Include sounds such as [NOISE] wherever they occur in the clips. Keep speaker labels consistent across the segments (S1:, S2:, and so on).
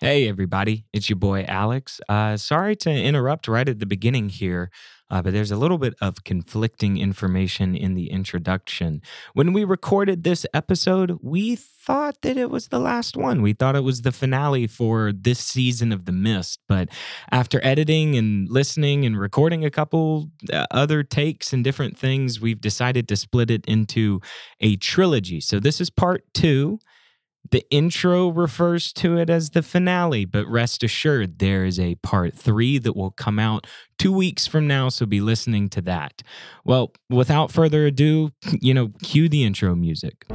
S1: Hey, everybody. It's your boy, Alex. Uh, sorry to interrupt right at the beginning here, uh, but there's a little bit of conflicting information in the introduction. When we recorded this episode, we thought that it was the last one. We thought it was the finale for this season of The Mist. But after editing and listening and recording a couple uh, other takes and different things, we've decided to split it into a trilogy. So this is part two. The intro refers to it as the finale, but rest assured, there is a part three that will come out two weeks from now, so be listening to that. Well, without further ado, you know, cue the intro music.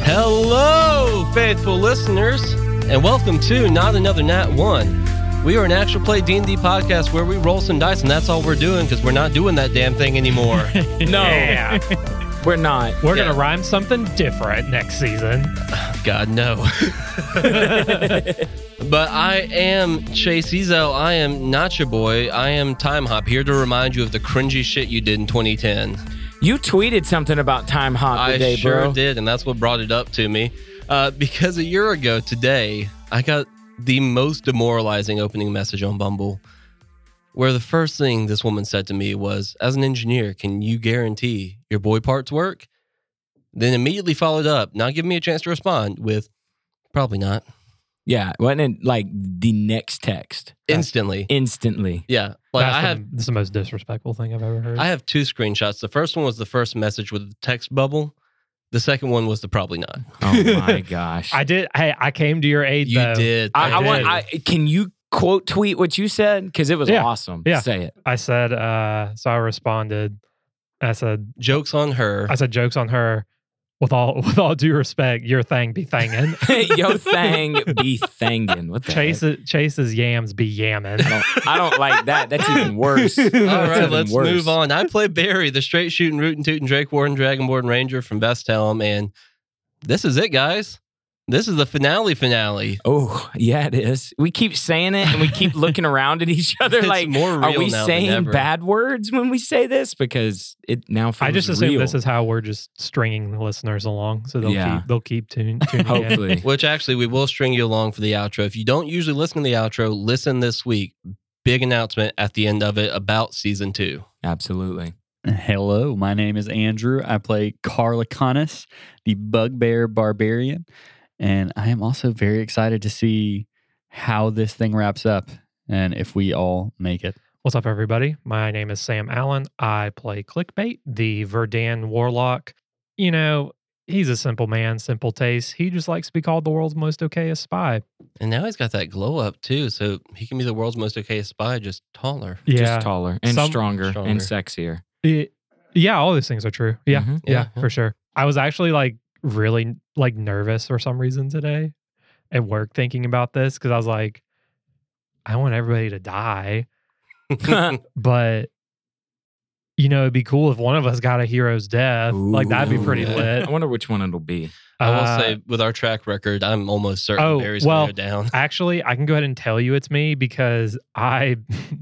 S2: Hello, faithful listeners, and welcome to Not Another Nat One. We are an actual play D and D podcast where we roll some dice, and that's all we're doing because we're not doing that damn thing anymore.
S1: Oh,
S3: No.
S1: We're not.
S3: [LAUGHS] We're
S2: Yeah.
S3: going to rhyme something different next season.
S2: God no. but I am Chase Ezo. I am not your boy. I am Time Hop here to remind you of the cringy shit you did in 2010.
S1: You tweeted something about Time Hop
S2: I
S1: today,
S2: sure
S1: bro.
S2: did, and that's what brought it up to me. Uh, because a year ago today, I got the most demoralizing opening message on Bumble, where the first thing this woman said to me was, "As an engineer, can you guarantee your boy parts work?" Then immediately followed up, not giving me a chance to respond, with, "Probably not."
S1: Yeah, wasn't it like the next text?
S2: Instantly,
S1: Instantly.
S2: yeah. Like
S3: that's,
S2: I
S3: the,
S2: have,
S3: that's the most disrespectful thing I've ever heard.
S2: I have two screenshots. The first one was the first message with the text bubble. The second one was the probably not.
S1: Oh my gosh.
S3: I did. Hey, I came to your aid.
S2: You
S3: though.
S2: did.
S1: I, I
S2: Thank
S1: want.
S2: you.
S1: I, can you quote tweet what you said? Because it was
S3: Yeah.
S1: awesome.
S3: Yeah.
S1: Say it.
S3: I said. Uh, so I responded. and I said.
S2: Jokes on her.
S3: I said jokes on her. With all [LAUGHS] with all due respect, your thing be
S2: [LAUGHS]
S1: [LAUGHS]
S3: thangin'.
S1: Yo, thang be thangin'. What the heck?
S3: Chase Chase's yams be yammin'.
S1: I don't, I don't like that. That's even [LAUGHS]
S2: [LAUGHS]
S1: worse.
S3: [LAUGHS]
S2: All
S1: That's
S2: right,
S1: even
S2: let's
S1: worse.
S2: move on. I play Barry, the straight shooting, rootin' tootin' Drake Warden, Dragonborn Ranger from Best Helm, and this is it, guys. This is the finale finale.
S1: Oh, yeah, it is. We keep saying it and we keep looking around at each other
S2: [LAUGHS] It's
S1: like,
S2: more
S1: are we
S2: now than
S1: saying
S2: ever.
S1: bad words when we say this? Because it now feels
S3: I just assume
S1: real.
S2: [LAUGHS]
S3: this is how we're just stringing listeners along, so they'll
S1: Yeah.
S3: keep they'll
S2: [LAUGHS]
S3: keep tune, tuning in.
S1: Hopefully.
S2: Which actually, we will string you along for the outro. If you don't usually listen to the outro, listen this week. Big announcement at the end of it about season two.
S1: Absolutely.
S4: Hello, my name is Andrew. I play Carlaconis, the bugbear barbarian, and I am also very excited to see how this thing wraps up and if we all make it.
S3: What's up, everybody? My name is Sam Allen. I play Clickbait, the Verdan warlock. You know, he's a simple man, simple taste. He just likes to be called the world's most okayest spy.
S2: And now he's got that glow up too, so he can be the world's most okay spy, just
S1: [LAUGHS]
S2: taller.
S3: Yeah,
S1: Just taller and
S3: Some-
S1: stronger, and
S2: Stronger.
S1: sexier.
S3: Y- yeah, all those things are true. Yeah,
S1: Mhm.
S3: yeah,
S2: Mm-hmm. Yeah, yeah.
S3: for sure. I was actually like really like nervous for some reason today at work thinking about this because I was like, I want everybody to die, but. You know, it'd be cool if one of us got a hero's death. like that'd be
S1: Ooh.
S3: pretty
S2: yeah.
S3: lit.
S1: I wonder which one it'll be.
S2: I will
S3: Uh,
S2: say, with our track record, I'm almost certain
S3: oh,
S2: Barry's going
S3: well,
S2: to go down.
S3: Actually, I can go ahead and tell you it's me because I [LAUGHS]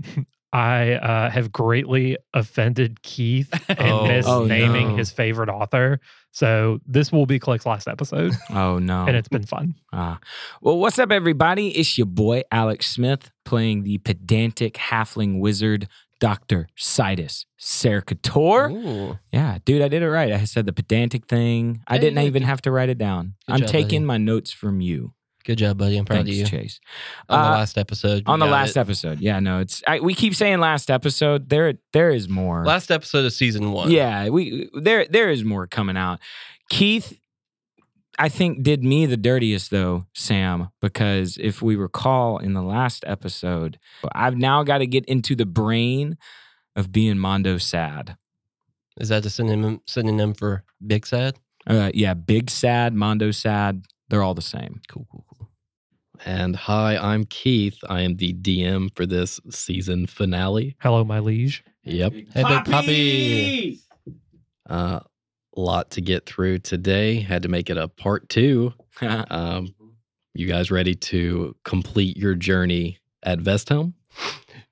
S3: I uh, have greatly offended Keith and
S2: Oh.
S1: Oh,
S3: misnaming
S1: no.
S3: his favorite author. So this will be Click's last episode,
S1: Oh, no.
S3: and it's been fun.
S1: Ah. Well, what's up, everybody? It's your boy, Alex Smith, playing the pedantic halfling wizard, Dr. Sidus Serkator.
S2: Ooh.
S1: Yeah, dude, I did it right. I said the pedantic thing. I
S2: Yeah, you
S1: didn't
S2: did.
S1: even have to write it down.
S2: Good
S1: I'm
S2: job,
S1: taking my
S2: buddy.
S1: notes from you.
S2: Good job, buddy. I'm proud
S1: Thanks,
S2: of you.
S1: Chase.
S2: On the
S1: Uh,
S2: last episode.
S1: On the
S2: got
S1: last
S2: it.
S1: episode. Yeah, no, it's I, we keep saying last episode. There there is more.
S2: last episode of season one.
S1: Yeah, we there there is more coming out. Keith, I think, did me the dirtiest though, Sam, because if we recall in the last episode, I've now got to get into the brain of being Mondo sad.
S2: Is that a synonym synonym for big sad?
S1: Uh, yeah, big sad, Mondo sad, they're all the same.
S2: Cool, cool, cool.
S5: And hi, I'm Keith. I am the DM for this season finale.
S3: Hello, my liege.
S5: Yep.
S2: Hey, big puppy.
S5: Uh, lot to get through today. Had to make it a part two. Um, you guys ready to complete your journey at Vesthelm?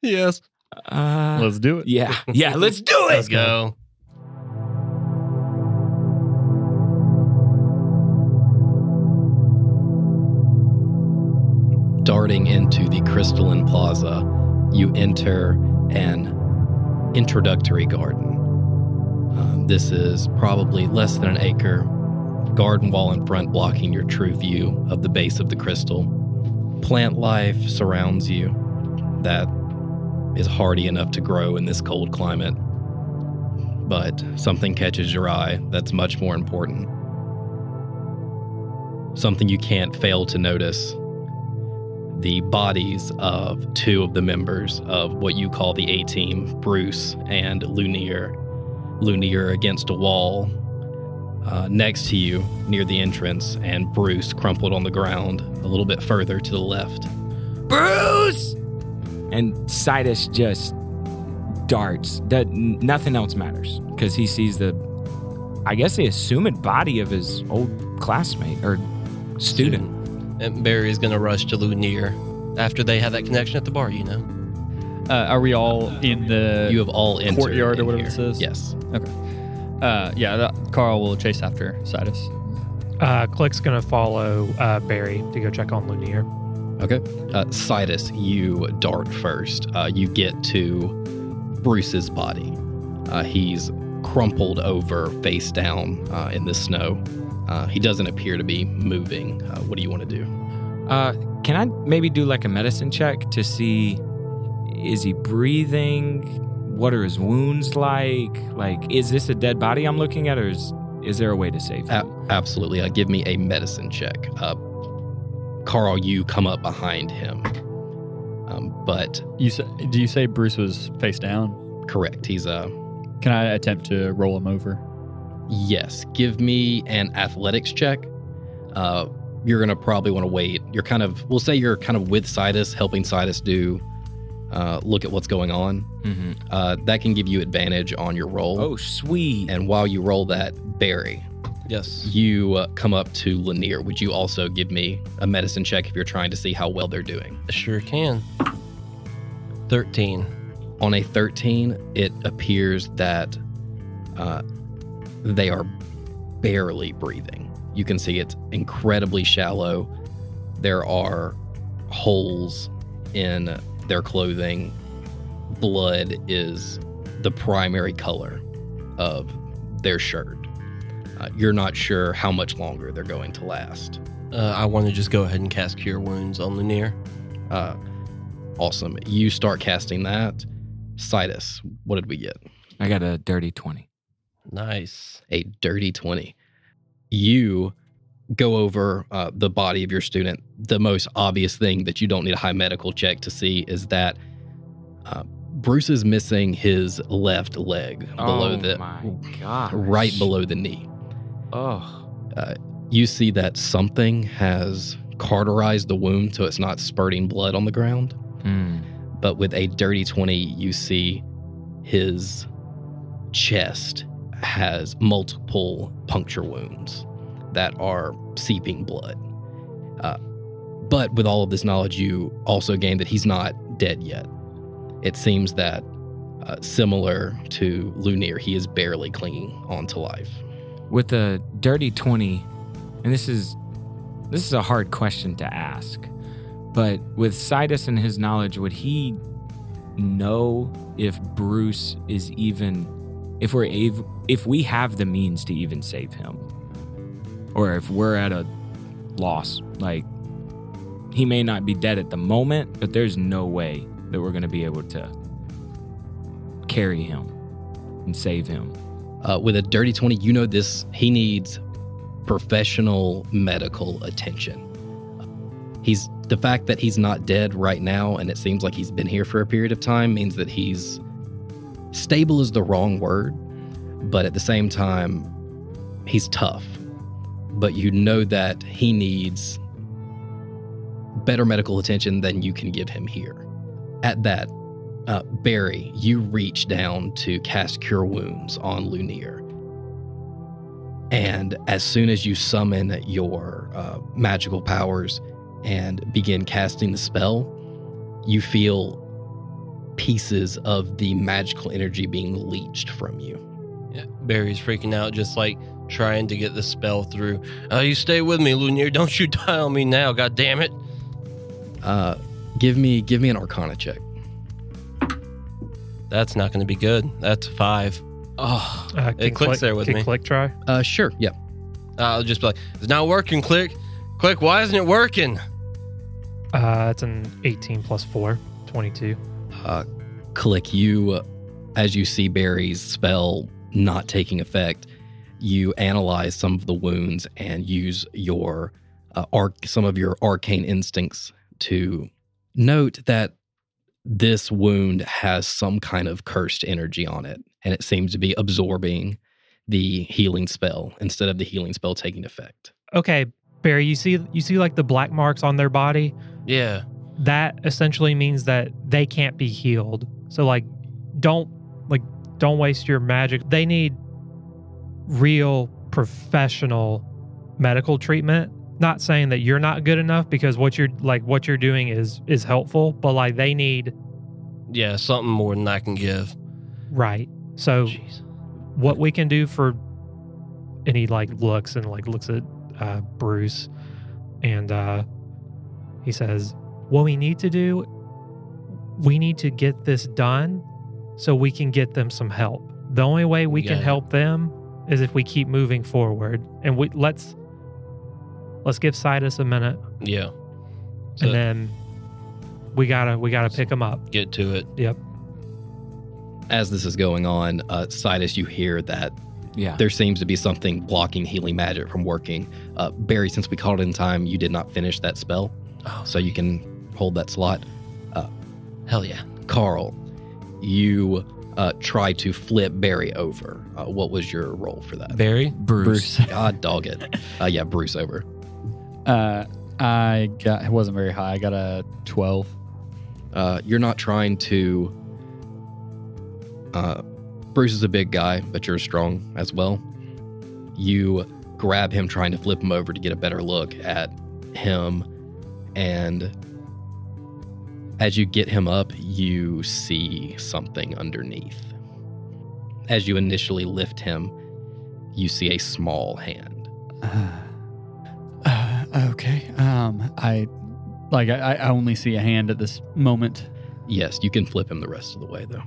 S2: Yes.
S1: [LAUGHS] uh,
S4: Let's do it.
S1: yeah, yeah, let's do it.
S2: Let's go.
S5: darting into the crystalline plaza, you enter an introductory garden. Um, this is probably less than an acre, garden wall in front blocking your true view of the base of the crystal. Plant life surrounds you that is hardy enough to grow in this cold climate. But something catches your eye that's much more important. Something you can't fail to notice the bodies of two of the members of what you call the A team, Bruce and Lunier. Lunier against a wall uh, next to you near the entrance, and Bruce crumpled on the ground a little bit further to the left.
S1: Bruce! And Sidus just darts. That n- nothing else matters because he sees the, I guess the assumed body of his old classmate or student.
S2: And Barry's going to rush to Lunier after they have that connection at the bar, you know.
S4: Uh, are we all in the?
S5: You have all entered
S4: courtyard or
S5: in
S4: whatever
S5: here.
S4: it says?
S5: Yes.
S4: uh, yeah, that, Carl will chase after Sidus.
S3: Uh, Click's gonna follow uh, Barry to go check on Lunier.
S5: Okay. Uh, Sidus, you dart first. Uh, you get to Bruce's body. Uh, he's crumpled over, face down uh, in the snow. Uh, he doesn't appear to be moving. Uh, what do you want to do?
S1: Uh, can I maybe do like a medicine check to see is he breathing? What are his wounds like? Like, is this a dead body I'm looking at, or is is there a way to save him?
S5: A- absolutely. Uh, give me a medicine check. Uh, Carl, you come up behind him. Um, but
S4: You say, do you say Bruce was face down?
S5: correct, he's uh, a
S4: Can I attempt to roll him over?
S5: yes. Give me an athletics check. Uh, you're gonna probably want to wait. You're kind of we'll say you're kind of with Sidus, helping Sidus do uh, look at what's going on.
S1: Mm-hmm.
S5: Uh, that can give you advantage on your roll.
S1: Oh, sweet.
S5: And while you roll that, Barry,
S2: Yes.
S5: you uh, come up to Lanier. Would you also give me a medicine check if you're trying to see how well they're doing?
S2: I sure can. 13.
S5: On a 13, it appears that uh, they are barely breathing. You can see it's incredibly shallow. There are holes in their clothing. Blood is the primary color of their shirt. Uh, you're not sure how much longer they're going to last.
S2: Uh, I want to just go ahead and cast Cure Wounds on Lunier.
S5: Uh, awesome. You start casting that. Sidus, what did we get?
S1: I got a dirty twenty.
S2: Nice.
S5: a dirty 20. You go over uh, the body of your student. The most obvious thing that you don't need a high medical check to see is that uh, Bruce is missing his left leg below
S1: oh
S5: the
S1: my god,
S5: right below the knee.
S1: Oh,
S5: You see that something has cauterized the wound so it's not spurting blood on the ground.
S1: Hmm.
S5: but with a dirty 20, you see his chest has multiple puncture wounds that are seeping blood. Uh, but with all of this knowledge, you also gain that he's not dead yet. It seems that, uh, similar to Lunir, he is barely clinging onto life.
S1: with a dirty 20 and this is this is a hard question to ask but with Sidus and his knowledge would he know if Bruce is even if we're av- if we have the means to even save him or if we're at a loss like he may not be dead at the moment but there's no way that we're going to be able to carry him and save him
S5: Uh, with a dirty 20, you know this, he needs professional medical attention. He's the fact that he's not dead right now, and it seems like he's been here for a period of time, means that he's stable is the wrong word, but at the same time, he's tough. But you know that he needs better medical attention than you can give him here. At that, uh, Barry, you reach down to cast Cure Wounds on Lunier. And as soon as you summon your uh, magical powers and begin casting the spell, you feel pieces of the magical energy being leached from you.
S2: Yeah, Barry's freaking out, just like trying to get the spell through. Uh, you stay with me, Lunier. Don't you [LAUGHS] die on me now, god damn it.
S5: Uh, give me give me an Arcana check.
S2: That's not going to be good. That's a five. Oh,
S3: Uh,
S2: It clicks
S3: can click,
S2: there with
S3: can
S2: me.
S3: Click try.
S5: Uh, sure, yeah.
S2: I'll just be like, it's not working, click. Click, why isn't it working?
S3: Uh, it's an 18 plus 4, 22.
S5: uh, click you uh, as you see barry's spell not taking effect you analyze some of the wounds and use your uh, arc some of your arcane instincts to note that this wound has some kind of cursed energy on it and it seems to be absorbing the healing spell instead of the healing spell taking effect
S3: Okay, Barry, you see you see like the black marks on their body?
S2: Yeah.
S3: That essentially means that they can't be healed. So like don't like don't waste your magic. They need real professional medical treatment. Not saying that you're not good enough because what you're like what you're doing is is helpful, but like they need
S2: Yeah, something more than I can give.
S3: right. So
S2: Jeez.
S3: what we can do for and he like looks and like looks at uh, bruce and uh, he says what we need to do we need to get this done so we can get them some help the only way we
S2: You
S3: can
S2: got it.
S3: help them is if we keep moving forward and we let's let's give Sidus a minute
S2: Yeah. So
S3: and then we gotta we gotta pick him up
S2: get to it.
S5: as this is going on uh, sidus you hear that
S1: Yeah.
S5: there seems to be something blocking healing magic from working. Uh, Barry, since we caught it in time, you did not finish that spell,
S2: Oh,
S5: so you can hold that slot. Uh,
S2: hell yeah.
S5: Carl, you uh, try to flip Barry over. Uh, what was your role
S2: [LAUGHS]
S5: for that?
S2: Barry?
S1: Bruce.
S4: Bruce.
S5: God dog it. Uh, yeah, Bruce over.
S4: Uh, I got it wasn't very high. I got a twelve.
S5: Uh, you're not trying to. Uh, Bruce is a big guy, but you're strong as well. You grab him, trying to flip him over to get a better look at him. And as you get him up, you see something underneath. As you initially lift him, you see a small hand.
S4: Uh, uh, okay. Um, I like I, I only see a hand at this moment.
S5: Yes, you can flip him the rest of the way, though.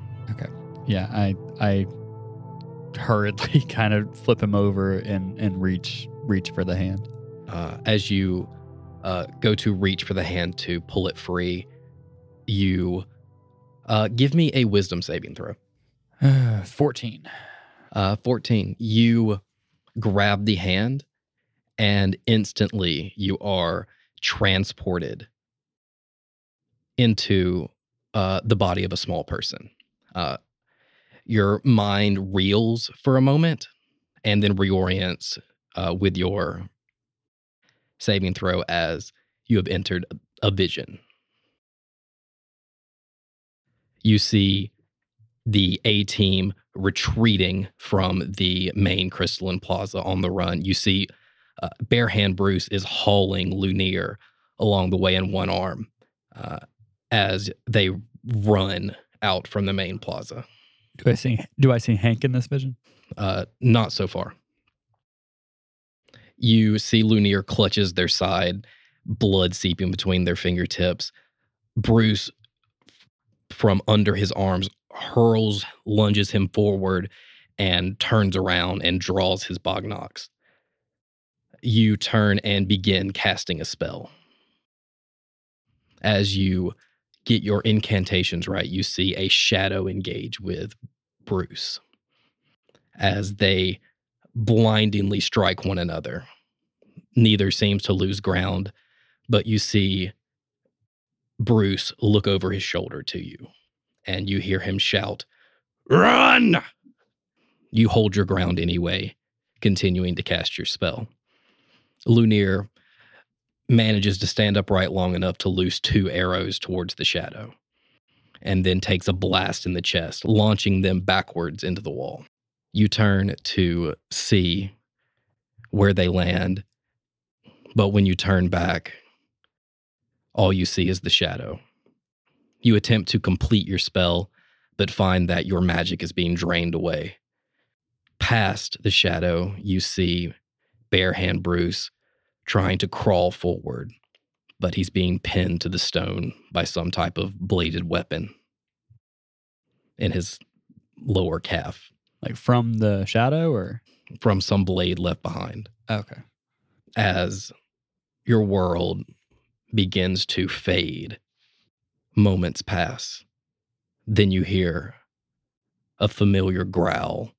S4: Yeah, I I hurriedly [LAUGHS] kind of flip him over and and reach reach for the hand.
S5: uh, as you uh, go to reach for the hand to pull it free, you uh, give me a wisdom saving throw.
S4: Fourteen.
S5: Uh, 14. You grab the hand, and instantly you are transported into uh, the body of a small person. Uh, your mind reels for a moment and then reorients uh, with your saving throw as you have entered a vision. You see the A team retreating from the main crystalline plaza on the run. You see, uh, Barehand Bruce is hauling Lunier along the way in one arm uh, as they run out from the main plaza.
S4: Do I see Do I see Hank in this vision?
S5: Uh, not so far. You see Lunier clutches their side, blood seeping between their fingertips. Bruce, f- from under his arms, hurls, lunges him forward, and turns around and draws his Bognox. You turn and begin casting a spell. As you get your incantations right, you see a shadow engage with Bruce as they blindingly strike one another. Neither seems to lose ground, but you see Bruce look over his shoulder to you, and you hear him shout, Run! You hold your ground anyway, continuing to cast your spell. Lunier manages to stand upright long enough to loose two arrows towards the shadow, and then takes a blast in the chest, launching them backwards into the wall you turn to see where they land. But when you turn back, all you see is the shadow. You attempt to complete your spell, but find that your magic is being drained away. Past the shadow, you see Bare Hand Bruce trying to crawl forward, but he's being pinned to the stone by some type of bladed weapon in his lower calf
S4: Like from the shadow or?
S5: from some blade left behind.
S4: Okay.
S5: as your world begins to fade, moments pass. Then you hear a familiar growl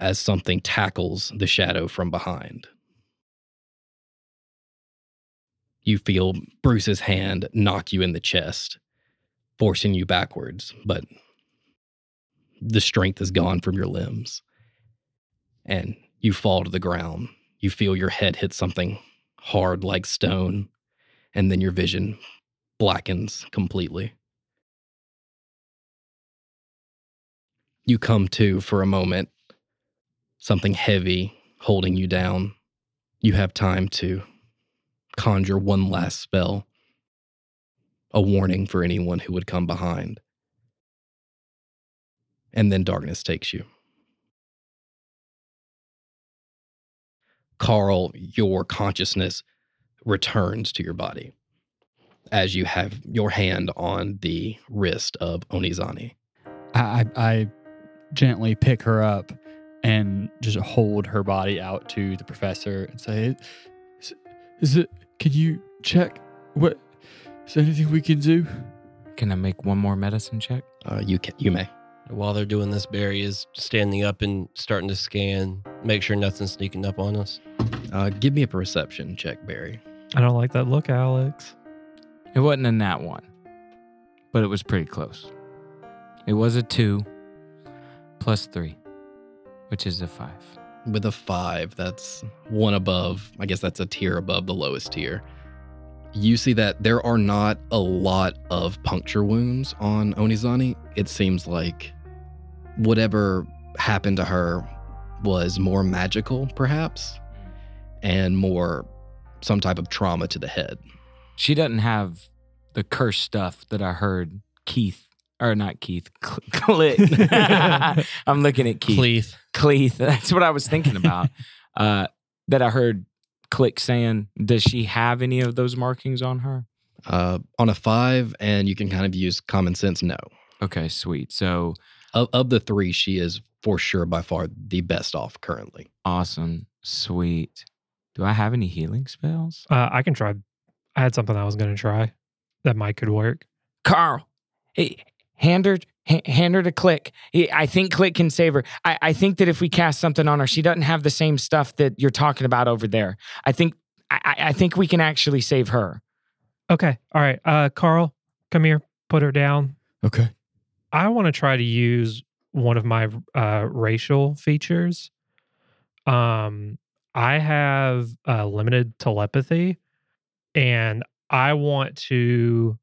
S5: as something tackles the shadow from behind. You feel Bruce's hand knock you in the chest, forcing you backwards, but the strength is gone from your limbs. And you fall to the ground. You feel your head hit something hard like stone, and then your vision blackens completely. You come to for a moment, something heavy holding you down. You have time to conjure one last spell, a warning for anyone who would come behind. And then darkness takes you. Carl, your consciousness returns to your body as you have your hand on the wrist of Onizani.
S4: I, I, I gently pick her up and just hold her body out to the professor and say, "Is, is it? Can you check? What is there anything we can do?"
S1: Can I make one more medicine check?
S5: Uh, you can, you may.
S2: While they're doing this, Barry is standing up and starting to scan, make sure nothing's sneaking up on us.
S5: Uh, give me a perception check, Barry.
S3: I don't like that look, Alex.
S1: It wasn't in that one, but it was pretty close. It was a two plus three, which is a five.
S5: With a five, that's one above. I guess that's a tier above the lowest tier. You see that there are not a lot of puncture wounds on Onizani. It seems like whatever happened to her was more magical, perhaps, and more some type of trauma to the head.
S1: She doesn't have the curse stuff that I heard Keith, or not Keith, [LAUGHS] Cl- Clit. [LAUGHS] I'm looking at Keith.
S2: Cleeth.
S1: Cleith. That's what I was thinking about. uh, that I heard Click saying, does she have any of those markings on her?
S5: Uh, on a five, and you can kind of use common sense. No,
S1: Okay, sweet. So
S5: of, of the three, she is for sure by far the best off currently.
S1: awesome, sweet. Do I have any healing spells?
S3: Uh, I can try. I had something I was going to try that might could work.
S1: Carl, hey, hand her, ha- hand her to Click. Hey, I think Click can save her. I, I think that if we cast something on her, she doesn't have the same stuff that you're talking about over there. I think, I, I- I think we can actually save her. [LAUGHS]
S3: Okay. All right. Uh, Carl, come here. Put her down.
S4: Okay.
S3: I want to try to use one of my uh, racial features. Um, I have uh, limited telepathy, and I want to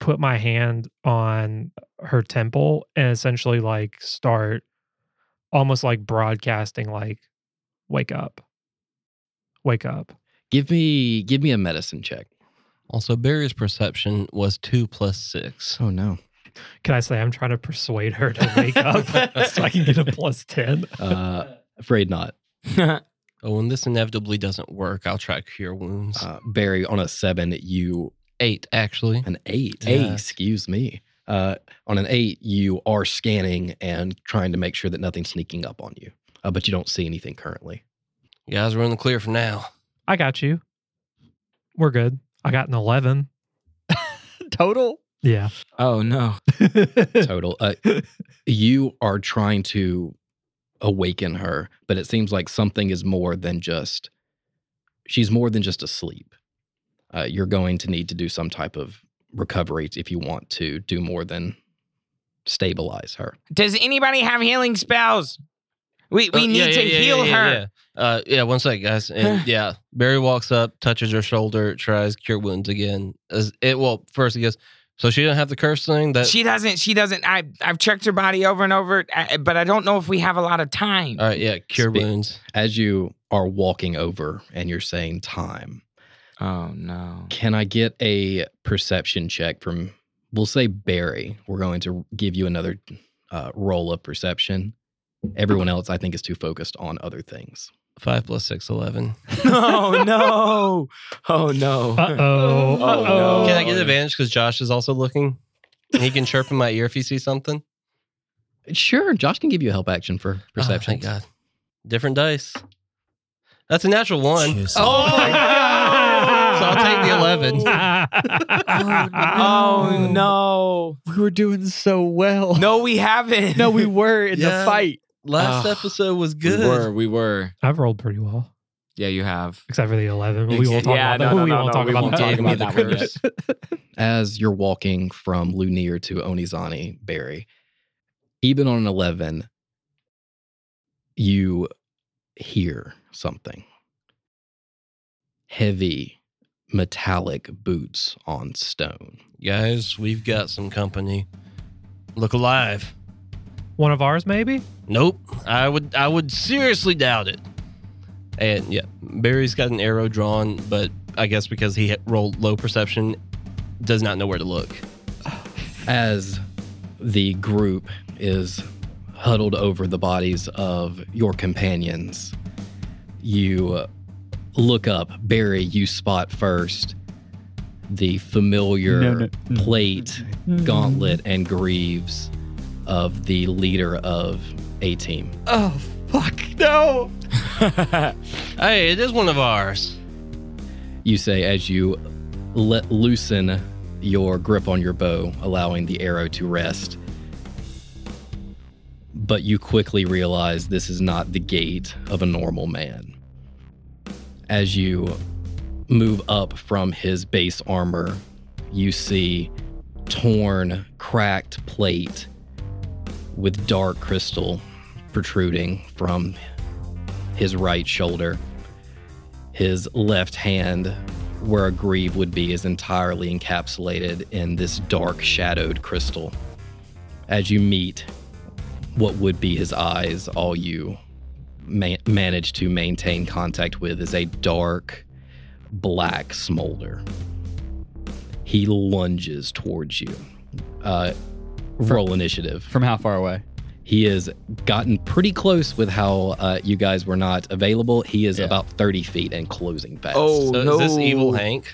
S3: put my hand on her temple and essentially like start almost like broadcasting like wake up wake up
S5: Give me give me a medicine check.
S2: Also, Barry's perception was two plus six.
S5: Oh no.
S3: can i say i'm trying to persuade her to
S1: [LAUGHS]
S3: wake up so i can get a plus 10
S5: Uh, afraid not.
S2: Oh, when this inevitably doesn't work, I'll try cure wounds.
S5: Uh, Barry, on a seven, you
S2: Eight, actually.
S5: an eight.
S2: Eight.
S5: Excuse me. Uh, on an eight, you are scanning and trying to make sure that nothing's sneaking up on you, uh, but you don't see anything currently.
S2: You guys, we're in the clear for now.
S3: I got you. We're good. I got an 11.
S4: [LAUGHS] Total.
S3: Yeah.
S1: oh no.
S5: Total. Uh, you are trying to awaken her, but it seems like something is more than just. She's more than just asleep. Uh, you're going to need to do some type of recovery if you want to do more than stabilize her.
S1: Does anybody have healing spells? We we
S2: Uh,
S1: need
S2: yeah,
S1: to
S2: yeah, yeah,
S1: heal
S2: yeah,
S1: her.
S2: Yeah. Uh, yeah, one sec,
S1: [SIGHS]
S2: guys. And yeah, Barry walks up, touches her shoulder, tries cure wounds again. As it well, first he goes, So she didn't have the curse thing. That
S1: she doesn't. She doesn't. I I've checked her body over and over, I- but I don't know if we have a lot of time.
S2: all right, yeah, cure
S5: Speak.
S2: wounds.
S5: As you are walking over and you're saying time,
S1: oh no.
S5: can I get a perception check from, we'll say Barry? We're going to give you another uh, roll of perception. Everyone else, I think, is too focused on other things.
S2: Five plus six, eleven.
S1: [LAUGHS] No no. Oh no.
S3: Uh oh.
S1: no.
S3: Uh oh.
S2: Can I get
S1: yeah.
S2: advantage because Josh is also looking? And he can chirp in my ear if he sees
S1: [LAUGHS]
S2: something.
S1: Oh,
S5: Sure, Josh can give you a help action for
S2: Oh,
S5: perception.
S2: thank God. Different dice. That's a natural one.
S6: Jeez.
S2: Oh my God. So I'll take the eleven.
S1: Oh no.
S4: We were doing so well.
S1: Oh, No, we haven't.
S4: [LAUGHS]
S1: [LAUGHS]
S4: no, we were in
S2: Yeah.
S4: the fight.
S2: Last
S1: Ah.
S2: episode was
S1: We
S2: good.
S1: were. We were.
S3: [LAUGHS] I've rolled pretty well,
S1: Yeah, you have.
S3: except for the eleven. but We won't talk
S1: yeah,
S3: about
S1: no,
S3: that.
S1: no,
S3: we
S1: no,
S3: won't
S1: no,
S3: talk
S1: we
S3: about
S1: won't
S3: that.
S1: talk about that one yet.
S5: as you're walking from Lunier to Onizani Barry, even on an 11, you hear something. Heavy metallic boots on stone.
S2: Guys, we've got some company. Look alive.
S3: [LAUGHS] One of ours, maybe.
S2: Nope. I would I would seriously doubt it. And yeah, Barry's got an arrow drawn, but I guess because he had rolled low perception, does not know where to look.
S5: As the group is huddled over the bodies of your companions, you uh, look up. Barry, you spot first the familiar plate gauntlet and greaves of the leader of a team.
S4: Oh fuck no!
S2: Hey, it is one of ours.
S5: You say as you let loosen your grip on your bow, allowing the arrow to rest. But you quickly realize this is not the gait of a normal man. As you move up from his base armor, you see torn, cracked plate with dark crystal protruding from his right shoulder. His left hand, where a greave would be, is entirely encapsulated in this dark, shadowed crystal. As you meet what would be his eyes, all you ma- manage to maintain contact with is a dark, black smolder. He lunges towards you. Uh, roll initiative
S4: From how far away?
S5: he has gotten pretty close with how uh, you guys were not available. He is
S2: Yeah.
S5: about 30 feet and closing fast.
S1: Oh
S2: So
S1: no.
S2: is this evil Hank?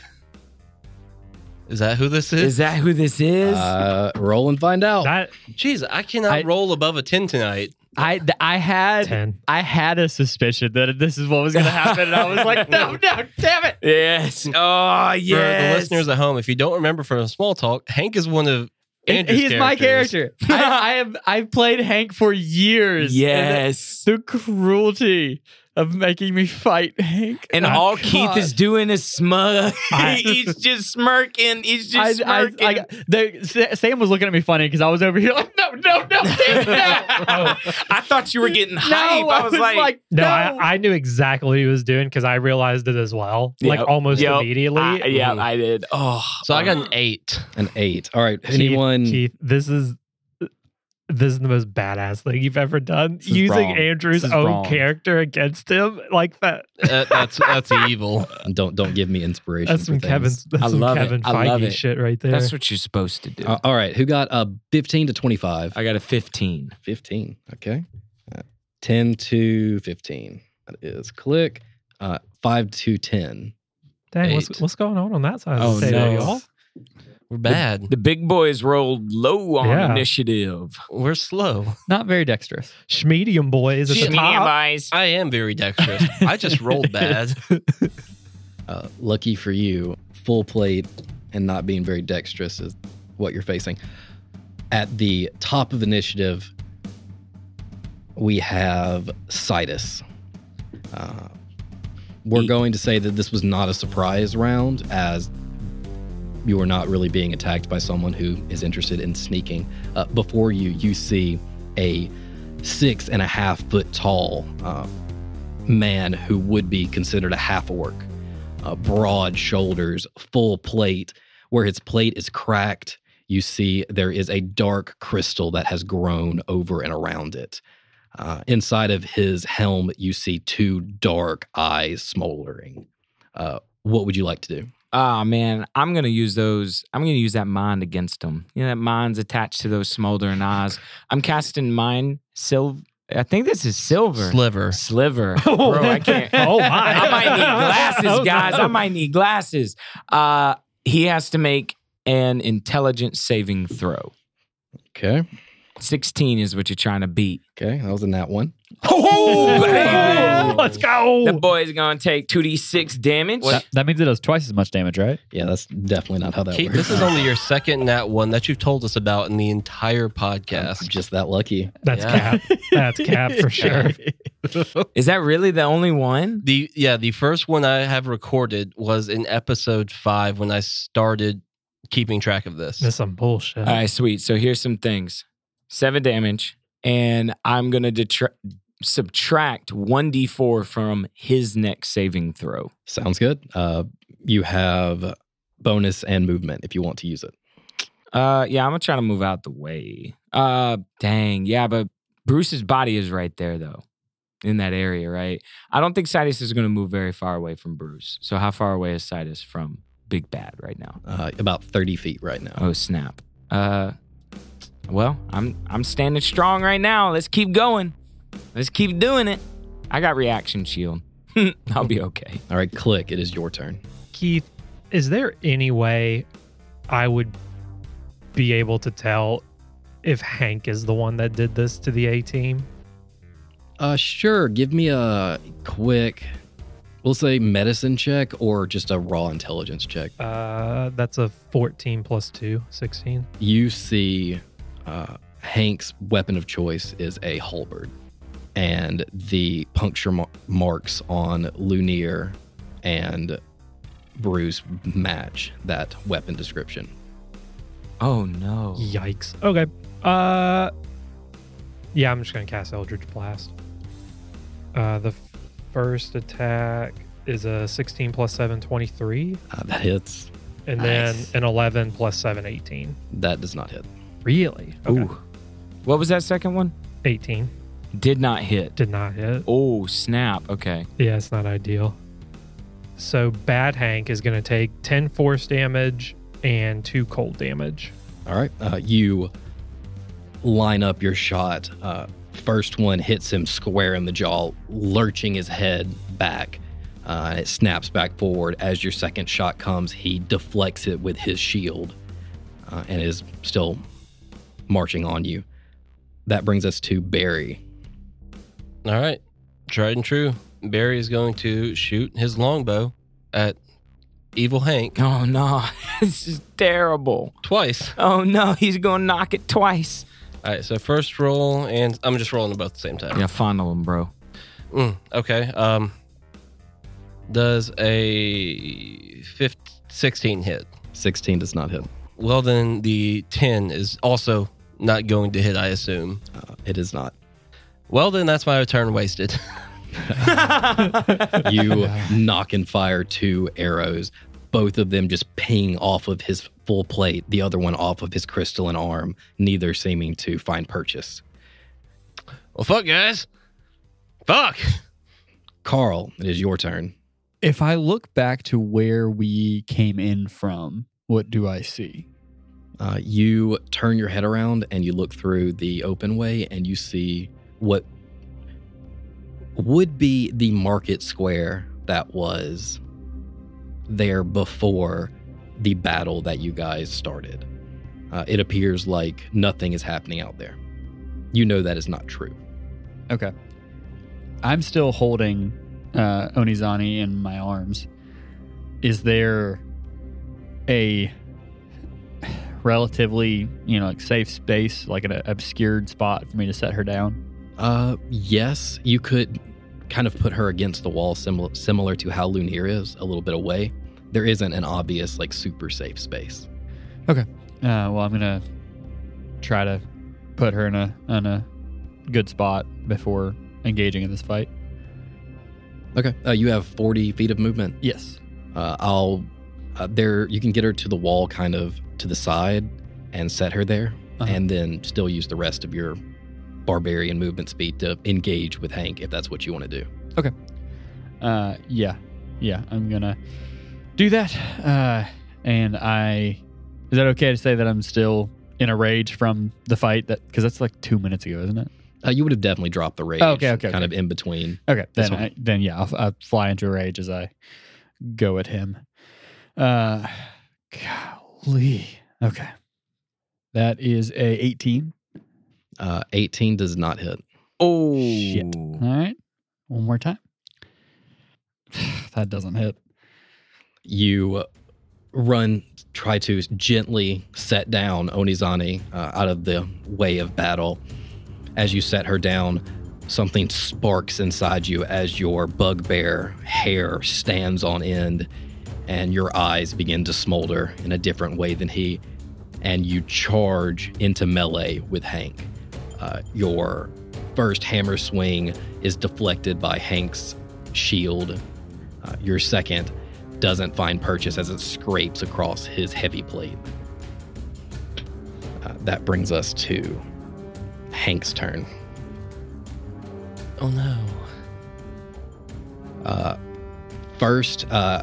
S2: Is that who
S1: [LAUGHS]
S2: this
S1: Is
S2: is?
S1: that who this is?
S5: Uh, roll and find out.
S3: That
S2: Jeez, I cannot
S4: I-
S2: roll above a ten tonight.
S4: I th- I had
S3: ten.
S4: I had a suspicion that this is what was gonna happen, and I was like, no, no, damn it!
S1: yes. Oh
S2: For the
S1: yes.
S2: listeners at home, if you don't remember from small talk, Hank is one of Andrew's
S4: He's my
S2: characters.
S1: [LAUGHS]
S4: character. I, I have I've played Hank for years. and
S1: Yes.
S4: the cruelty of making me fight Hank.
S1: And
S4: I-
S1: all
S4: God.
S1: Keith is doing is smug.
S3: I-
S1: [LAUGHS] he's just smirking. He's
S4: I,
S1: just
S4: I,
S1: smirking.
S4: I- they- Sa- Sam was looking at me funny because I was over here like, no, no,
S1: [LAUGHS]
S4: no, Hank, no.
S1: I thought you were getting
S4: No,
S1: Oh, hype. I was like,
S4: no.
S3: No, I, I knew exactly what he was doing because I realized it as well, like
S1: Yep.
S3: almost
S1: Yep.
S3: immediately.
S1: I- yeah,
S2: Mhm.
S1: I did. Oh,
S2: So I got an eight.
S5: An eight. All right.
S3: Keith,
S5: Anyone?
S3: Keith, this is this is the most badass thing you've ever done.
S4: is
S3: Using
S4: wrong.
S3: Andrew's
S4: This is
S3: own
S4: wrong.
S3: character against him like that. [LAUGHS]
S2: Uh, that's that's evil.
S5: Uh, Don't don't give me inspiration.
S3: That's
S5: for
S3: some
S5: things.
S3: Kevin. That's
S1: I
S3: some
S1: love it.
S3: Kevin
S1: I love
S3: Feige
S1: it.
S3: shit right there.
S1: that's what you're supposed to do.
S5: Uh, all right. Who got uh, 15 to 25?
S1: I got a 15.
S5: 15. Okay. Uh, 10 to 15. That is click. Uh, 5 to 10.
S3: Dang, what's,
S2: Eight.
S3: what's going on on that side
S1: Oh,
S3: of the table,
S1: no.
S3: y'all?
S2: We're bad.
S1: The big boys rolled low on
S3: Yeah.
S1: initiative.
S2: We're slow.
S4: Not very dexterous.
S3: Schmedium boys at the top.
S1: boys.
S2: I am very [LAUGHS] dexterous. I just rolled bad.
S5: Uh, lucky for you, full plate and not being very dexterous is what you're facing. At the top of initiative, we have Citus. Uh, we're
S1: Ye-
S5: going to say that this was not a surprise round, as you are not really being attacked by someone who is interested in sneaking. Uh, before you, you see a six and a half foot tall uh, man who would be considered a half orc uh, broad shoulders, full plate, where his plate is cracked. you see there is a dark crystal that has grown over and around it. Uh, inside of his helm, you see two dark eyes smoldering. Uh, what would you like to do?
S1: Oh man, I'm gonna use those. I'm gonna use that mind against them. You know that mind's attached to those smoldering eyes. I'm casting mine silver. I think this is silver
S2: Sliver.
S1: sliver. Bro, I can't.
S3: [LAUGHS] Oh, my.
S1: I might
S3: [LAUGHS]
S1: need
S3: Oh,
S1: glasses,
S3: no.
S1: guys. I might need glasses. Uh, he has to make an intelligence saving throw.
S5: Okay.
S1: 16 is what you're trying to beat.
S5: Okay. That was in that one.
S1: Oh,
S3: Oh,
S1: baby.
S3: Let's go.
S1: The boy's going to take 2d6 damage.
S4: That, that means it does twice as much damage, [LAUGHS] right?
S5: Yeah, that's definitely not how that
S2: Keith,
S5: works. [LAUGHS]
S2: this is only your second nat one that you've told us about in the entire
S5: I'm
S2: podcast.
S5: just that lucky.
S3: That's
S2: Yeah.
S3: cap.
S1: [LAUGHS]
S3: That's cap for
S4: [LAUGHS]
S3: sure.
S1: Is that really the only one?
S2: The yeah, the first one I have recorded was in episode five when I started keeping track of this.
S3: That's some bullshit.
S1: All right, sweet. So here's some things seven damage, and I'm going to detra- subtract 1d4 from his next saving throw.
S5: Sounds good. Uh, you have bonus and movement if you want to use it.
S1: Uh, yeah, I'm gonna try to move out the way. Uh, dang, yeah, but Bruce's body is right there though, in that area, right? I don't think Sidus is gonna move very far away from Bruce. So how far away is Sidus from Big Bad right now?
S5: Uh, about 30 feet right now.
S1: Oh snap. Uh, well, I'm I'm standing strong right now. Let's keep going. Let's keep doing it. I got reaction shield. [LAUGHS] I'll be okay.
S5: All right, click. It is your turn.
S3: Keith, is there any way I would be able to tell if Hank is the one that did this to the A team?
S5: Uh, sure. Give me a quick, we'll say medicine check or just a raw intelligence check.
S3: Uh, that's a 14 plus 2, 16.
S5: You see, uh, Hank's weapon of choice is a halberd, and the puncture mar- marks on Lunier and Bruce match that weapon description.
S1: Oh no.
S3: Yikes. Okay. Uh, yeah, I'm just gonna cast Eldritch Blast. Uh, the f- first attack is a 16 plus 7, 23,
S5: Uh, that hits.
S3: and
S5: Nice.
S3: then an 11 plus 7, 18.
S5: That does not hit.
S3: Really?
S1: Ooh. What was that second one?
S3: 18
S1: Did not hit.
S3: did not hit.
S1: Oh snap. Okay.
S3: Yeah, it's not ideal. So Bad Hank is going to take 10 force damage and 2 cold damage.
S5: All right. Uh, you line up your shot. Uh, first one hits him square in the jaw, lurching his head back. Uh, and it snaps back forward. As your second shot comes, he deflects it with his shield uh, and is still marching on you. That brings us to Barry.
S2: All right. Tried and true. Barry is going to shoot his longbow at evil Hank
S1: Oh no, [LAUGHS] this is terrible.
S2: twice.
S1: Oh no, he's gonna knock it twice.
S2: All right, so first roll, and I'm just rolling them both at the same time.
S1: Yeah, fondle him, bro.
S2: Mm, okay. Um, does a 15, 16 hit?
S5: 16 does not hit.
S2: Well, then the 10 is also not going to hit, I assume.
S5: Uh, it is not.
S2: Well, then that's my turn wasted. [LAUGHS]
S5: You knock and fire two arrows, both of them just ping off of his full plate, the other one off of his crystalline arm, neither seeming to find purchase.
S2: well, fuck, guys. Fuck.
S5: Carl, it is your turn.
S4: If I look back to where we came in from, what do I see?
S5: Uh, you turn your head around and you look through the open way and you see what would be the market square that was there before the battle that you guys started. Uh, it appears like nothing is happening out there. You know that is not true.
S4: Okay. I'm still holding uh, Onizani in my arms. Is there a relatively, you know, like safe space, like an obscured spot for me to set her down?
S5: Uh, yes, you could kind of put her against the wall, similar similar to how Lunir is, a little bit away. There isn't an obvious like super safe space.
S4: Uh, well, I'm gonna try to put her in a in a good spot before engaging in this fight.
S5: Okay, uh, you have forty feet of movement.
S4: Yes.
S5: Uh, I'll uh, there you can get her to the wall, kind of to the side, and set her there,
S4: Uh-huh.
S5: and then still use the rest of your barbarian movement speed to engage with Hank if that's what you want to do.
S4: Uh, yeah, yeah, I'm gonna do that. Uh, and I is that okay to say that I'm still in a rage from the fight? That because that's like two minutes ago, isn't it?
S5: Uh, you would have definitely dropped the rage,
S4: Oh, okay, okay,
S5: kind
S4: okay.
S5: of in between.
S4: Okay,
S5: That's
S4: then
S5: fine.
S4: I, then yeah, I'll, I'll fly into a rage as I go at him. Uh, golly, okay, that is a 18.
S5: Uh, 18 does not hit.
S1: Oh,
S4: Shit. All right, one more time. [SIGHS] that doesn't hit.
S5: you run, try to gently set down Onizane uh, out of the way of battle. As you set her down, something sparks inside you as your bugbear hair stands on end and your eyes begin to smolder in a different way than he. And you charge into melee with Hank. Uh, your first hammer swing is deflected by Hank's shield. Uh, your second doesn't find purchase as it scrapes across his heavy plate. Uh, that brings us to Hank's turn.
S2: Oh no.
S5: Uh, first, uh,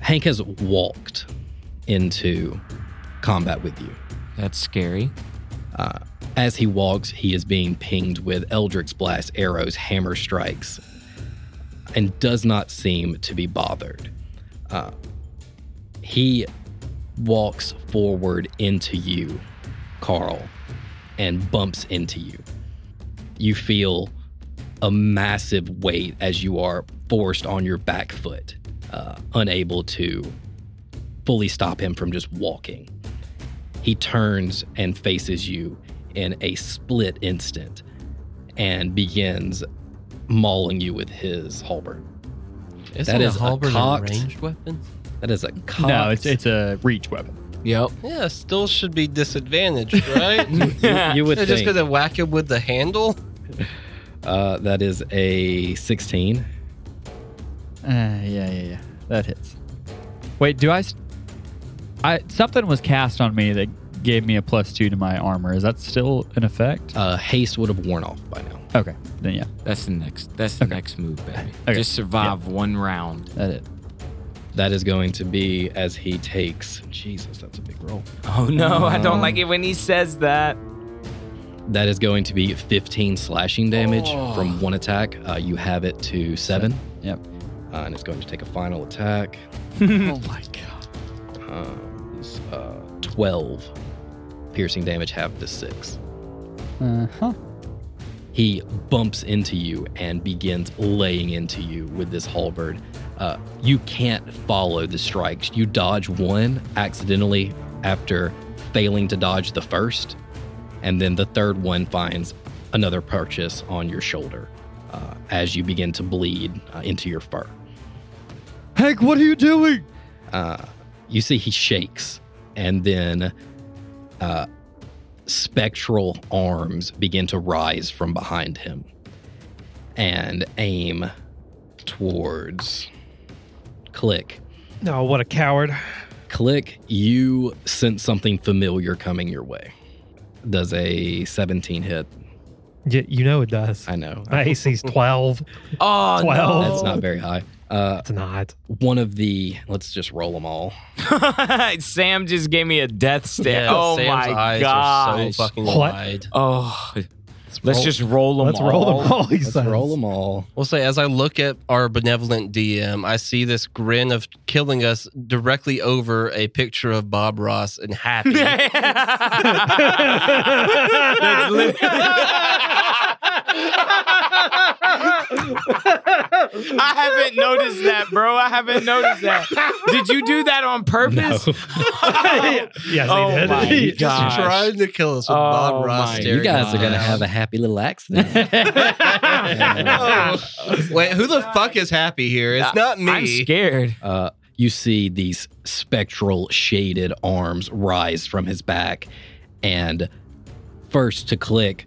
S5: Hank has walked into combat with you.
S1: that's scary.
S5: Uh, as he walks, he is being pinged with Eldritch Blast arrows, hammer strikes, and does not seem to be bothered. Uh, he walks forward into you, Carl, and bumps into you. You feel a massive weight as you are forced on your back foot, uh, unable to fully stop him from just walking. He turns and faces you in a split instant and begins mauling you with his halberd. That
S2: that
S5: is
S2: is
S5: a
S2: a halberd and
S5: cocked-
S2: ranged weapon.
S5: That is a cocked.
S4: No, it's it's a reach weapon.
S1: Yep.
S2: Yeah, still should be disadvantaged, right?
S5: [LAUGHS] you, you would
S2: They're just
S5: think,
S2: gonna whack him with the handle.
S5: uh, that is a 16.
S4: Uh, yeah, yeah, yeah. That hits. Wait, do I? s- I something was cast on me that gave me a plus two to my armor. Is that still in effect?
S5: Uh, haste would have worn off by now.
S4: Okay, then yeah,
S1: That's the next. That's the next move, baby.
S4: Okay.
S1: Just survive one round.
S4: that it.
S5: That is going to be as he takes. Jesus, that's a big roll.
S1: Oh no, I don't
S2: Mm.
S1: like it when he says that.
S5: That is going to be 15 slashing damage
S1: Oh.
S5: from one attack. Uh, you have it to seven,
S4: Yep.
S5: uh, and it's going to take a final attack.
S4: [LAUGHS] oh my god.
S5: Uh, it's, uh, 12 piercing damage, half to six.
S4: Uh huh.
S5: He bumps into you and begins laying into you with this halberd. Uh, you can't follow the strikes. You dodge one accidentally after failing to dodge the first, and then the third one finds another purchase on your shoulder uh, as you begin to bleed uh, into your fur.
S4: Hank, what are you doing?
S5: Uh, you see, he shakes, and then uh, spectral arms begin to rise from behind him and aim towards Click.
S3: No, what a coward.
S5: Click, you sense something familiar coming your way. Does a 17 hit?
S3: Yeah, you know it does.
S5: I know.
S3: My AC's
S5: [LAUGHS]
S3: 12.
S1: Oh [LAUGHS]
S3: Twelve.
S5: That's not very high. Uh,
S3: It's not.
S5: one of the, let's just roll them all.
S1: no. Sam just gave me a death stare. oh
S2: Sam's
S1: my
S2: eyes
S1: god.
S2: are so fucking
S3: What?
S2: wide.
S1: oh, let's
S2: roll-
S1: just roll them.
S3: Let's roll
S1: [LAUGHS]
S3: them all, he
S5: Let's
S3: says.
S5: roll
S3: [LAUGHS]
S5: them all.
S2: We'll say as I look at our benevolent DM, I see this grin of killing us directly over a picture of Bob Ross and happy.
S1: That's lit- [LAUGHS] I haven't noticed that, bro. I haven't noticed that. Did you do that on purpose? [LAUGHS]
S2: [LAUGHS]
S3: yes,
S1: Oh
S3: he did.
S1: my
S3: [LAUGHS] He-
S1: God. Gosh.
S2: trying to kill us with
S1: Oh
S2: Bob Ross.
S1: my
S2: staring
S5: You guys are
S2: at
S5: going to
S2: us. [LAUGHS]
S5: have a happy little accident.
S2: Oh. Wait, who the fuck is happy here? It's not me.
S1: I'm scared.
S5: Uh, you see these spectral shaded arms rise from his back. And first to click,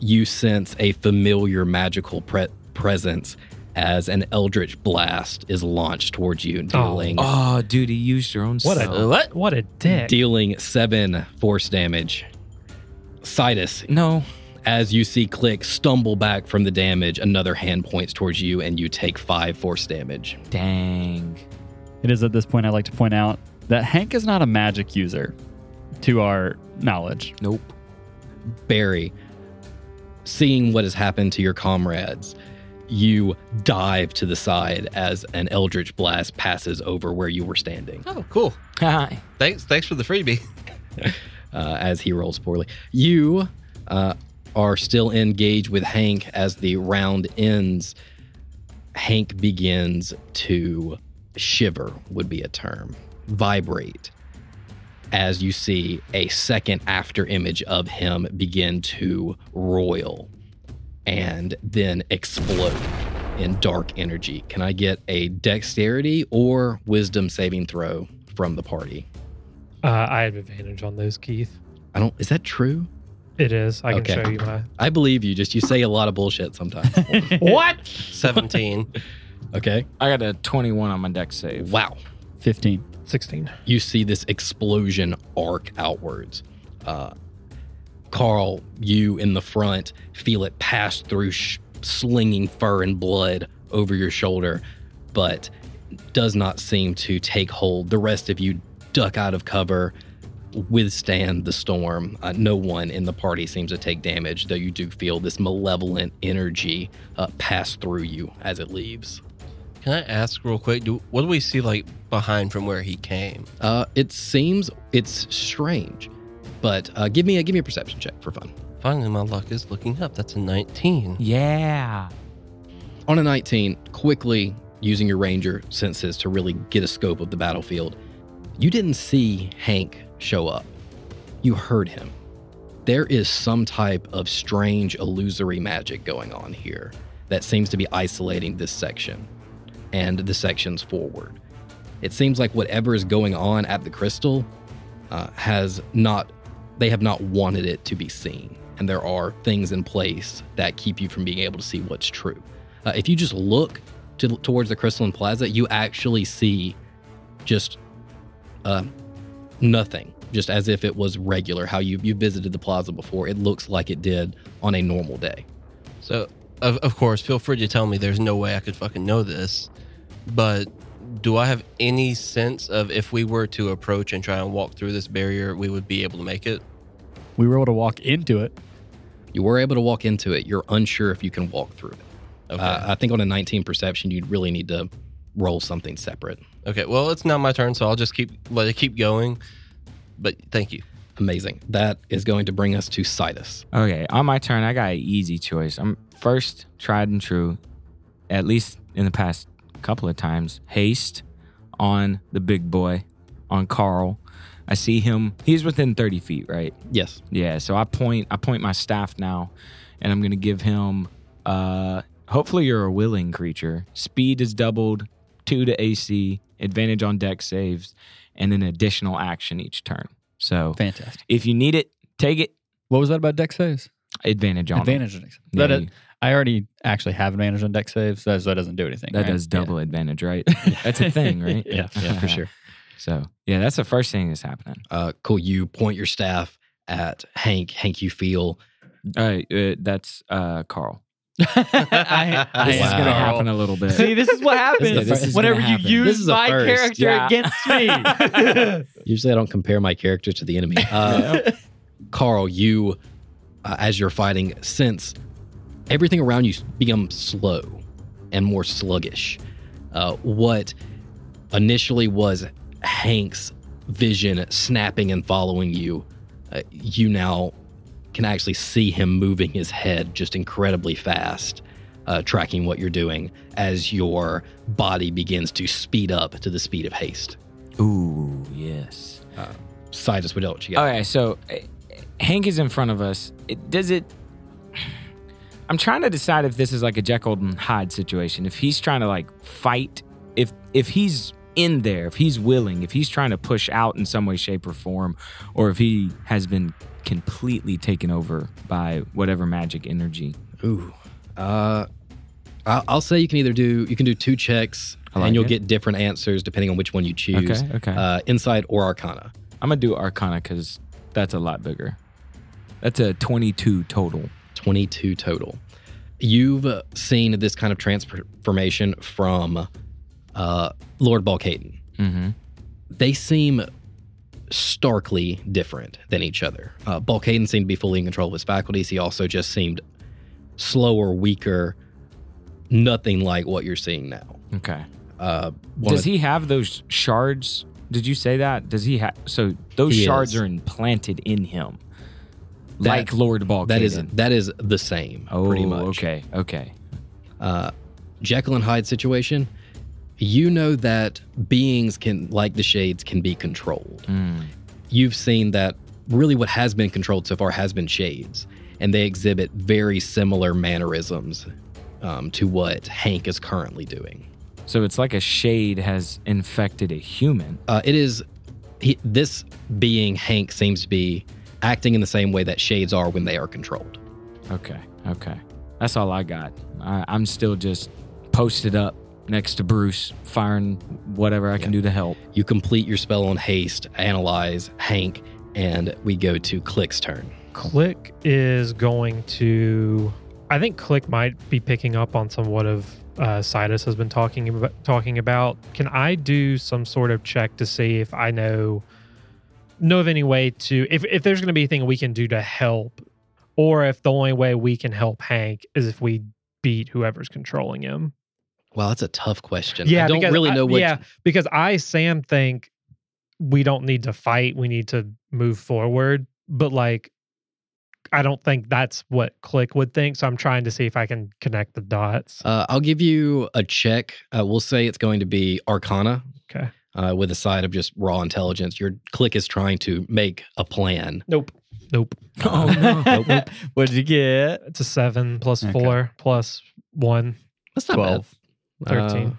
S5: you sense a familiar magical pre- presence as an eldritch blast is launched towards you, dealing
S1: Oh, dude, you used your own
S3: What a-
S1: spell.
S2: what?
S3: What a dick.
S5: dealing seven force damage. Sidus,
S1: No.
S5: as you see Click stumble back from the damage, another hand points towards you, and you take five force damage.
S1: Dang.
S4: It is at this point I'd like to point out that Hank is not a magic user, to our knowledge.
S1: Nope. [LAUGHS]
S5: Barry, seeing what has happened to your comrades, you dive to the side as an eldritch blast passes over where you were standing.
S2: Oh, cool. Thanks, thanks for the freebie.
S5: uh, as he rolls poorly. You uh, are still engaged with Hank as the round ends. Hank begins to shiver, would be a term, vibrate, as you see a second after image of him begin to roil and then explode in dark energy. Can I get a dexterity or wisdom saving throw from the party?
S3: Uh, I have advantage on those, Keith.
S5: I don't, is that true?
S3: It is. I can
S5: Okay.
S3: show you my.
S5: I believe you. Just you say a lot of bullshit sometimes.
S3: What?
S2: 17.
S5: okay.
S1: I got a 21 on my deck save.
S5: Wow.
S4: 15.
S3: 16.
S5: You see this explosion arc outwards. Uh, Carl, you in the front feel it pass through, sh- slinging fur and blood over your shoulder, but does not seem to take hold. The rest of you duck out of cover, withstand the storm. Uh, no one in the party seems to take damage, though you do feel this malevolent energy uh, pass through you as it leaves.
S2: Can I ask real quick? Do what do we see like behind from where he came?
S5: Uh, it seems it's strange, but uh, give me a give me a perception check for fun.
S2: Finally, my luck is looking up. That's a 19.
S1: Yeah.
S5: On a 19, quickly using your ranger senses to really get a scope of the battlefield, you didn't see Hank show up. You heard him. There is some type of strange illusory magic going on here that seems to be isolating this section and the sections forward. It seems like whatever is going on at the crystal uh, has not, they have not wanted it to be seen. And there are things in place that keep you from being able to see what's true. Uh, if you just look to, towards the Crystalline Plaza, you actually see just uh, nothing, just as if it was regular. How you you visited the plaza before, it looks like it did on a normal day.
S2: So, of, of course, feel free to tell me there's no way I could fucking know this, but do I have any sense of if we were to approach and try and walk through this barrier, we would be able to make it?
S4: We were able to walk into it.
S5: You were able to walk into it. You're unsure if you can walk through it.
S2: Okay.
S5: Uh, I think on a 19 perception, you'd really need to roll something separate.
S2: okay. Well, it's not my turn, so I'll just keep let it keep going. But thank you.
S5: Amazing. That is going to bring us to Sidus.
S1: Okay, on my turn, I got an easy choice. I'm first, tried and true, at least in the past couple of times, haste on the big boy, on Carl. I see him. He's within 30 feet, right?
S5: Yes.
S1: Yeah, so I point I point my staff now and I'm going to give him uh hopefully you're a willing creature. Speed is doubled, 2 to AC, advantage on deck saves and an additional action each turn. So,
S4: Fantastic.
S1: if you need it, take it.
S4: What was that about deck saves?
S1: Advantage on it.
S4: Advantage on deck saves.
S1: Yeah,
S4: That is-
S1: you-
S4: I already actually have advantage on deck saves, so that doesn't do anything.
S1: That
S4: right?
S1: does
S4: Yeah.
S1: double advantage,
S4: [LAUGHS]
S1: right? That's a thing, right?
S4: Yeah. [LAUGHS]
S5: Yeah, for sure.
S1: So yeah, that's the first thing that's happening.
S5: Uh, cool. You point your staff at Hank. Hank, you feel
S1: All right, uh, that's uh, Carl.
S4: I- I
S1: This is
S4: am
S1: gonna
S4: Carl.
S1: happen a little bit.
S4: See, this is what happens
S5: [LAUGHS] This is
S1: gonna
S4: whenever you
S1: happen.
S5: This is
S4: use
S5: a
S4: my
S5: first.
S4: character
S1: Yeah.
S4: against
S5: [LAUGHS]
S3: [LAUGHS]
S4: me.
S5: Usually, I don't compare my character to the enemy. Uh, Carl, you, uh, as you're fighting, sense everything around you become slow and more sluggish. Uh, what initially was Hank's vision snapping and following you, uh, you now can actually see him moving his head just incredibly fast, uh, tracking what you're doing as your body begins to speed up to the speed of haste.
S1: Ooh, yes.
S5: Sidus, what else you got?
S1: Okay, so uh, Hank is in front of us. It, does it? I'm trying to decide if this is like a Jekyll and Hyde situation. If he's trying to like fight, if if he's in there, if he's willing, if he's trying to push out in some way, shape, or form, or if he has been completely taken over by whatever magic energy.
S5: Ooh. Uh, I- I'll say you can either do you can do two checks
S1: I like
S5: and you'll
S1: it.
S5: get different answers depending on which one you choose.
S1: Okay, okay.
S5: Uh, insight or Arcana.
S1: I'm gonna do Arcana because that's a lot bigger. That's a 22 total.
S5: 22 total. You've uh, seen this kind of transformation from uh, Lord Balkaden.
S1: Mm-hmm.
S5: They seem starkly different than each other. Uh, Balkaden seemed to be fully in control of his faculties. He also just seemed slower, weaker, nothing like what you're seeing now.
S1: Okay.
S5: Uh, one
S1: Does
S5: of-
S1: he have those shards? Did you say that? Does he have? So those
S5: He
S1: shards
S5: is.
S1: are implanted in him,
S5: That-
S1: like Lord Balkan.
S5: that is that is the same,
S1: oh,
S5: pretty much.
S1: okay, okay.
S5: uh, Jekyll and Hyde situation, you know that beings can, like the shades, can be controlled.
S1: Mm.
S5: You've seen that really what has been controlled so far has been shades, and they exhibit very similar mannerisms um, to what Hank is currently doing.
S1: So it's like a shade has infected a human.
S5: Uh, it is he, this being Hank seems to be acting in the same way that shades are when they are controlled.
S1: Okay, okay. That's all I got. I, I'm still just posted up next to Bruce, firing whatever I can do to help.
S5: You complete your spell on haste, analyze Hank, and we go to Click's turn.
S3: Click is going to. I think Click might be picking up on somewhat of uh, Sidus has been talking about, talking about. Can I do some sort of check to see if I know know of any way to if if there's going to be anything we can do to help, or if the only way we can help Hank is if we beat whoever's controlling him.
S5: Wow, that's a tough question.
S3: Yeah,
S5: I don't
S3: because
S5: really
S3: I-
S5: know what.
S3: yeah, because I Sam think we don't need to fight. We need to move forward. But like, I don't think that's what Click would think. So I'm trying to see if I can connect the dots.
S5: Uh, I'll give you a check. Uh, we'll say it's going to be Arcana.
S3: Okay.
S5: Uh, with a side of just raw intelligence. Your click is trying to make a plan.
S3: Nope. Nope.
S1: Oh [LAUGHS] no.
S4: What'd you get?
S3: It's a seven plus
S4: Okay.
S3: four plus one.
S5: That's not
S4: Twelve.
S5: bad.
S3: 13.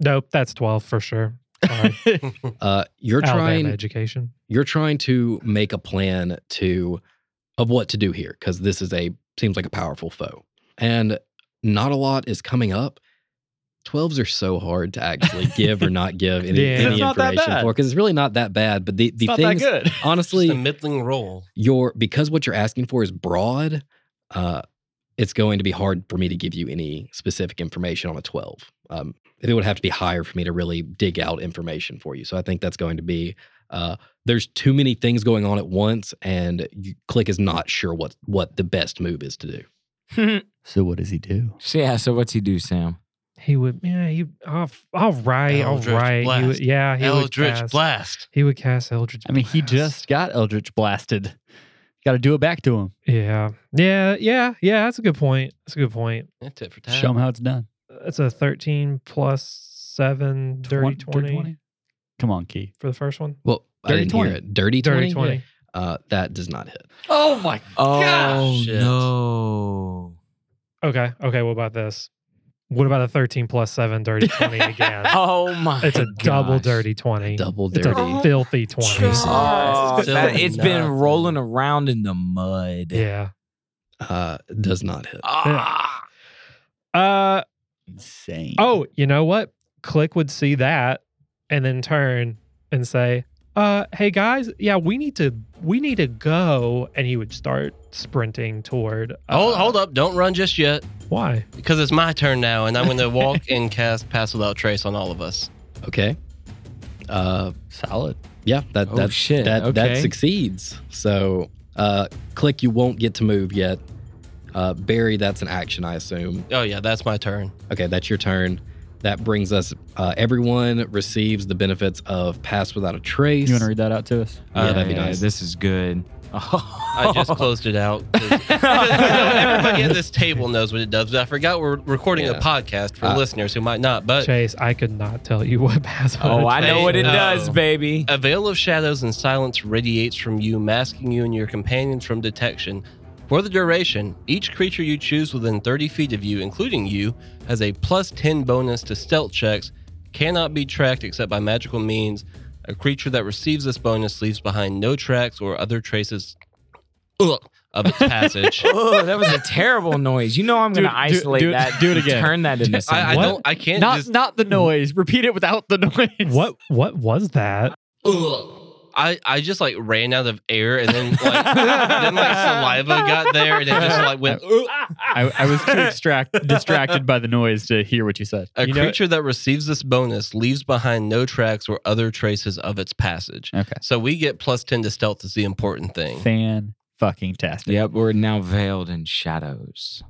S3: Nope. That's 12 for
S5: [LAUGHS]
S3: sure. Sorry.
S5: Uh, uh, you're
S3: Alabama
S5: trying.
S3: education.
S5: You're trying to make a plan to of what to do here because this is a seems like a powerful foe, and not a lot is coming up. Twelves are so hard to actually give or not give any,
S3: Yeah.
S5: any
S2: It's not that
S5: information
S2: bad.
S5: for because it's really not that bad. But the the
S4: not
S5: things
S4: that good. [LAUGHS]
S5: honestly,
S2: Just a middling roll.
S5: your because what you're asking for is broad uh it's going to be hard for me to give you any specific information on a 12 um it would have to be higher for me to really dig out information for you so i think that's going to be uh there's too many things going on at once and you, click is not sure what what the best move is to do
S4: So what does he do?
S1: So, yeah. So what's he do, Sam?
S3: He would, yeah, he, all, all right, all
S2: Eldritch
S3: right. He would,
S2: Blast.
S3: yeah, he would
S2: Eldritch
S3: cast,
S2: blast.
S3: He would cast Eldritch.
S4: I mean, he
S3: Blast.
S4: just got Eldritch blasted. Got to do it back to him.
S3: Yeah. Yeah. Yeah. Yeah. That's a good point. That's a good point.
S2: Yeah, tit for tat.
S4: Show him how it's done.
S3: It's a 13 plus 7, dirty 20,
S4: Twen- dirty Come on, Key.
S3: for the first one.
S5: well
S4: Dirty
S5: I didn't hear
S4: 20.
S5: it. dirty 20
S3: Dirty 20.
S5: uh that does not hit
S4: Oh my
S1: Oh
S2: shit.
S1: no.
S3: Okay. Okay. What about this? What about a 13 plus 7, dirty 20 again?
S1: Oh my.
S3: it's a double
S1: gosh.
S3: dirty 20.
S5: double
S3: It's
S5: dirty
S3: a filthy 20.
S1: Jesus.
S2: Oh,
S1: That-
S2: still
S1: it's been
S2: nothing.
S1: rolling around in the mud.
S3: Yeah.
S5: [LAUGHS] uh does not hit
S1: Ah.
S3: Uh
S4: insane.
S3: oh, you know what? Click would see that and then turn and say, uh, hey guys, yeah, we need to we need to go. And he would start sprinting toward uh,
S2: Hold, hold up. Don't run just yet
S3: Why?
S2: because it's my turn now, and I'm going to walk [LAUGHS] and cast Pass Without Trace on all of us.
S5: okay uh
S4: solid.
S5: Yeah, that
S1: Oh,
S5: that
S1: shit.
S5: that that
S1: Okay.
S5: succeeds. So, uh, click. You won't get to move yet. Uh, Barry, that's an action, I assume.
S2: Oh, yeah, that's my turn.
S5: Okay, that's your turn. That brings us. Uh, everyone receives the benefits of pass without a trace.
S4: You want to read that out to us?
S5: Yeah, that'd be nice.
S1: This is [LAUGHS] good.
S2: I
S1: [LAUGHS]
S2: just closed it out. 'cause- 'cause Everybody at this table knows what it does, but I forgot we're recording
S5: Yeah.
S2: a podcast for
S5: Uh,
S2: listeners who might not. But
S3: Chase, I could not tell you what [LAUGHS] pass.
S1: oh, I know what it
S2: No.
S1: does, baby.
S2: a veil of shadows and silence radiates from you, masking you and your companions from detection. For the duration, each creature you choose within 30 feet of you, including you, has a plus 10 bonus to stealth checks, cannot be tracked except by magical means. A creature that receives this bonus leaves behind no tracks or other traces ugh, of its passage.
S1: Oh, that was a terrible noise. You know I'm
S4: Do
S1: going
S4: it-
S1: to
S4: do-
S1: isolate
S4: do it-
S1: that.
S4: do it
S1: and
S4: again.
S1: Turn that into something.
S2: I, I
S3: What?
S2: don't. I can't
S4: Not
S2: just.
S4: not the noise. Repeat it without the noise.
S3: What what was that?
S2: ugh. I, I just like ran out of air and then like then like saliva got there and it just like
S4: [LAUGHS]
S2: went. ugh.
S4: [LAUGHS] I, I was too extract, distracted by the noise to hear what you said.
S2: A
S3: You know-
S2: creature that receives this bonus leaves behind no tracks or other traces of its passage.
S4: Okay.
S2: So we get plus ten to stealth is the important thing.
S4: Fan fucking tastic.
S1: Yep, we're now veiled in shadows.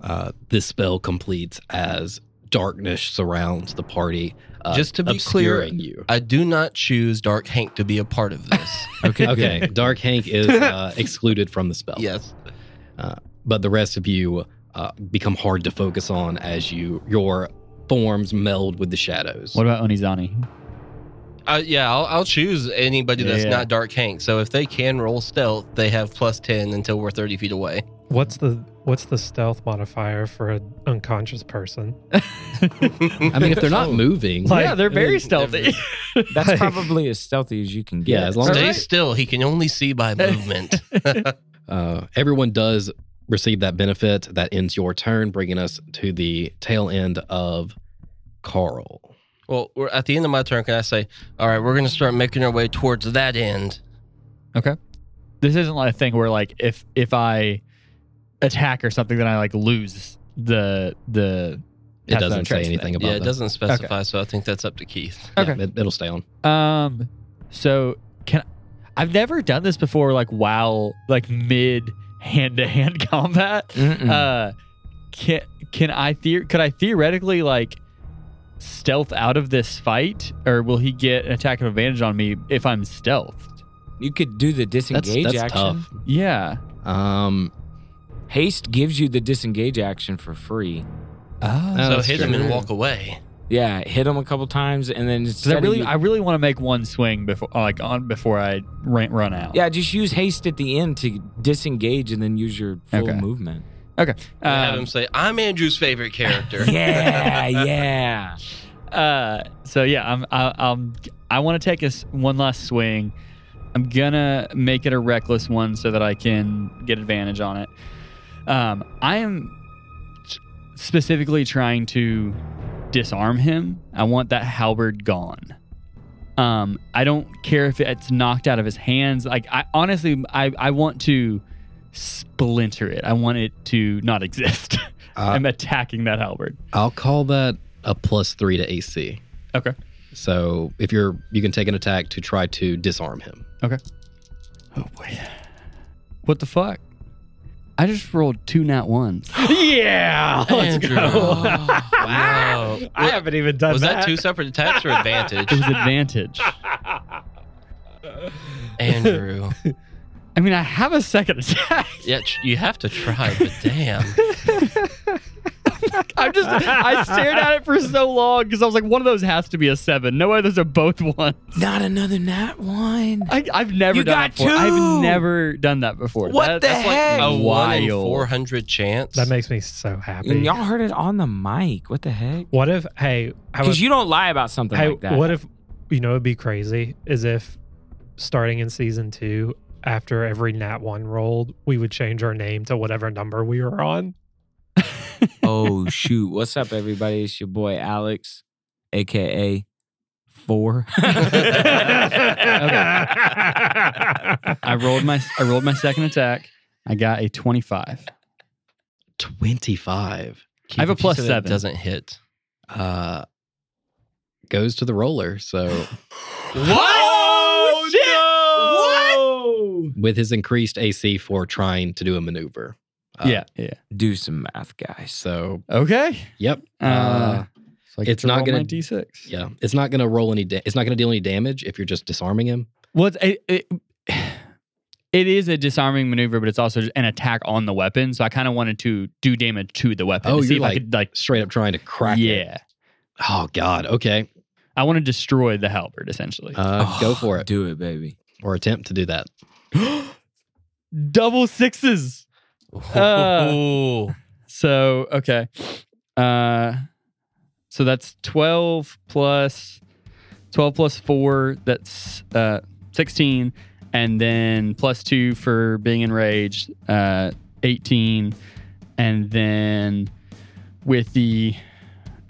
S5: Uh, this spell completes as darkness surrounds the party, uh,
S2: Just to be clear,
S5: obscuring you.
S2: I do not choose Dark Hank to be a part of
S4: [LAUGHS]
S2: this.
S1: Okay,
S2: [LAUGHS]
S5: Okay,
S1: good.
S5: Dark Hank is uh, excluded from the spell.
S2: yes.
S5: but the rest of you uh, become hard to focus on as you your forms meld with the shadows.
S4: What about Onizani?
S2: Uh, yeah, I'll, I'll choose anybody that's
S4: Yeah.
S2: not Dark Hank. So if they can roll stealth, they have plus 10 until we're 30 feet away.
S3: What's the what's the stealth modifier for an unconscious person?
S5: I mean, if they're
S4: [LAUGHS] Oh.
S5: not moving,
S3: Like-
S4: yeah,
S3: [LAUGHS]
S4: they're very
S2: I mean,
S4: stealthy.
S1: [LAUGHS]
S5: [LAUGHS]
S1: That's probably as stealthy as you can get.
S5: Yeah, as long as-
S2: Stay
S5: Alright.
S2: still. He can only see
S4: [LAUGHS]
S2: by movement.
S5: uh, everyone does receive that benefit. That ends your turn, bringing us to the tail end of Carl.
S2: well, we're at the end of my turn. Can I say, all right, we're going to start making our way towards that end?
S4: this isn't like a thing where like if if I attack or something, then I like lose the the.
S5: It
S4: That's
S5: doesn't
S4: not
S5: say
S4: traced
S5: anything
S4: then.
S5: about
S2: yeah, it
S5: that.
S2: doesn't specify. So I think that's up to Keith.
S5: Yeah,
S4: Okay.
S5: it, will stay on.
S4: Um. So can I've never done this before? Like while like mid hand to hand [LAUGHS] combat.
S1: Mm-mm.
S4: Uh, can can I the- could I theoretically like stealth out of this fight, or will he get an attack of advantage on me if I'm stealthed?
S1: you could do the
S5: That's
S1: disengage
S5: that's
S1: action.
S5: tough.
S4: Yeah.
S5: Um,
S1: Haste gives you the disengage action for free.
S4: Oh.
S5: Uh,
S2: so
S5: that's
S2: hit
S5: true.
S2: him and walk away.
S1: Yeah, hit them a couple times, and then
S4: Because I
S1: instead of
S4: really,
S1: you-
S4: I really want to make one swing before, like on before I ran, run out.
S1: yeah, just use haste at the end to disengage, and then use your full
S4: Okay.
S1: movement.
S2: And have
S4: Um,
S2: him say, I'm Andrew's favorite
S4: [LAUGHS]
S2: character.
S1: Yeah, yeah.
S4: uh, so yeah, I'm, I, I'm, I want to take a s- one last swing. I'm gonna make it a reckless one so that I can get advantage on it. Um, I am s- specifically trying to disarm him. I want that halberd gone. Um, I don't care if it's knocked out of his hands. Like I honestly, I, I want to splinter it. I want it to not [LAUGHS] exist.
S5: I,
S4: I'm attacking that halberd.
S5: I'll call that a plus three to AC.
S4: Okay.
S5: So if you're, you can take an attack to try to disarm him.
S4: Oh boy. What the fuck? I just rolled two nat ones. yeah. Let's
S2: Andrew. Oh,
S4: go. [LAUGHS]
S2: wow.
S3: [LAUGHS] I haven't even done
S2: Was
S3: that.
S2: that two separate attacks or advantage?
S4: it [LAUGHS] was advantage.
S2: Andrew.
S4: I mean, I have a second attack.
S2: Yeah, tr- you have to try,
S4: [LAUGHS]
S2: but damn.
S4: I'm just, I stared at it for so long because I was like, one of those has to be a seven. No way, those are both ones.
S1: Not another nat one.
S4: I, I've never
S1: You
S4: done
S1: got
S4: that before.
S1: two!
S4: I've never done that before.
S1: What
S4: That-
S1: the
S4: that's like
S1: heck?
S2: A one in
S4: wild.
S2: 400 chance.
S3: That makes me so happy.
S1: And y'all heard it on the mic. What the heck?
S3: What if hey, how
S1: Because you don't lie about something
S3: Hey,
S1: like that.
S3: what if you know it'd be crazy is if starting in season two, after every Nat one rolled, we would change our name to whatever number we were on.
S1: [LAUGHS] oh shoot! What's up, everybody? It's your boy Alex, aka Four. [LAUGHS]
S3: Hmm.
S4: I rolled my, I rolled my second attack. I got a 25.
S5: 25
S4: I have a
S2: If you
S4: plus
S2: said that
S4: seven.
S2: doesn't hit.
S5: uh, goes to the roller. So
S4: Oh, shit!
S5: with his increased AC for trying to do a maneuver. Uh,
S4: yeah. Yeah.
S1: Do some math, guys.
S5: So
S4: Okay.
S5: yep. Uh,
S4: Uh, so I get
S5: it's
S4: to
S5: not
S4: roll
S5: gonna-
S4: my d6.
S5: yeah, it's not gonna roll any. Da- it's not gonna deal any damage if you're just disarming him.
S4: Well, it's, it, it, it is a disarming maneuver, but it's also an attack on the weapon. So I kind of wanted to do damage to the weapon.
S5: Oh,
S4: to see
S5: you're
S4: if I
S5: like-
S4: could like
S5: Straight up trying to crack.
S4: yeah.
S5: It. Oh God. Okay.
S4: I want to destroy the halberd essentially.
S5: Uh, go
S1: Oh,
S5: for it
S1: Do it, baby.
S5: or attempt to do that.
S4: Double sixes. Uh.
S2: Ooh.
S4: [LAUGHS] So okay, uh, so that's twelve plus twelve plus four. That's uh, sixteen, and then plus two for being enraged, uh, 18, and then with the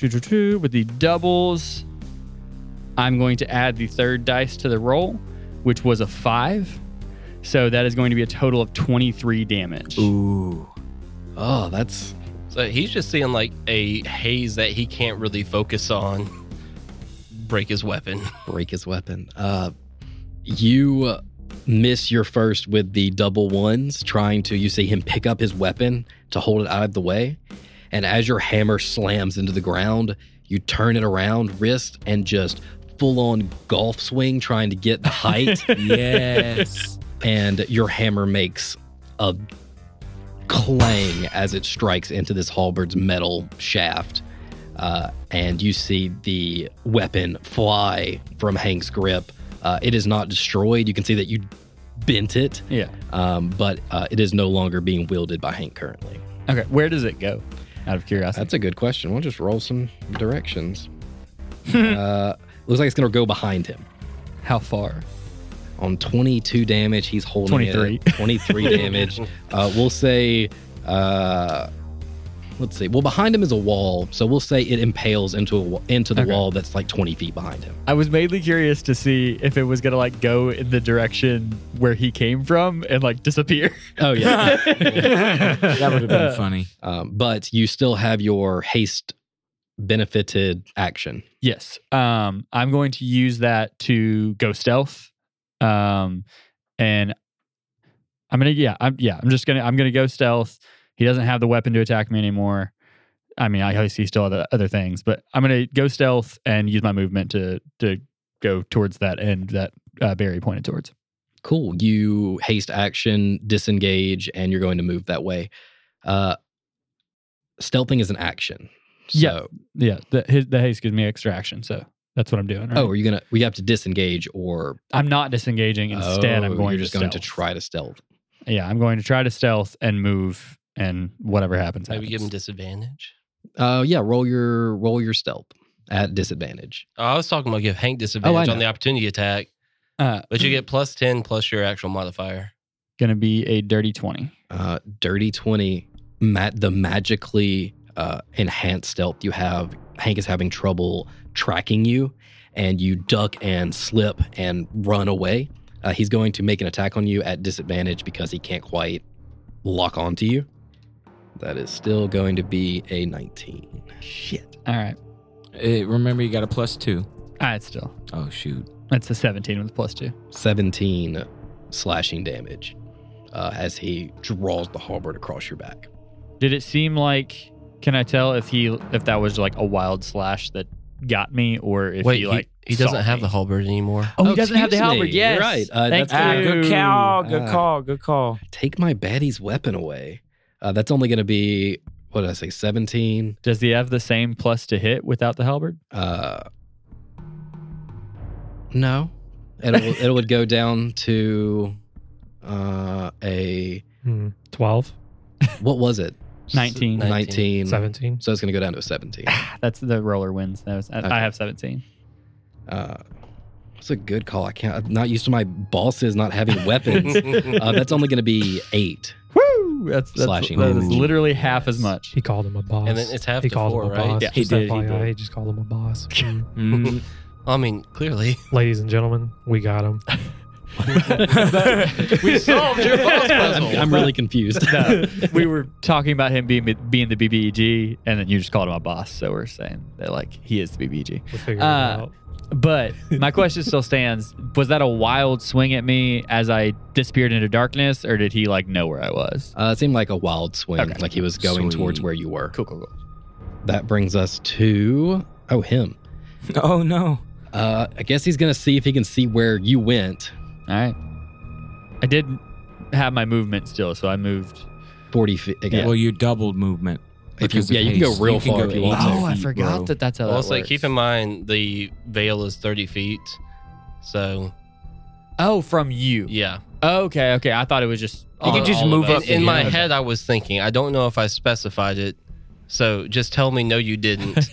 S4: with the doubles, I'm going to add the third dice to the roll, which was a five. So that is going to be a total of 23 damage.
S1: Ooh.
S5: Oh, that's
S2: So he's just seeing like a haze that he can't really focus on break his weapon.
S5: break his weapon. Uh, you uh, miss your first with the double ones, trying to, you see him pick up his weapon to hold it out of the way. And as your hammer slams into the ground, you turn it around, wrist, and just full on golf swing, trying to get the height.
S1: Yes.
S5: and your hammer makes a clang as it strikes into this halberd's metal shaft. Uh, and you see the weapon fly from Hank's grip. Uh, it is not destroyed. You can see that you bent it,
S4: Yeah.
S5: um, but uh, it is no longer being wielded by Hank currently.
S4: Okay. Where does it go? Out of curiosity.
S5: That's a good question. We'll just roll some [LAUGHS] directions. uh, looks like it's going to go behind him.
S4: How far?
S5: on 22 damage. He's holding
S4: 23.
S5: it. [LAUGHS] 23 damage. Uh, we'll say, uh, let's see. Well, behind him is a wall, so we'll say it impales into a, wa- into the
S4: Okay.
S5: wall that's like 20 feet behind him.
S4: I was mainly curious to see if it was gonna like go in the direction where he came from and like disappear. [LAUGHS]
S5: Oh
S1: [LAUGHS]
S5: yeah.
S1: that would have been funny.
S5: um, but you still have your haste benefited action.
S4: Yes. Um, I'm going to use that to go stealth. Um, and I'm gonna yeah, I'm yeah, I'm just gonna I'm gonna go stealth. He doesn't have the weapon to attack me anymore. I mean, I obviously still have the other things, but I'm gonna go stealth and use my movement to to go towards that end that uh, Barry pointed towards.
S5: Cool. You haste action, disengage, and you're going to move that way. Uh, stealthing is an action. So,
S4: Yeah. Yeah, the his, the haste gives me extra action, so that's what I'm doing. Right?
S5: Oh, are you gonna? We have to disengage, or
S4: I'm not disengaging. Instead,
S5: Oh,
S4: I'm going
S5: You're just
S4: to
S5: going
S4: stealth.
S5: to try to stealth.
S4: Yeah, I'm going to try to stealth and move, and whatever happens,
S2: Maybe give him
S4: happens.
S2: disadvantage.
S5: Uh, yeah, roll your roll your stealth at disadvantage.
S2: Oh, I Mm-hmm. was talking about give Hank disadvantage on
S5: know.
S2: the opportunity attack,
S4: Uh,
S2: but you get plus ten plus your actual modifier.
S4: gonna be a dirty twenty.
S5: Uh, dirty twenty, ma- the magically uh, enhanced stealth you have. Hank is having trouble tracking you, and you duck and slip and run away. Uh, he's going to make an attack on you at disadvantage because he can't quite lock onto you. That is still going to be a nineteen.
S4: Shit. All right.
S1: Eh, remember, you got a plus two.
S4: All right. Still,
S1: Oh, shoot.
S4: that's a seventeen with plus two.
S5: 17 slashing damage uh, as he draws the halberd across your back.
S4: Did it seem like? Can I tell if he if that was like a wild slash that got me, or if
S2: Wait,
S4: he
S2: he,
S4: like
S2: he doesn't
S4: saw
S2: have
S4: me?
S2: the halberd anymore.
S4: Oh, he
S5: Oh,
S4: doesn't have the
S5: excuse me.
S4: halberd.
S5: You're
S4: Yes.
S5: right. Uh,
S4: Thank
S5: that's-
S1: Ah,
S4: you.
S1: good call. Good
S5: Ah.
S1: call. Good call.
S5: Take my baddie's weapon away. Uh, that's only going to be, what did I say, 17?
S4: Does he have the same plus to hit without the halberd? [SIGHS]
S5: Uh, no. It'll, it
S4: [LAUGHS]
S5: would go down to uh, a,
S3: Hmm. 12,
S5: what was it?
S4: Nineteen.
S5: 19.
S3: 17.
S5: So it's going to go down to a 17.
S4: That's the roller wins. That was, I-
S5: Okay.
S4: I
S2: [LAUGHS]
S4: have seventeen.
S5: Uh, that's a good call. I can't, I'm not used to my bosses not
S4: [LAUGHS]
S5: having weapons. uh, that's only going to be eight.
S4: Woo! That's, that's
S5: Slashing
S4: that is
S5: damage.
S4: literally half as much.
S3: He called him a boss.
S2: And then it's half
S3: he
S2: to
S3: called
S2: four,
S3: him a
S2: right?
S3: boss.
S1: Yeah, he
S3: Just
S1: did, he
S3: FYI,
S1: did.
S3: He just called him a boss. Hmm.
S5: Mm.
S1: Mhm.
S2: I mean, [LAUGHS] clearly.
S3: Ladies and gentlemen, we got him.
S2: We solved your boss
S5: I'm,
S2: puzzle.
S5: I'm really confused.
S3: [LAUGHS]
S4: [LAUGHS] No, we were talking about him being being the BBG, and then you just called him a boss. So we're saying that like he is the BBG.
S3: We figured
S4: Uh,
S3: it out.
S4: But my question still stands: Was that a wild swing at me as I disappeared into darkness, or did he like know where I was?
S5: [LAUGHS] Uh, it seemed like a wild swing,
S4: Okay.
S5: like he was going
S1: Sweet.
S5: towards where you were.
S4: Cool, cool, cool.
S5: That brings us to oh him.
S1: [LAUGHS] oh, no.
S5: Uh, I guess he's gonna see if he can see where you went.
S4: All right, I did have my movement still, so I moved.
S5: Forty feet. Again.
S1: Well, you doubled movement.
S5: if you,
S1: because of
S5: yeah, you can go
S1: haste.
S5: real
S1: You can
S5: far
S1: go
S5: if you want
S1: eight.
S5: to.
S1: Oh, I forgot that
S4: that's how
S2: Also, keep in mind the veil is thirty feet, so
S4: Oh, from you.
S2: yeah.
S4: Okay, okay. I thought it was just.
S1: You could
S2: all-
S1: just
S2: all of
S1: move
S2: us.
S1: up
S2: In, in my
S1: the-
S2: [LAUGHS] head, I was thinking. I don't know if I specified it, so just tell me no, you didn't.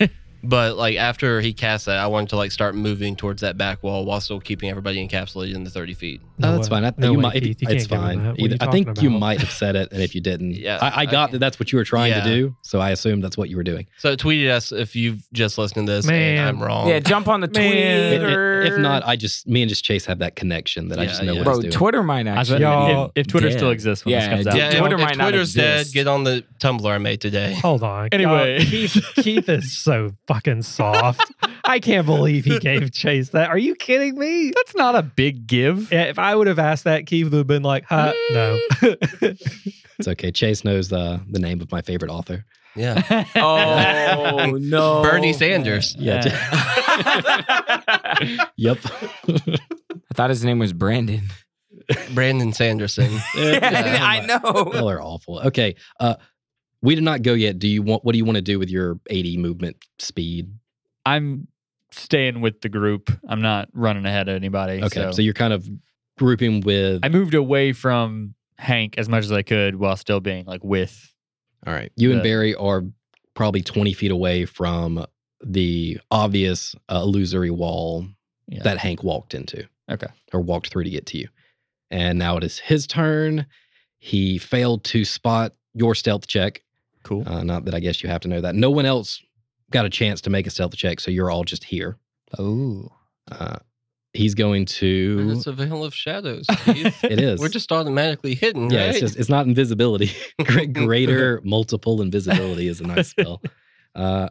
S2: But like after he cast that, I wanted to like start moving towards that back wall while still keeping everybody encapsulated in the thirty feet.
S5: No, that's
S3: way.
S5: fine. I,
S3: No
S5: you
S3: way,
S5: might,
S3: Keith, you can't give him
S5: it's
S3: that.
S5: fine.
S3: What are you
S5: I think
S3: talking
S5: you
S3: about?
S5: might have said it, and if you didn't,
S2: Yeah,
S5: I, I got
S2: I-
S5: that that's what you were trying
S2: Yeah.
S5: to do. So I assumed that's what you were doing.
S2: So tweeted us if you've just listened to this
S3: Man.
S2: and I'm wrong.
S1: Yeah, jump on the
S3: Man.
S5: I-
S1: Twitter.
S5: i- if not, I just me and just Chase have that connection that I
S2: Yeah,
S5: just know
S2: yeah.
S5: what
S1: bro,
S5: he's doing.
S1: Twitter might
S4: I said,
S1: actually.
S3: Y'all
S4: if, if Twitter
S1: dead.
S4: still exists when
S1: Yeah,
S4: this comes out,
S2: Yeah, if,
S1: Twitter
S2: if
S1: might not
S2: Twitter's dead,
S1: exist.
S2: get on the Tumblr I made today.
S5: Oh.
S3: Hold on.
S4: Anyway. [LAUGHS]
S3: Y'all, Keith, Keith is so fucking soft. I can't believe he gave Chase that. Are you kidding me?
S4: that's not a big give.
S3: Yeah, if I would have asked that, Keith would have been like, huh, Uh, no.
S5: It's okay. Chase knows uh, the name of my favorite author.
S2: Yeah.
S5: [LAUGHS]
S3: [LAUGHS]
S1: oh no,
S2: Bernie Sanders.
S5: Yeah.
S1: [LAUGHS]
S5: [LAUGHS]
S1: I
S5: Yep.
S1: thought his name was Brandon.
S5: [LAUGHS]
S2: Brandon Sanderson.
S1: [LAUGHS] I know.
S5: Y'all are awful. Okay. Uh, we did not go yet. Do you want? What do you want to do with your 80 movement speed?
S4: I'm staying with the group. I'm not running ahead of anybody.
S5: Okay. So,
S4: so
S5: you're kind of grouping with.
S4: I moved away from Hank as much as I could while still being like with.
S5: all right. You and
S4: the-
S5: Barry are probably 20 feet away from the obvious uh, illusory wall
S4: Yeah.
S5: that Hank walked into.
S4: Okay.
S5: Or walked through to get to you. And now it is his turn. He failed to spot your stealth check.
S4: cool.
S5: Uh, not that I guess you have to know that. No one else got a chance to make a stealth check, so you're all just here.
S4: oh.
S5: Uh, he's going to.
S2: It's a veil of
S5: [LAUGHS]
S2: shadows. Keith.
S5: It is.
S2: We're just automatically hidden.
S5: Yeah,
S2: right?
S5: it's just it's not invisibility. Gre- Greater multiple invisibility is a nice spell. Uh,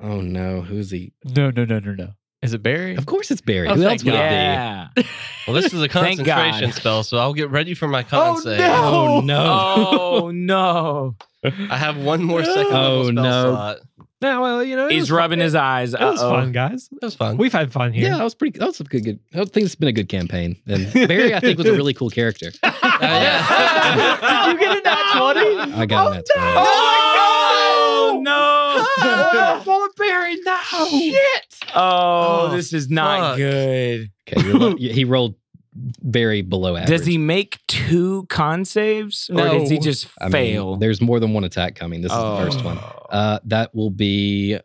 S5: oh no, who's he?
S4: [LAUGHS] No, no, no, no, no. Is it Barry?
S5: Of course, it's Barry.
S4: Oh,
S5: Who
S4: thank
S5: else would it
S1: Yeah.
S3: Oh,
S2: Well, this
S5: [LAUGHS]
S2: is a
S1: Thank God.
S2: concentration spell, so I'll get ready for my con save.
S5: Oh, no.
S1: Oh no.
S2: Oh, I have one more second level
S5: Oh,
S2: spell
S5: no.
S2: slot.
S3: no, well, you know, it
S1: He's
S3: was
S1: rubbing
S3: fun.
S1: his eyes.
S3: It was
S1: Uh-oh.
S3: fun, guys.
S2: That was fun.
S3: We've had fun
S5: be? Yeah,
S3: here.
S5: that was pretty. That was a good. good I think it's been a good campaign. And Barry, I think, was a really cool character.
S2: Uh,
S5: [LAUGHS]
S1: [LAUGHS]
S2: yeah. [LAUGHS]
S3: Did you get a nat 20?
S5: I
S3: Oh,
S5: got him. That's
S3: no!
S5: right.
S1: Oh [LAUGHS] no!
S3: Barry, no.
S1: Oh,
S2: Oh,
S1: this is not
S2: fuck.
S1: good.
S5: Okay, you're lo- he rolled Barry below average.
S1: Does he make two con saves, or
S2: No.
S1: does he just
S5: I mean,
S1: fail? Oh.
S5: there's more than one attack coming. This is the first one. Uh, that will be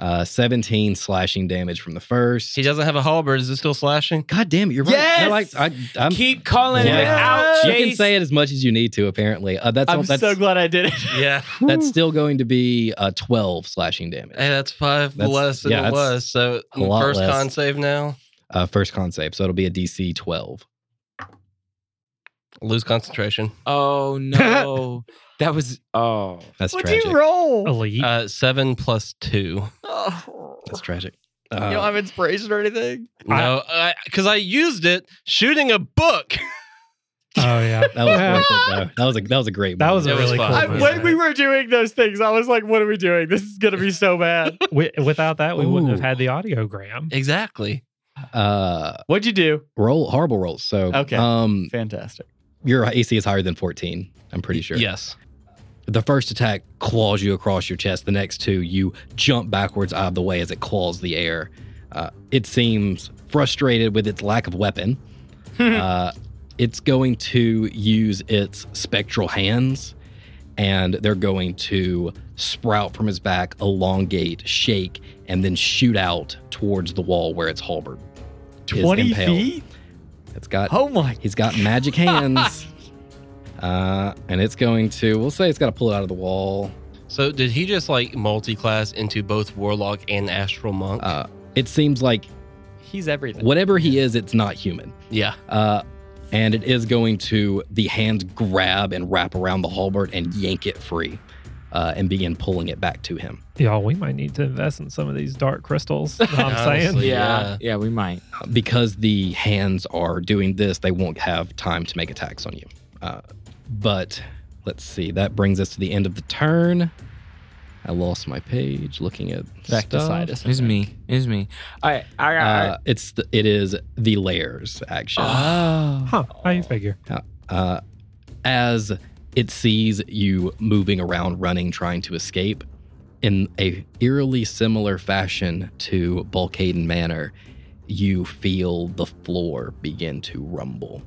S5: uh, 17 slashing damage from the first.
S2: He doesn't have a halberd. Is it still slashing?
S5: God damn it, you're right. No,
S1: Yes!
S5: I, I, am
S1: Keep calling it
S5: Yeah.
S1: out,
S5: you
S1: Chase.
S5: can say it as much as you need to, apparently. Uh, that's
S4: I'm
S5: that's,
S4: so glad I did it.
S5: [LAUGHS]
S2: Yeah.
S5: that's still going to be uh, 12 slashing damage.
S4: Eh.
S2: Hey, that's five
S5: That's-
S2: less than
S5: yeah,
S2: it
S5: that's
S2: was. So
S5: a lot
S2: first
S5: less.
S2: con save now.
S5: Uh, first con save. So it'll be a DC 12.
S2: Lose concentration.
S1: Oh
S5: [LAUGHS]
S1: no, that was oh.
S5: That's
S4: What'd
S5: tragic.
S4: you roll?
S3: Elite.
S2: Uh, seven plus two.
S4: Oh.
S5: That's tragic.
S4: you
S5: Uh,
S4: don't have inspiration or anything?
S2: No, because I, used it shooting a book. [LAUGHS]
S3: oh,
S1: [LAUGHS]
S3: yeah.
S5: that was
S3: Yeah.
S4: [LAUGHS]
S5: worth it, though. That was a that was a great.
S3: That was
S5: moment.
S3: a
S2: It was
S3: really
S2: fun.
S5: Oh,
S3: cool
S2: I-
S3: moment.
S4: when we were doing those things, I was like, what are we doing? This is going to be so bad.
S3: Wi- Without that, we wouldn't have
S1: Ooh.
S3: had the audiogram.
S2: Exactly.
S5: uh,
S4: [LAUGHS] What'd you do?
S5: roll horrible rolls. So
S4: Okay.
S5: um,
S4: Fantastic.
S5: your AC is higher than 14. I'm pretty sure.
S2: Yes.
S5: The first attack claws you across your chest. The next two, you jump backwards out of the way as it claws the air. Uh, it seems frustrated with its lack of weapon. uh, it's going to use its spectral hands, and they're going to sprout from his back, elongate, shake, and then shoot out towards the wall where its halberd. is
S4: 20
S5: impaled.
S4: feet?
S5: It's got
S4: Oh my.
S5: He's got magic hands. Uh, and it's going to, we'll say it's got to pull it out of the wall.
S2: So did he just like multi-class into both warlock and astral monk?
S5: Uh, it seems like
S4: He's everything.
S5: whatever he is, it's not human.
S2: yeah.
S5: Uh, and it is going to, the hands grab and wrap around the halberd and yank it free uh, and begin pulling it back to him.
S3: Y'all, we might need to invest in some of these dark crystals. Know what I'm
S1: yeah,
S2: Honestly.
S3: saying.
S1: yeah,
S2: Yeah.
S1: we might.
S5: Because the hands are doing this, they won't have time to make attacks on you. Uh, but let's see, that brings us to the end of the turn. I lost my page looking at
S4: Back to
S5: stuff.
S4: Sidus.
S1: It's me. It's me. All right, all right, all right.
S5: Uh, it's the, it is the layers action.
S2: Ah.
S4: Oh.
S3: Huh. How you figure?
S5: Uh, as it sees you moving around, running, trying to escape, in a eerily similar fashion to Bulkaden Manor, you feel the floor begin to rumble,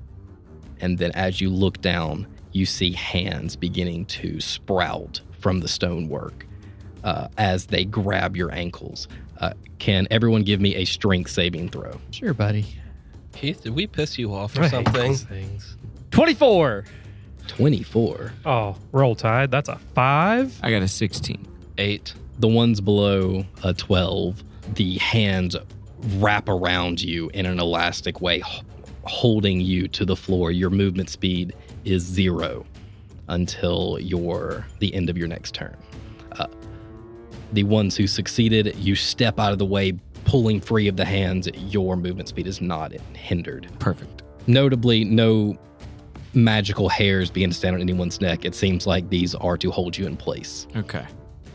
S5: and then as you look down, you see hands beginning to sprout from the stonework. uh, as they grab your ankles. Uh, can everyone give me a strength saving throw?
S4: Sure, buddy.
S2: Keith, did we piss you off
S3: I
S2: or
S3: hate
S2: something?
S3: these Things.
S4: 24.
S5: 24.
S3: Oh, roll tide. That's a five.
S1: I got a 16.
S2: Eight.
S5: The ones below a 12, the hands wrap around you in an elastic way, h- holding you to the floor. Your movement speed is zero until your the end of your next turn. Uh, the ones who succeeded, you step out of the way, pulling free of the hands. Your movement speed is not hindered.
S1: Perfect.
S5: Notably, no magical hairs begin to stand on anyone's neck. It seems like these are to hold you in place.
S1: Okay.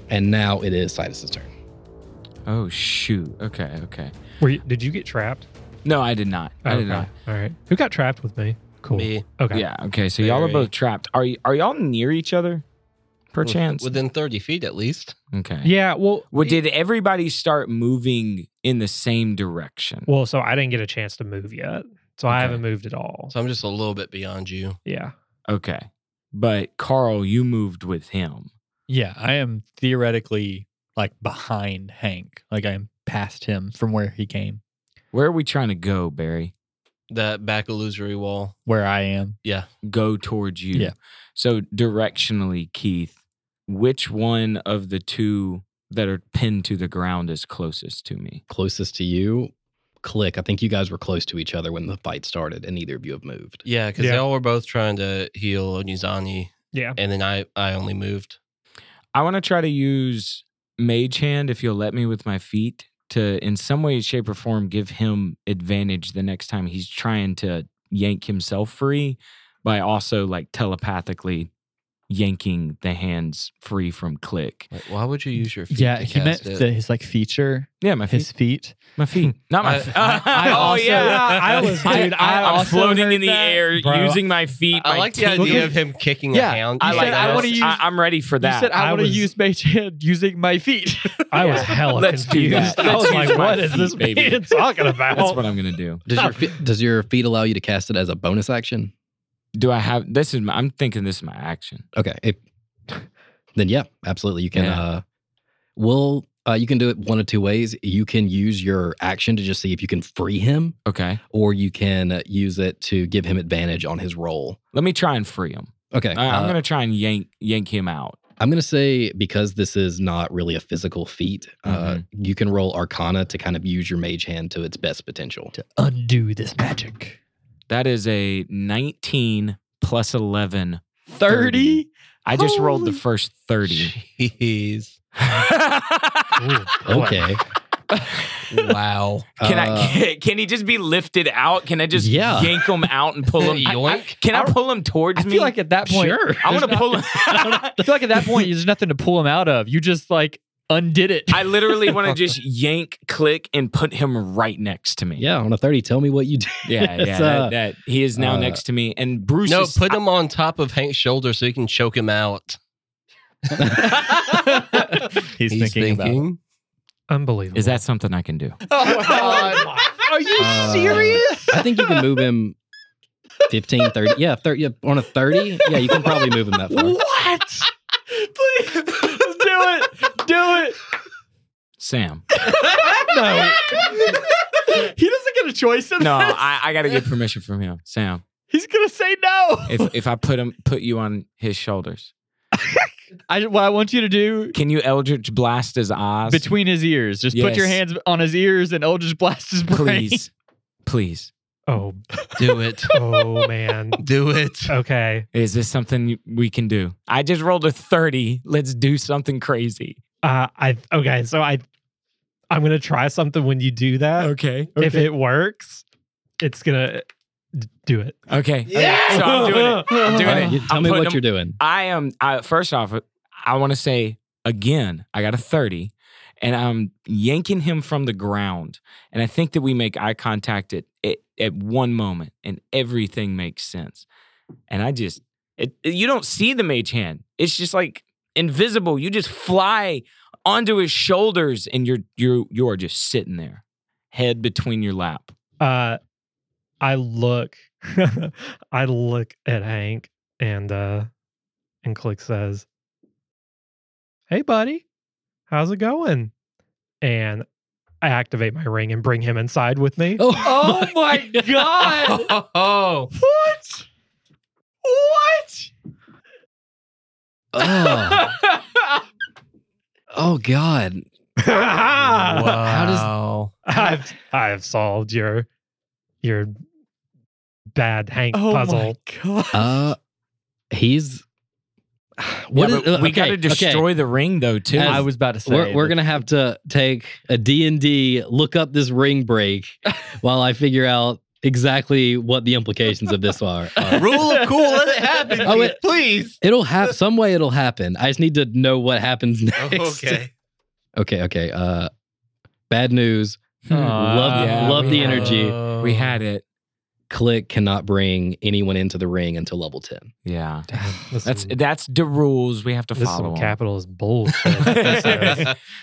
S5: And now it is Sidus's turn.
S1: Oh, shoot. Okay. Okay.
S3: Were you, did you get trapped?
S1: No, I did not. I did not.
S3: All right. Who got trapped with me? Cool.
S2: Me.
S3: Okay.
S1: Yeah. Okay. So y'all are
S2: Very-
S1: both trapped. Are y- are y'all near each other? Perchance.
S2: Within 30 feet at least.
S1: okay.
S3: Yeah. Well.
S1: Well, did everybody start moving in the same direction?
S3: Well, so I didn't get a chance to move yet, so I
S1: Okay.
S3: haven't moved at all.
S2: So I'm just a little bit beyond you.
S3: yeah.
S1: okay. But Carl, you moved with him.
S4: Yeah, I am theoretically like behind Hank. Like I am past him from where he came,
S1: Where are we trying to go, Barry?
S2: That back illusory wall.
S4: where I am.
S1: Go towards you.
S4: Yeah.
S1: So directionally, Keith, which one of the two that are pinned to the ground is closest to me?
S5: Closest to you, Click. I think you guys were close to each other when the fight started, and neither of you have moved.
S2: Yeah, because
S3: Yeah.
S2: they all were both trying to heal Onizani,
S3: Yeah.
S2: and then I, I only moved.
S1: I want to try to use Mage Hand if you'll let me with my feet to, in some way, shape, or form, give him advantage the next time he's trying to yank himself free by also like telepathically yanking the hands free from click.
S2: Like, why would you use your feet?
S4: Yeah,
S2: to
S4: he meant
S2: cast it?
S4: the, his like feature,
S1: Yeah, my feet.
S4: his feet.
S1: my
S4: [LAUGHS]
S1: feet. Not my.
S2: I-
S1: [LAUGHS] feet.
S2: I-
S3: [LAUGHS]
S1: [LAUGHS]
S4: I
S1: oh
S4: also-
S1: yeah.
S3: I
S1: [LAUGHS]
S3: was-
S1: I,
S3: dude, I
S1: I, am
S4: also
S1: floating
S4: heard
S1: in the
S4: that.
S1: air
S4: Bro.
S1: using my feet.
S2: I
S1: my
S2: like the
S1: teeth.
S2: idea of him kicking
S4: Yeah,
S2: a hound.
S1: I
S4: You
S1: like
S4: said, "I
S1: this.
S4: wanna use-
S1: I, am ready for that.
S3: I
S4: wanna
S3: was-
S4: mage [LAUGHS] hand using my feet."
S3: I was
S1: [LAUGHS]
S3: hella
S1: Let's do
S3: confused.
S1: that.
S3: I
S1: Let's
S3: was
S1: use
S3: like,
S1: my
S3: "What is
S1: feet,
S3: this
S1: baby."
S3: man [LAUGHS] talking about?"
S1: That's what I'm gonna do.
S5: Does your feet, does your feet allow you to cast it as a bonus action?
S1: Do I have this? Is my, I'm thinking this is my action.
S5: Okay. If, then yeah, absolutely. You can.
S1: Yeah.
S5: Uh, will uh, you can do it one of two ways. You can use your action to just see if you can free him,
S1: Okay,
S5: or you can uh, use it to give him advantage on his roll.
S1: let me try and free him.
S5: Okay.
S1: I, I'm
S5: uh,
S1: gonna try and yank yank him out.
S5: I'm going to say because this is not really a physical feat, uh,
S4: Mm-hmm.
S5: you can roll Arcana to kind of use your mage hand to its best potential.
S4: to undo this magic.
S1: That is a 19 plus 11. I just rolled the
S4: Holy-
S1: first 30. [LAUGHS]
S2: Jeez.
S1: can
S4: [LAUGHS]
S5: Okay. uh,
S2: Wow.
S1: I [LAUGHS] can he just be lifted out? Can I just
S5: Yeah.
S1: yank him out and pull him? I- I-
S2: Yoink.
S1: can I pull him towards
S4: I
S1: me?
S4: feel like at that point,
S5: Sure.
S1: I want to
S4: there's
S1: pull him.
S4: [LAUGHS] I feel like [LAUGHS] at that point, there's nothing to pull him out of. You just like undid it.
S1: [LAUGHS] I literally want to just yank, click, and put him right next to me.
S5: Yeah, on a 30, tell me what you do.
S1: yeah,
S5: It's,
S1: yeah.
S5: uh,
S1: that, that- he is now
S5: uh,
S1: next to me, and Bruce.
S2: [LAUGHS] No,
S1: is,
S2: put him on top of Hank's shoulder so he can choke him out.
S4: [LAUGHS] He's,
S3: Unbelievable.
S1: is that something I can do?
S4: Oh,
S1: [LAUGHS]
S3: God.
S4: Are you
S5: Uh,
S4: serious?
S5: I think you can move him 15, 30. Yeah, 30, yeah, on a 30. Yeah, you can probably move him that [LAUGHS] far.
S4: What? [LAUGHS] Please do it. Do
S1: Sam.
S4: [LAUGHS] it. No. He doesn't get a choice in
S1: No,
S4: [LAUGHS] this.
S1: I, I got to get permission from him, Sam.
S4: He's gonna say no.
S1: If if I put him put you on his shoulders,
S4: I, what I want you to do
S1: can you Eldritch blast his eyes?
S4: between his ears, just put your
S1: Yes.
S4: hands on his ears and Eldritch blast his brain. [LAUGHS]
S1: please, please.
S3: Oh,
S1: [LAUGHS]
S2: Do it.
S3: oh man.
S2: Do it.
S3: Okay.
S1: Is this something you- we can do? I just rolled a thirty. Let's do something crazy.
S3: Uh, I okay. So I, I'm gonna try something when you do that.
S1: Okay.
S3: If it works, it's gonna d- do it.
S1: Okay. Yeah. So I'm doing it.
S3: [LAUGHS]
S1: I'm doing it.
S5: You- tell
S1: I'm
S5: me
S1: putting
S5: what
S1: him-
S5: you're doing.
S1: I am. I, first off, I want to say again. I got a thirty, and I'm yanking him from the ground. And I think that we make eye contact at at, at one moment, and everything makes sense. And I just, it, you don't see the mage hand. It's just like invisible. You just fly onto his shoulders, and you're you're you are just sitting there, head between your lap.
S3: Uh, I look, [LAUGHS] I look at Hank, and uh, and Click says, "Hey, buddy, how's it going? And I activate my ring and bring him inside with me.
S5: Oh,
S1: [LAUGHS] Oh my god!
S2: Oh,
S1: What?
S4: [LAUGHS]
S1: What?
S5: oh, oh God.
S3: [LAUGHS]
S5: Oh.
S2: wow.
S3: I've I've Ah, solved your your bad Hank
S1: oh
S3: puzzle.
S1: my god!
S5: Uh, he's. [SIGHS] What
S1: Yeah,
S5: is-
S1: but
S5: uh,
S1: we gotta
S5: okay,
S1: destroy
S5: okay.
S1: the ring though too. [LAUGHS]
S4: I was about to say
S5: We're, we're
S4: that-
S5: gonna have to take a D and D, look up this ring
S4: [LAUGHS]
S5: break, while I figure out exactly what the implications of this are. are.
S2: Rule of cool, let it happen. [LAUGHS]
S5: Oh, wait.
S2: please.
S4: [LAUGHS]
S5: It'll have some way. It'll happen. I just need to know what happens
S4: Oh,
S5: next.
S2: Oh, Okay.
S5: [LAUGHS] Okay. Okay. Uh, bad news. love
S1: yeah,
S5: love
S1: we
S5: the
S1: had-
S5: energy.
S2: Oh.
S1: we had
S5: oh.
S1: it.
S5: Click cannot bring anyone into the ring until level ten.
S1: Yeah,
S3: Damn, this
S1: that's
S3: is-
S1: that's the rules we have to
S3: this is some
S1: follow. Uh, 'em.
S3: capitalist
S1: [LAUGHS]
S2: [LAUGHS]
S3: bullshit.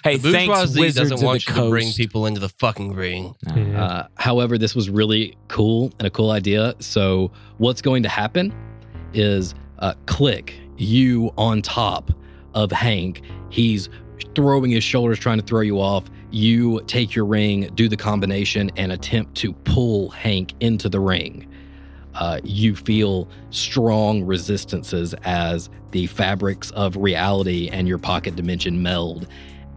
S1: Hey,
S2: the
S1: thanks,
S2: bourgeoisie
S1: Wizards of
S2: doesn't
S1: the
S2: want you to bring
S1: Coast.
S2: people into the
S1: [LAUGHS]
S2: fucking ring.
S1: No.
S3: Yeah.
S5: Uh, however, this was really cool and a cool idea. So, what's going to happen is uh, click you on top of Hank. He's throwing his shoulders, trying to throw you off. You take your ring, do the combination, and attempt to pull Hank into the ring. Uh, you feel strong resistances as the fabrics of reality and your pocket dimension meld,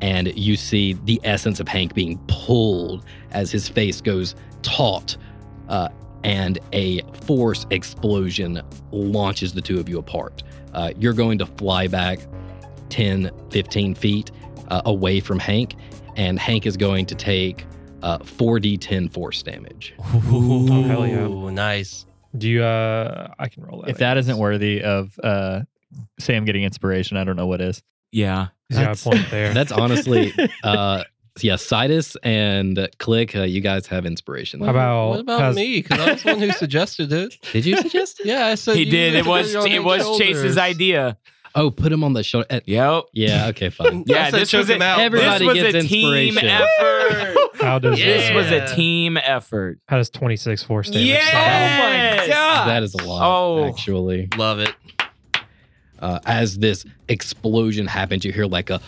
S5: and you see the essence of Hank being pulled as his face goes taut, uh, and a force explosion launches the two of you apart. Uh, you're going to fly back 10, 15 feet uh, away from Hank, and Hank is going to take uh, 4d10 force damage.
S3: Oh, hell yeah.
S2: Ooh, nice.
S3: Do you? Uh, I can roll that.
S4: If
S3: I
S4: that
S3: guess.
S4: isn't worthy of uh, Sam getting inspiration, I don't know what is.
S1: Yeah.
S3: He's got a
S4: [LAUGHS] that's-
S3: point there.
S5: That's honestly, uh, yeah, Sidus and Click, uh, you guys have inspiration.
S3: How about-
S2: what about
S3: has-
S2: me? Because I was the one [LAUGHS] who suggested it.
S5: Did you suggest it?
S2: Yeah, I said
S1: he
S2: you
S1: did.
S2: need
S1: It
S2: to
S1: was
S2: put on
S1: it
S2: your
S1: was Chase's
S2: shoulders.
S1: idea.
S5: Oh, put him on the shoulder. eh,
S1: Yep.
S5: Yeah,
S3: [LAUGHS]
S5: okay, fine.
S2: I
S1: Yeah,
S2: said
S1: this
S2: took
S1: was
S2: him
S1: a-
S2: out,
S5: everybody-
S1: this was
S5: gets
S1: a team
S5: inspiration.
S1: effort.
S3: How does
S1: This was
S3: it?
S1: a team effort.
S3: How does twenty six force damage? sound?
S1: Yes!
S2: Oh my
S3: Ah!
S2: God.
S5: That is a lot,
S1: Oh.
S5: actually.
S2: but- Love it.
S5: uh, as this explosion happens you hear like a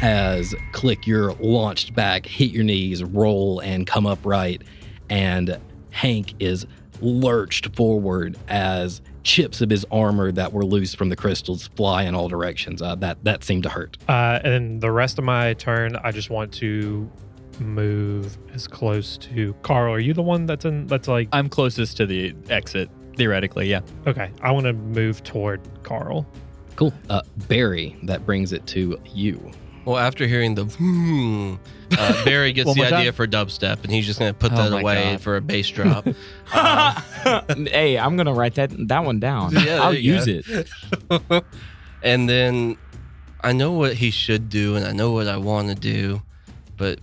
S5: as click you're launched back hit your knees roll and come upright and hank is lurched forward as chips of his armor that were loose from the crystals fly in all directions uh, that that seemed to hurt
S3: Uh, and then the rest of my turn, I just want to move as close to Carl. Are you the one that's in? That's like
S4: I'm closest to the exit theoretically. Yeah.
S3: okay. I want to move toward Carl.
S5: cool uh, barry that brings it to you
S2: Well, after hearing the hmm, uh, Barry gets
S4: One
S2: the
S4: more time?
S2: idea for dubstep, and he's just going to put
S4: Oh
S2: that
S4: my
S2: away
S4: God.
S2: for a bass
S4: [LAUGHS]
S2: drop.
S1: [LAUGHS] hey, I'm gonna write that that one down.
S2: Yeah, there
S1: I'll
S2: you
S1: use
S2: go.
S1: it.
S2: and then I know what he should do, and I know what I want to do, but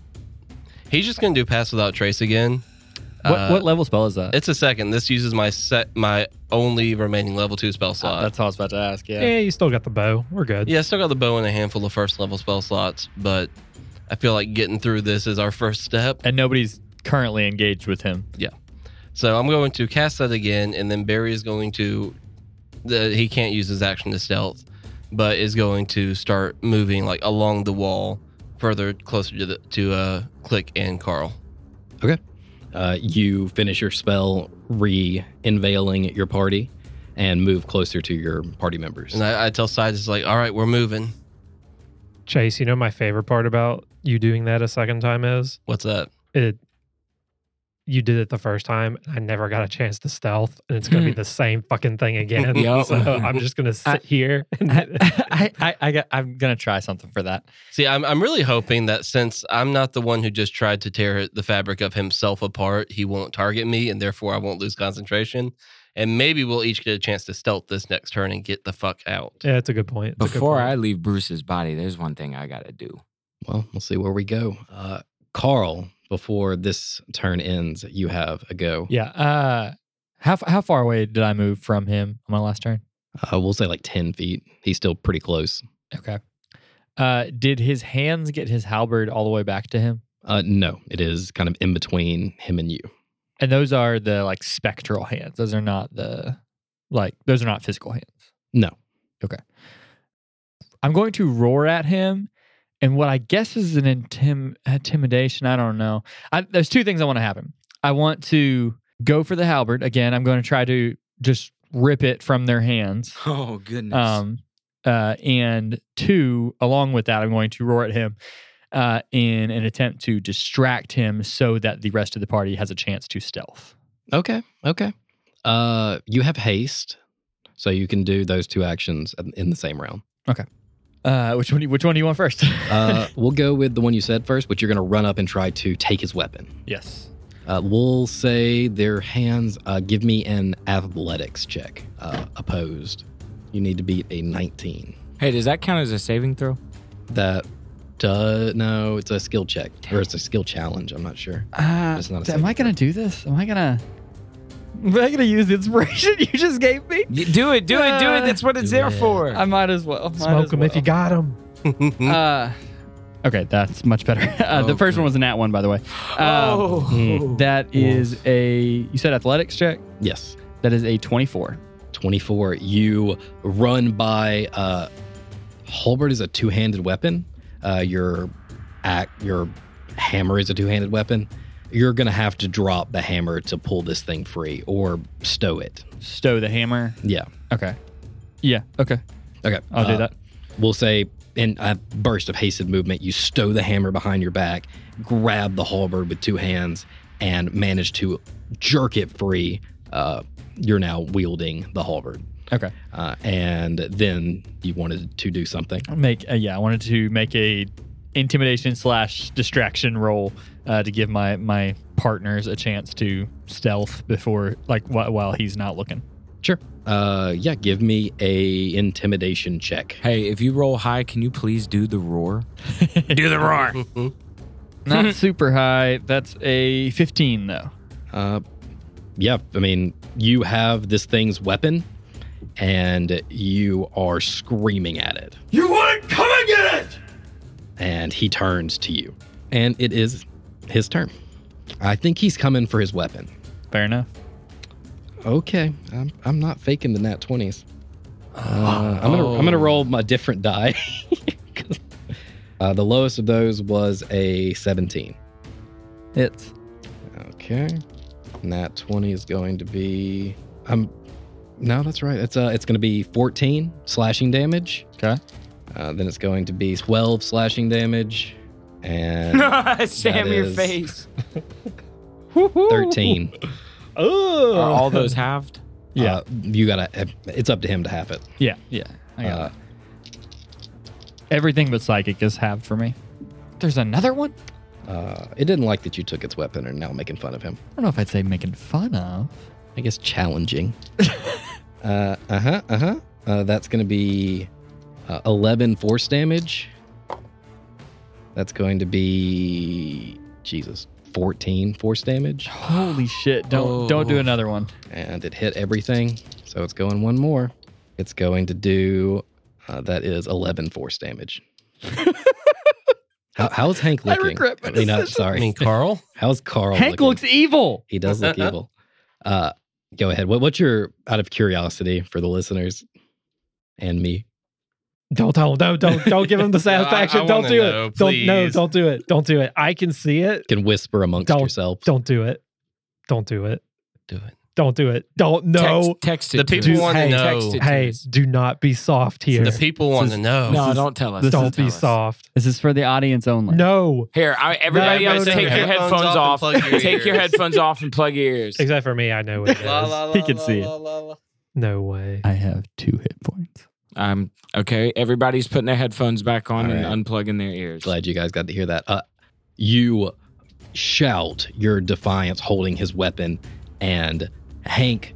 S2: he's just going to do pass without trace again.
S4: What,
S2: Uh,
S4: what level spell is that?
S2: It's a second. This uses my set, my only remaining level two spell
S4: Uh,
S2: slot.
S4: that's all I was about to ask.
S3: Yeah,
S4: Yeah.
S3: you still got the bow. We're good.
S2: yeah, I still got the bow and a handful of first level spell slots, but I feel like getting through this is our first step.
S4: And nobody's currently engaged with him.
S2: So I'm going to cast that again, and then Barry is going to. The, he can't use his action to stealth, but is going to start moving like along the wall, further closer to the to uh, Click and Carl.
S5: uh, you finish your spell re-unveiling your party and move closer to your party members
S2: And I, I tell Sidus like, "All right, we're moving."
S3: Chase, you know my favorite part about you doing that a second time is
S2: What's that?
S3: it. You did it the first time, and I never got a chance to stealth, and it's gonna be the same fucking thing
S1: [LAUGHS]
S3: again.
S1: Yup.
S3: So I'm just gonna sit
S4: I-
S3: here. And
S4: [LAUGHS] I, I, I got, I'm gonna try something for that.
S2: See, I'm I'm really hoping that since I'm not the one who just tried to tear the fabric of himself apart, he won't target me, and therefore I won't lose concentration. And maybe we'll each get a chance to stealth this next turn and get the fuck out.
S3: yeah, it's a good point. It's a good
S1: Before
S3: point.
S1: I leave Bruce's body, there's one thing I gotta do.
S5: Well, we'll see where we go. Uh, Carl, before this turn ends, you have a go.
S4: Yeah. Uh, how f- how far away did I move from him on my last turn?
S5: Uh, we'll say like 10 feet. He's still pretty close.
S4: Okay. Uh, did his hands get his halberd all the way back to him?
S5: Uh, no, it is kind of in between him and you.
S4: And those are the like spectral hands. Those are not the like those are not physical hands.
S5: No.
S4: I'm going to roar at him and what I guess is an intim- intimidation. I don't know. I, there's two things I want to happen. I want to go for the halberd again. I'm going to try to just rip it from their hands.
S1: Oh goodness.
S4: Um, uh, and two, along with that, I'm going to roar at him uh, in an attempt to distract him so that the rest of the party has a chance to stealth.
S5: Okay. Okay. Uh, you have haste, so you can do those two actions in- in the same round.
S4: Uh, which one? do you- Which one do you want first? [LAUGHS]
S5: Uh, we'll go with the one you said first, but you're going to run up and try to take his weapon.
S4: yes.
S5: Uh, we'll say their hands. Uh, give me an athletics check. Uh, opposed. You need to beat a 19.
S1: hey, does that count as a saving throw?
S5: That does no. It's a skill check or it's a skill challenge. I'm not sure.
S4: Uh,
S5: That's not a
S4: am I
S5: saving
S4: going to do this? Am I going to? Am I going to use the inspiration [LAUGHS] you just gave me?
S1: Y- Do it, do it, do it. That's what it's
S5: Do
S1: there
S5: it.
S1: for.
S4: I might as well.
S3: Smoke them if you got them.
S4: Uh,
S5: Mm.
S4: okay, that's much better. [LAUGHS] Uh, The first
S1: Okay.
S4: one was an at one, by
S5: [GASPS]
S4: the way. Um,
S1: oh. [LAUGHS]
S4: That is a. You said athletics check.
S5: Yes.
S4: That is a twenty-four.
S5: 24. You run by. Uh, Hulbert is a two-handed weapon. Uh, your act, your hammer is a two-handed weapon. You're gonna have to drop the hammer to pull this thing free or stow it.
S4: Stow the hammer.
S5: Yeah.
S4: Okay. Yeah. Okay.
S5: Okay.
S4: I'll do
S5: uh,
S4: that.
S5: We'll say in a burst of hasted movement, you stow the hammer behind your back, grab the halberd with two hands, and manage to jerk it free. Uh, you're now wielding the halberd.
S4: Okay.
S5: Uh, and then you wanted to do something.
S4: Make. Uh, yeah, I wanted to make a intimidation slash distraction roll uh, to give my my partners a chance to stealth before like wh- while he's not looking.
S5: Sure. Uh, yeah, give me a intimidation check.
S1: Hey, if you roll high, can you please do the [LAUGHS] roar? do the roar.
S4: Not super high. That's a fifteen though.
S5: Uh, yeah, I mean, you have this thing's weapon, and you are screaming at it.
S2: You wouldn't come and get it!
S5: and he turns to you. And it is his turn. I think he's coming for his weapon.
S4: Fair enough.
S5: Okay, I'm, I'm not faking the nat 20s. Uh, I'm gonna I'm gonna roll my different die. [LAUGHS] 'Cause, uh, the lowest of those was a 17.
S4: It's
S5: Okay, nat 20 is going to be um, no, that's right. It's uh, it's gonna be 14 slashing damage.
S4: okay.
S5: Uh, then it's going to be 12 slashing damage,
S1: [LAUGHS]
S5: and
S1: Sam,
S5: That
S1: your
S5: is-
S1: face.
S5: 13.
S4: Oh,
S1: Are all those halved?
S4: Yeah.
S5: Uh, you gotta. It's up to him to have it.
S4: yeah, yeah. I got
S5: Uh,
S4: it. Everything but psychic is halved for me. There's another one.
S5: uh, it didn't like that you took its weapon and now making fun of him.
S4: I don't know if I'd say making fun of.
S5: I guess challenging. [LAUGHS] uh huh. Uh huh. Uh, that's gonna be uh, eleven force damage. That's going to be Jesus fourteen force damage,
S4: Holy shit! Don't
S1: Oh.
S4: don't do another one.
S5: and it hit everything. So it's going one more. It's going to do. Uh, that is eleven force damage. How, how's Hank looking?
S4: regret my
S5: I mean, uh,
S4: decision.
S5: sorry.
S2: I mean, Carl?
S5: How's [LAUGHS] Carl?
S4: Hank
S5: looking?
S4: looks e- evil.
S5: He
S3: [LAUGHS]
S5: does look evil. Uh, go ahead. What, what's your out of curiosity for the listeners and me?
S3: Don't tell him. Don't don't don't give him the
S2: [LAUGHS]
S3: satisfaction.
S2: I
S3: don't
S2: wanna
S3: do
S2: know,
S3: it. Don't no.
S2: please.
S3: Don't do it. Don't do it. I can see it.
S5: Can whisper amongst
S3: Don't-
S5: yourselves.
S3: Don't do it. Don't do it.
S2: Do it.
S3: Don't do it. Don't no.
S1: Text, text it.
S2: The
S1: to
S2: people
S1: us.
S2: wanna
S1: Hey,
S2: know.
S1: text it to
S3: Hey,
S1: us.
S3: do not be soft here.
S2: The people want to know.
S1: no,
S4: is-
S1: don't tell us.
S4: this
S1: Don't
S3: Don't
S1: tell
S3: be
S1: us.
S3: soft.
S4: This is for the audience only.
S3: No.
S1: Here, I, everybody
S3: No,
S1: else,
S3: no, no,
S1: take
S3: no.
S1: your
S2: Headphones
S1: headphones
S2: off and
S1: off.
S2: plug your
S1: take your
S2: ears.
S1: headphones off and plug your ears.
S3: Except for me, I know what
S2: [LAUGHS]
S3: it
S2: La, la,
S3: is.
S2: la,
S4: He can
S2: la,
S4: see it.
S2: la, la, la.
S3: No way.
S4: I have two hit points.
S1: Um, okay, everybody's putting their headphones back on
S5: All right.
S1: and unplugging their ears.
S5: Glad you guys got to hear that. Uh, you shout your defiance holding his weapon, and Hank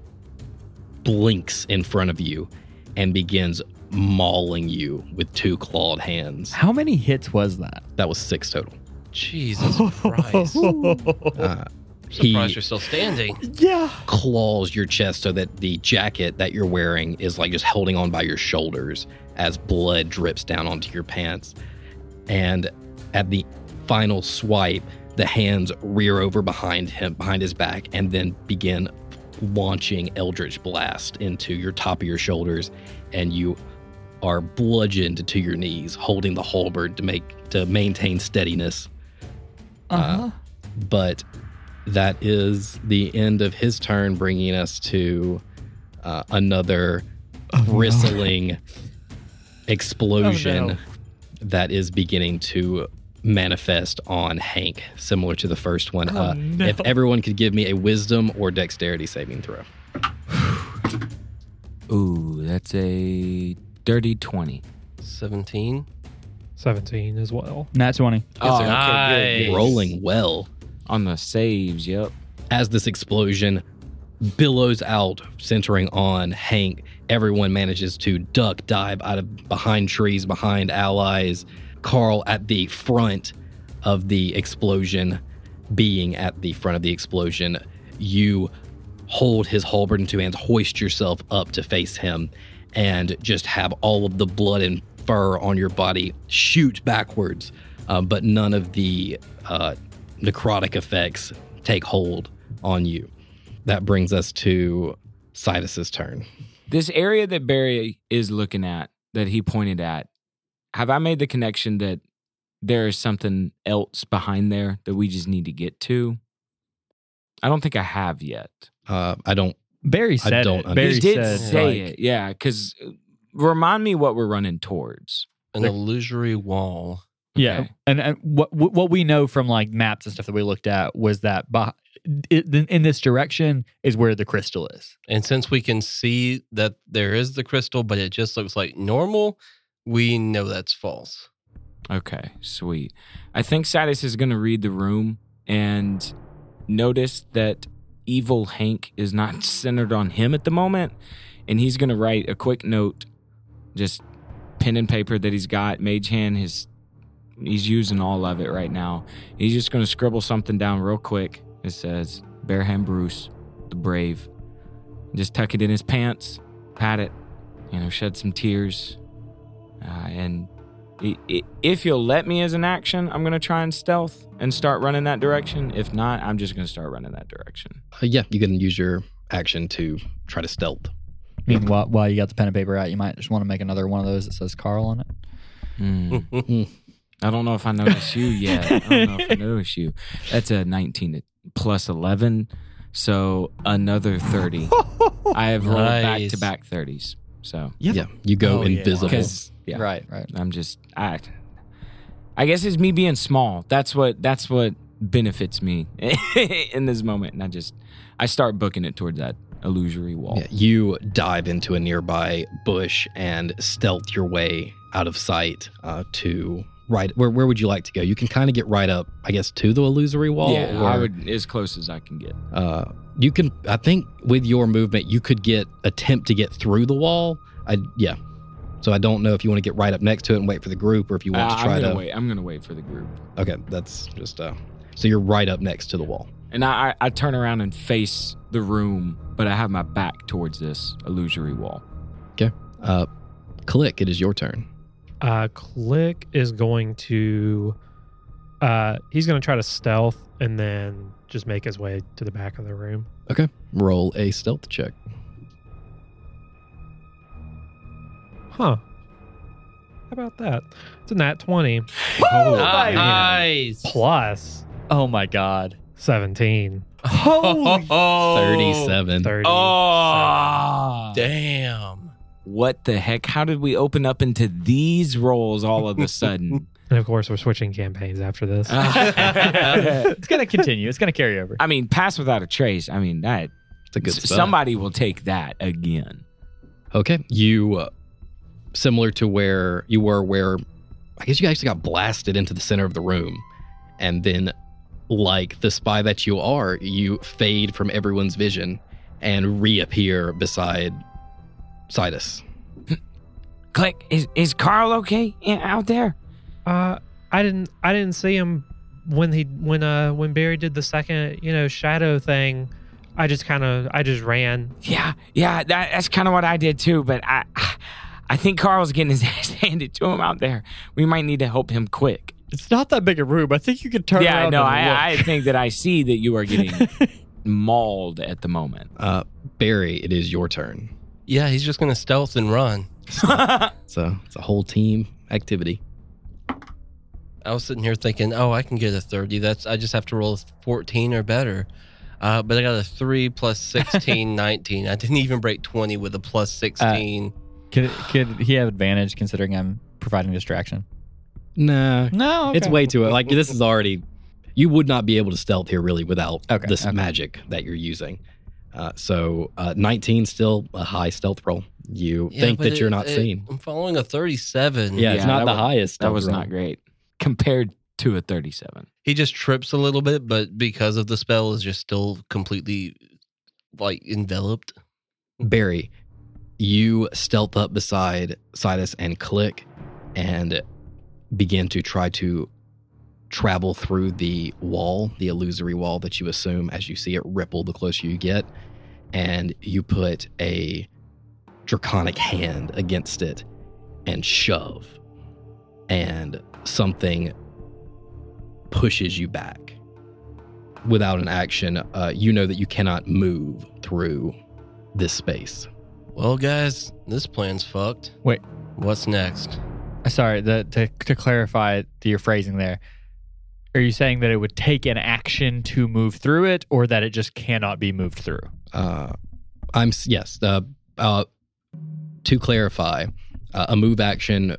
S5: blinks in front of you and begins mauling you with two clawed hands.
S4: How many hits was
S5: [LAUGHS]
S4: that?
S5: That was six
S3: [LAUGHS]
S5: total.
S2: Jesus Christ.
S5: Uh, he
S2: Surprised you're still standing.
S4: yeah.
S5: claws your chest so that the jacket that you're wearing is like just holding on by your shoulders as blood drips down onto your pants. And at the final swipe, the hands rear over behind him, behind his back, and then begin launching Eldritch Blast into your top of your shoulders. And you are bludgeoned to your knees, holding the halberd to make to maintain steadiness. Uh-huh. But that is the end of his turn, bringing us to uh, another bristling
S3: [LAUGHS]
S5: explosion
S3: Oh, no.
S5: that is beginning to manifest on Hank, similar to the first one.
S3: Oh,
S5: uh,
S3: no.
S5: If everyone could give me a wisdom or dexterity saving throw.
S1: Ooh, that's a dirty 20.
S2: 17.
S3: 17 as well.
S4: Nat 20.
S2: Oh, nice.
S5: Rolling well
S1: On the saves, yep.
S5: as this explosion billows out, centering on Hank. Everyone manages to duck, dive out of behind trees, behind allies. Carl at the front of the explosion, being at the front of the explosion. You hold his halberd in two hands, hoist yourself up to face him, and just have all of the blood and fur on your body shoot backwards, uh, but none of the uh, necrotic effects take hold on you. That brings us to Sidus's turn.
S1: This area that Barry is looking at, that he pointed at, have I made the connection that there is something else behind there that we just need to get to? I don't think I have yet.
S5: Uh, I don't.
S4: Barry
S5: I
S4: said
S5: don't
S4: it.
S5: under-
S4: Barry
S1: he did
S4: said,
S1: say
S4: like,
S1: it, yeah. Because remind me what we're running towards.
S2: An illusory wall.
S4: Yeah,
S1: Okay.
S4: and, and what what what we know from like maps and stuff that we looked at was that beh- it, in this direction is where the crystal is.
S2: And since we can see that there is the crystal, but it just looks like normal, we know that's false.
S1: Okay, sweet. I think Sadis is going to read the room and notice that evil Hank is not [LAUGHS] centered on him at the moment. And he's going to write a quick note, just pen and paper that he's got. Mage Hand, his, he's using all of it right now. He's just going to scribble something down real quick. It says, Bear Hand Bruce, the brave. Just tuck it in his pants, pat it, you know, shed some tears, uh, and I- i- If you'll let me as an action, I'm gonna try and stealth and start running that direction. If not, I'm just gonna start running that direction.
S5: Uh, yeah, you can use your action to try to stealth.
S4: Meanwhile, while you got the pen and paper out, you might just want to make another one of those that says Carl on it.
S2: [LAUGHS]
S1: Hmm. I don't know if I notice you yet. I don't know if I notice you. That's a 19 to- plus 11, so another 30. I have rolled back
S2: Nice.
S1: to back 30s. So
S5: Yeah, you go
S4: Oh, yeah.
S5: invisible.
S1: because yeah,
S4: Right, right.
S1: I'm just I. I guess it's me being small. That's what that's what benefits me [LAUGHS] in this moment, and I just I start booking it towards that illusory wall.
S5: Yeah, you dive into a nearby bush and stealth your way out of sight uh, to right. Where, where would you like to go? You can kind of get right up, I guess, to the illusory wall.
S1: yeah, I
S5: or,
S1: would as close as I can get.
S5: Uh, you can. I think with your movement, you could get attempt to get through the wall. I yeah. So I don't know if you want to get right up next to it and wait for the group, or if you want
S1: Uh,
S5: to
S1: I'm
S5: try
S1: gonna
S5: to.
S1: wait. I'm gonna wait for the group,
S5: Okay, that's just uh. So you're right up next to the wall.
S1: and I, I I turn around and face the room, but I have my back towards this illusory wall.
S5: Uh, click. It is your turn.
S3: Uh, Click is going to. Uh, he's going to try to stealth and then just make his way to the back of the room.
S5: Roll a stealth check.
S3: Huh. How about that? It's a nat 20
S4: Oh,
S3: my God.
S2: nice.
S3: plus
S4: Oh my god.
S3: 17.
S4: Holy
S5: Thirty-seven.
S3: 30.
S5: Ah.
S1: Oh,
S2: Damn.
S1: what the heck? How did we open up into these rolls all of a sudden? [LAUGHS]
S3: And of course, we're switching campaigns after this.
S1: Ah.
S4: it's gonna continue. It's gonna carry over.
S1: I mean, pass without a trace. I mean, that
S5: It's a good
S1: s-
S5: spot.
S1: somebody will take that again.
S5: Okay, you uh, similar to where you were, where I guess you actually got blasted into the center of the room, and then, like the spy that you are, you fade from everyone's vision and reappear beside Sidus.
S1: Click. Is is Carl okay in- out there?
S3: Uh, I didn't. I didn't see him when he when uh when Barry did the second you know shadow thing. I just kind of I just
S1: [LAUGHS]
S3: ran.
S1: Yeah, yeah. That, that's kind of what I did too. But I, I think Carl's getting his [LAUGHS] ass handed to him out there. We might need to help him quick.
S4: It's not that big a room. I think you could turn
S1: yeah,
S4: around
S1: no.
S4: and
S1: I, I
S4: look.
S1: think that I see that you are getting
S5: [LAUGHS]
S1: mauled at the moment.
S5: Uh, Barry, it is your turn.
S2: Yeah, he's just going to stealth and run.
S1: [LAUGHS]
S5: So it's a whole team activity.
S2: I was sitting here thinking, oh, I can get a 30. That's I just have to roll a 14 or better. Uh, but I got a 3 plus
S5: [LAUGHS]
S2: 16, 19. I didn't even break 20 with a plus
S5: Uh,
S2: 16.
S4: Could could he have advantage considering I'm providing distraction?
S5: Nah,
S4: No,
S5: it's way too uh, like this is already. You would not be able to stealth here really without
S4: Okay,
S5: this
S4: okay.
S5: magic that you're using. Uh, so uh, 19 still a high stealth roll. You
S2: Yeah,
S5: think
S2: but
S5: that you're
S2: it-
S5: not
S2: it-
S5: seen.
S2: I'm following a 37.
S5: Yeah, it's
S1: Yeah,
S5: not
S1: that
S5: the
S1: was-
S5: highest.
S1: That
S5: stealth
S1: was
S5: roll.
S1: not great compared to a 37.
S2: He just trips a little bit, but because of the spell is just still completely like enveloped.
S5: Barry, you stealth up beside Sidus and Click and begin to try to travel through the wall, the illusory wall that you assume as you see it ripple the closer you get. And you put a draconic hand against it and shove. And something pushes you back. Without an action, uh, you know that you cannot move through this space.
S2: Well, guys, this plan's fucked.
S4: Wait.
S2: What's next?
S4: Sorry, the, to to clarify the, your phrasing there. Are you saying that it would take an action to move through it, or that it just cannot be moved through?
S5: Uh, I'm s- yes. Uh, uh, to clarify, uh, a move action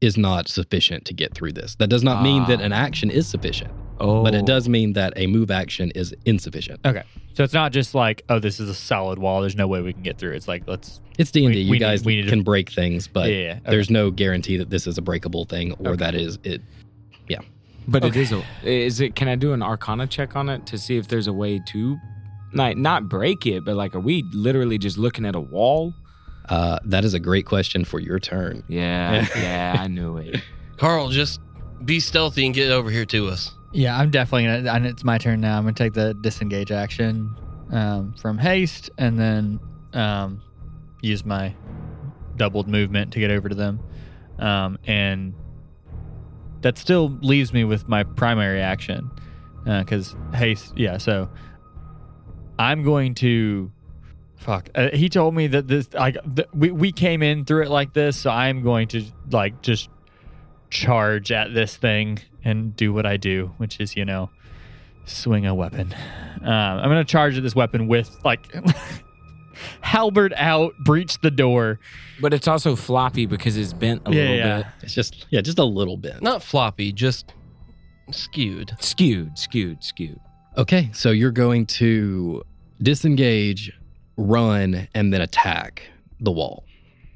S5: is not sufficient to get through this. That does not mean that
S1: Ah.
S5: an action is sufficient,
S1: Oh,
S5: but it does mean that a move action is insufficient.
S4: So it's not just like, oh, this is a solid wall. There's no way we can get through. It's like let's.
S5: It's D and D.
S4: We-
S5: You
S4: we
S5: guys
S4: need- we need to-
S5: can break things, but
S4: yeah, yeah, okay.
S5: there's no guarantee that this is a breakable thing or
S4: Okay.
S5: that is it.
S1: But it is a. Is it? Can I do an Arcana check on it to see if there's a way to, like, not break it, but like, are we literally just looking at a wall?
S5: Uh, that is a great question for your turn.
S1: Yeah, yeah, I knew it.
S2: Carl, just be stealthy and get over here to us.
S4: Yeah, I'm definitely gonna. And it's my turn now. I'm gonna take the disengage action um, from haste, and then um, use my doubled movement to get over to them. Um, and that still leaves me with my primary action because haste. Yeah, so I'm going to. Fuck. Uh, he told me that this like th- we we came in through it like this, so I'm going to like just charge at this thing and do what I do, which is, you know, swing a weapon. Um, I'm going to charge at this weapon with, like, [LAUGHS] halberd out, breach the door.
S1: But it's also floppy because it's bent a
S4: Yeah,
S1: little
S4: yeah.
S1: bit.
S5: It's just yeah, just a little bit.
S2: Not floppy, just skewed.
S1: Skewed, skewed, skewed.
S5: Okay, so you're going to disengage, run, and then attack the wall.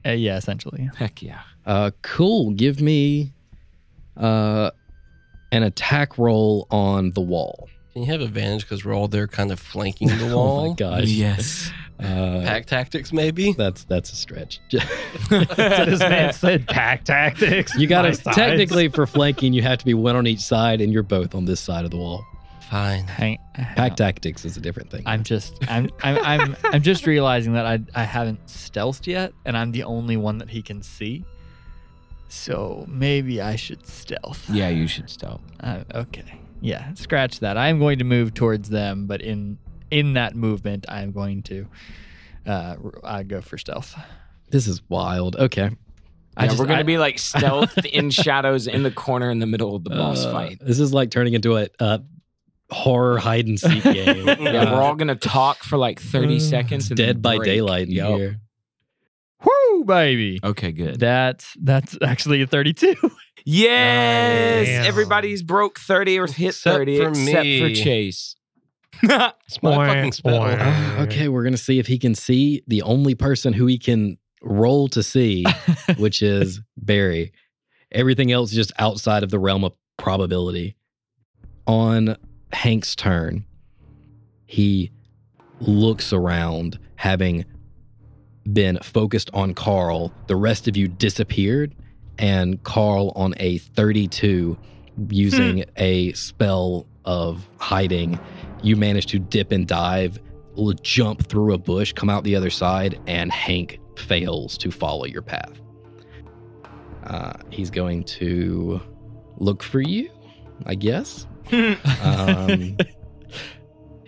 S4: Uh, yeah, essentially.
S1: Heck yeah.
S5: Uh, cool. Give me uh, an attack roll on the wall.
S2: Can you have advantage because we're all there kind of flanking the
S5: Oh
S2: wall?
S5: my gosh.
S1: Yes.
S5: [LAUGHS] Uh,
S2: Pack tactics, maybe?
S5: That's that's a stretch.
S3: So this man said pack tactics.
S5: [LAUGHS] you got
S3: my
S5: to
S3: sides.
S1: [LAUGHS]
S5: technically for flanking, you have to be one on each side, and you're both on this side of the wall.
S2: Fine.
S4: Hang, hang
S5: Pack
S4: on.
S5: tactics is a different thing.
S4: I'm just, I'm, I'm, I'm, I'm just realizing that I, I haven't stealthed yet, and I'm the only one that he can see. So maybe I should stealth.
S1: yeah, you should stop.
S4: Uh, okay. Yeah, scratch that. I am going to move towards them, but in in that movement, I am going to uh, r- I go for stealth.
S5: this is wild. Okay,
S4: I
S1: yeah,
S4: just-
S1: we're gonna
S4: I-
S1: be like stealthed in shadows in the corner in the middle of the boss
S5: Uh,
S1: fight.
S5: This is like turning into a uh, horror hide and [LAUGHS] seek game.
S1: Yeah,
S5: Uh,
S1: we're all gonna talk for like thirty
S4: Mm.
S1: seconds.
S5: It's
S1: and then
S5: dead by
S1: break.
S5: daylight in
S1: Yup.
S5: here.
S4: Woo, baby.
S1: Okay, Oh, good.
S4: That's that's actually a thirty-two. [LAUGHS]
S1: Yes,
S3: Nice.
S1: everybody's broke thirty or hit
S2: Except
S1: thirty,
S2: for
S1: except for
S2: me.
S1: Chase.
S2: It's my
S3: Boing,
S2: fucking spell.
S3: boing.
S5: Ah, okay, we're gonna see if he can see the only person who he can roll to see, which is Barry. Everything else is just outside of the realm of probability. On Hank's turn, he looks around, having been focused on Carl. The rest of you disappeared, and Carl on a 32 using a spell of hiding. You managed to dip and dive will jump through a bush, come out the other side, and Hank fails to follow your path. Uh, he's going to look for you, I guess. Um,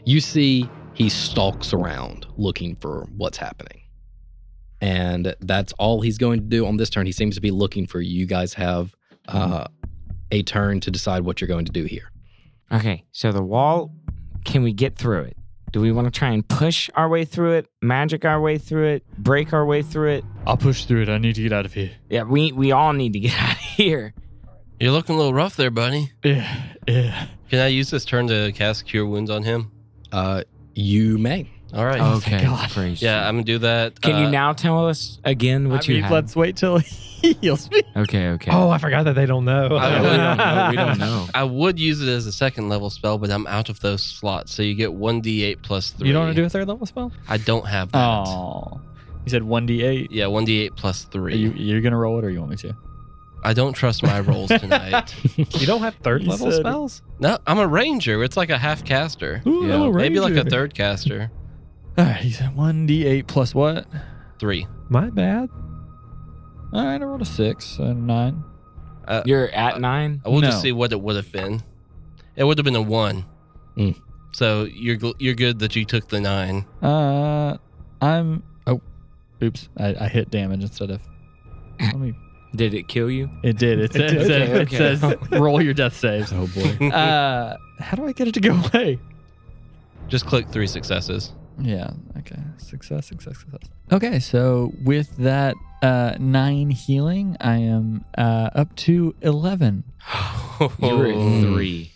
S5: you see, he stalks around looking for what's happening. and that's all he's going to do on this turn. He seems to be looking for you guys have uh, a turn to decide what you're going to do here.
S1: Okay, so the wall, can we get through it? Do we want to try and push our way through it, magic our way through it, break our way through it?
S4: I'll push through it. I need to get out of here.
S1: Yeah, we we all need to get [LAUGHS] out of here.
S2: You're looking a little rough there, buddy.
S4: Yeah, yeah.
S2: Can I use this turn to cast Cure Wounds on him?
S5: Uh, you may.
S2: All right.
S4: Oh, thank God.
S1: praise
S2: yeah, I'm gonna do that.
S1: Can you
S2: Uh,
S1: now tell us again what
S4: I
S1: you
S4: mean,
S1: have?
S4: let's wait till [LAUGHS] he heals me.
S1: Okay, okay.
S3: Oh, I forgot that they don't know.
S2: I
S1: Yeah, [LAUGHS] we don't know.
S3: [LAUGHS]
S1: We don't know.
S2: I would use it as a second level spell, but I'm out of those slots, so you get one d8 plus three.
S3: You don't want to do a third level spell?
S2: I don't have that.
S4: Oh, you said one d eight.
S2: Yeah, one d8 plus three.
S4: You, you're gonna roll it, or you want me to?
S2: I don't trust my rolls tonight.
S3: You don't have third
S4: You
S3: level
S4: said-
S3: spells?
S2: no, I'm a ranger. It's like a half caster.
S4: Ooh,
S1: Yeah,
S4: I'm a
S2: Maybe like a
S4: ranger.
S2: third caster.
S4: All right, you said one d eight plus what?
S2: Three.
S3: My bad.
S1: Uh,
S4: All right, I rolled a six and nine.
S2: Uh,
S1: [LAUGHS] You're at nine?
S2: I will just
S4: No.
S2: see what it would have been. It would have been a one.
S5: Mm.
S2: So you're gl- you're good that you took the nine.
S4: Uh, I'm. Oh, oops! I, I hit damage instead of. Let me.
S1: Did it kill [LAUGHS] you?
S4: It did. [LAUGHS] It, says,
S1: did.
S4: it
S1: Okay,
S4: says [LAUGHS] roll your death saves.
S5: Oh boy.
S4: Uh, how do I get it to go away?
S2: Just click three successes.
S4: Yeah. Okay. Success. Success. Success. Okay. So with that uh, nine healing, I am uh, up to eleven.
S1: You were at
S2: Oh.
S1: three.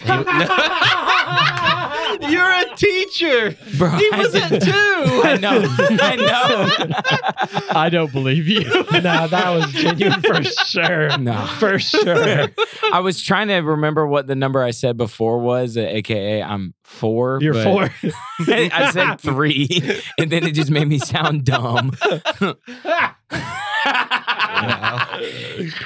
S1: [LAUGHS]
S2: You're a teacher.
S1: Bro, he was at two. [LAUGHS] I know. I [LAUGHS] know.
S4: [LAUGHS] I don't believe [LAUGHS] you.
S3: no, that was genuine for sure.
S1: [LAUGHS] No.
S3: [LAUGHS] For sure.
S1: I was trying to remember what the number I said before was, uh, aka I'm four.
S3: You're
S1: but-
S3: four.
S1: [LAUGHS] I said three, and then it just made me sound dumb.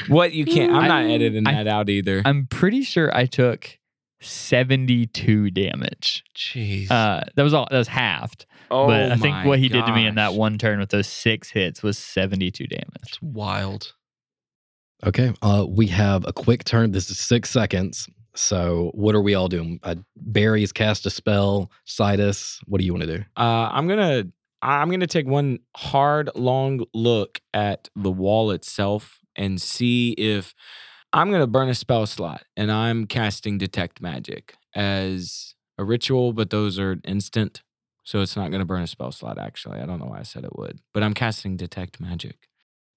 S1: what you can't? I'm not
S4: I-
S1: editing
S4: I-
S1: that out either.
S4: I'm pretty sure I took seventy-two damage.
S2: Jeez.
S4: Uh, that was all. That was halved.
S1: oh,
S4: but I think
S1: my
S4: what he did to me in that
S1: gosh.
S4: one turn with those six hits was seventy-two damage.
S2: It's wild.
S5: Okay. Uh, we have a quick turn. This is six seconds. So what are we all doing? Uh, Barry's cast a spell. Citus, what do you want to do?
S1: Uh, I'm gonna I'm gonna take one hard long look at the wall itself and see if I'm gonna burn a spell slot and I'm casting detect magic as a ritual, but those are instant. So it's not gonna burn a spell slot actually. I don't know why I said it would, but I'm casting detect magic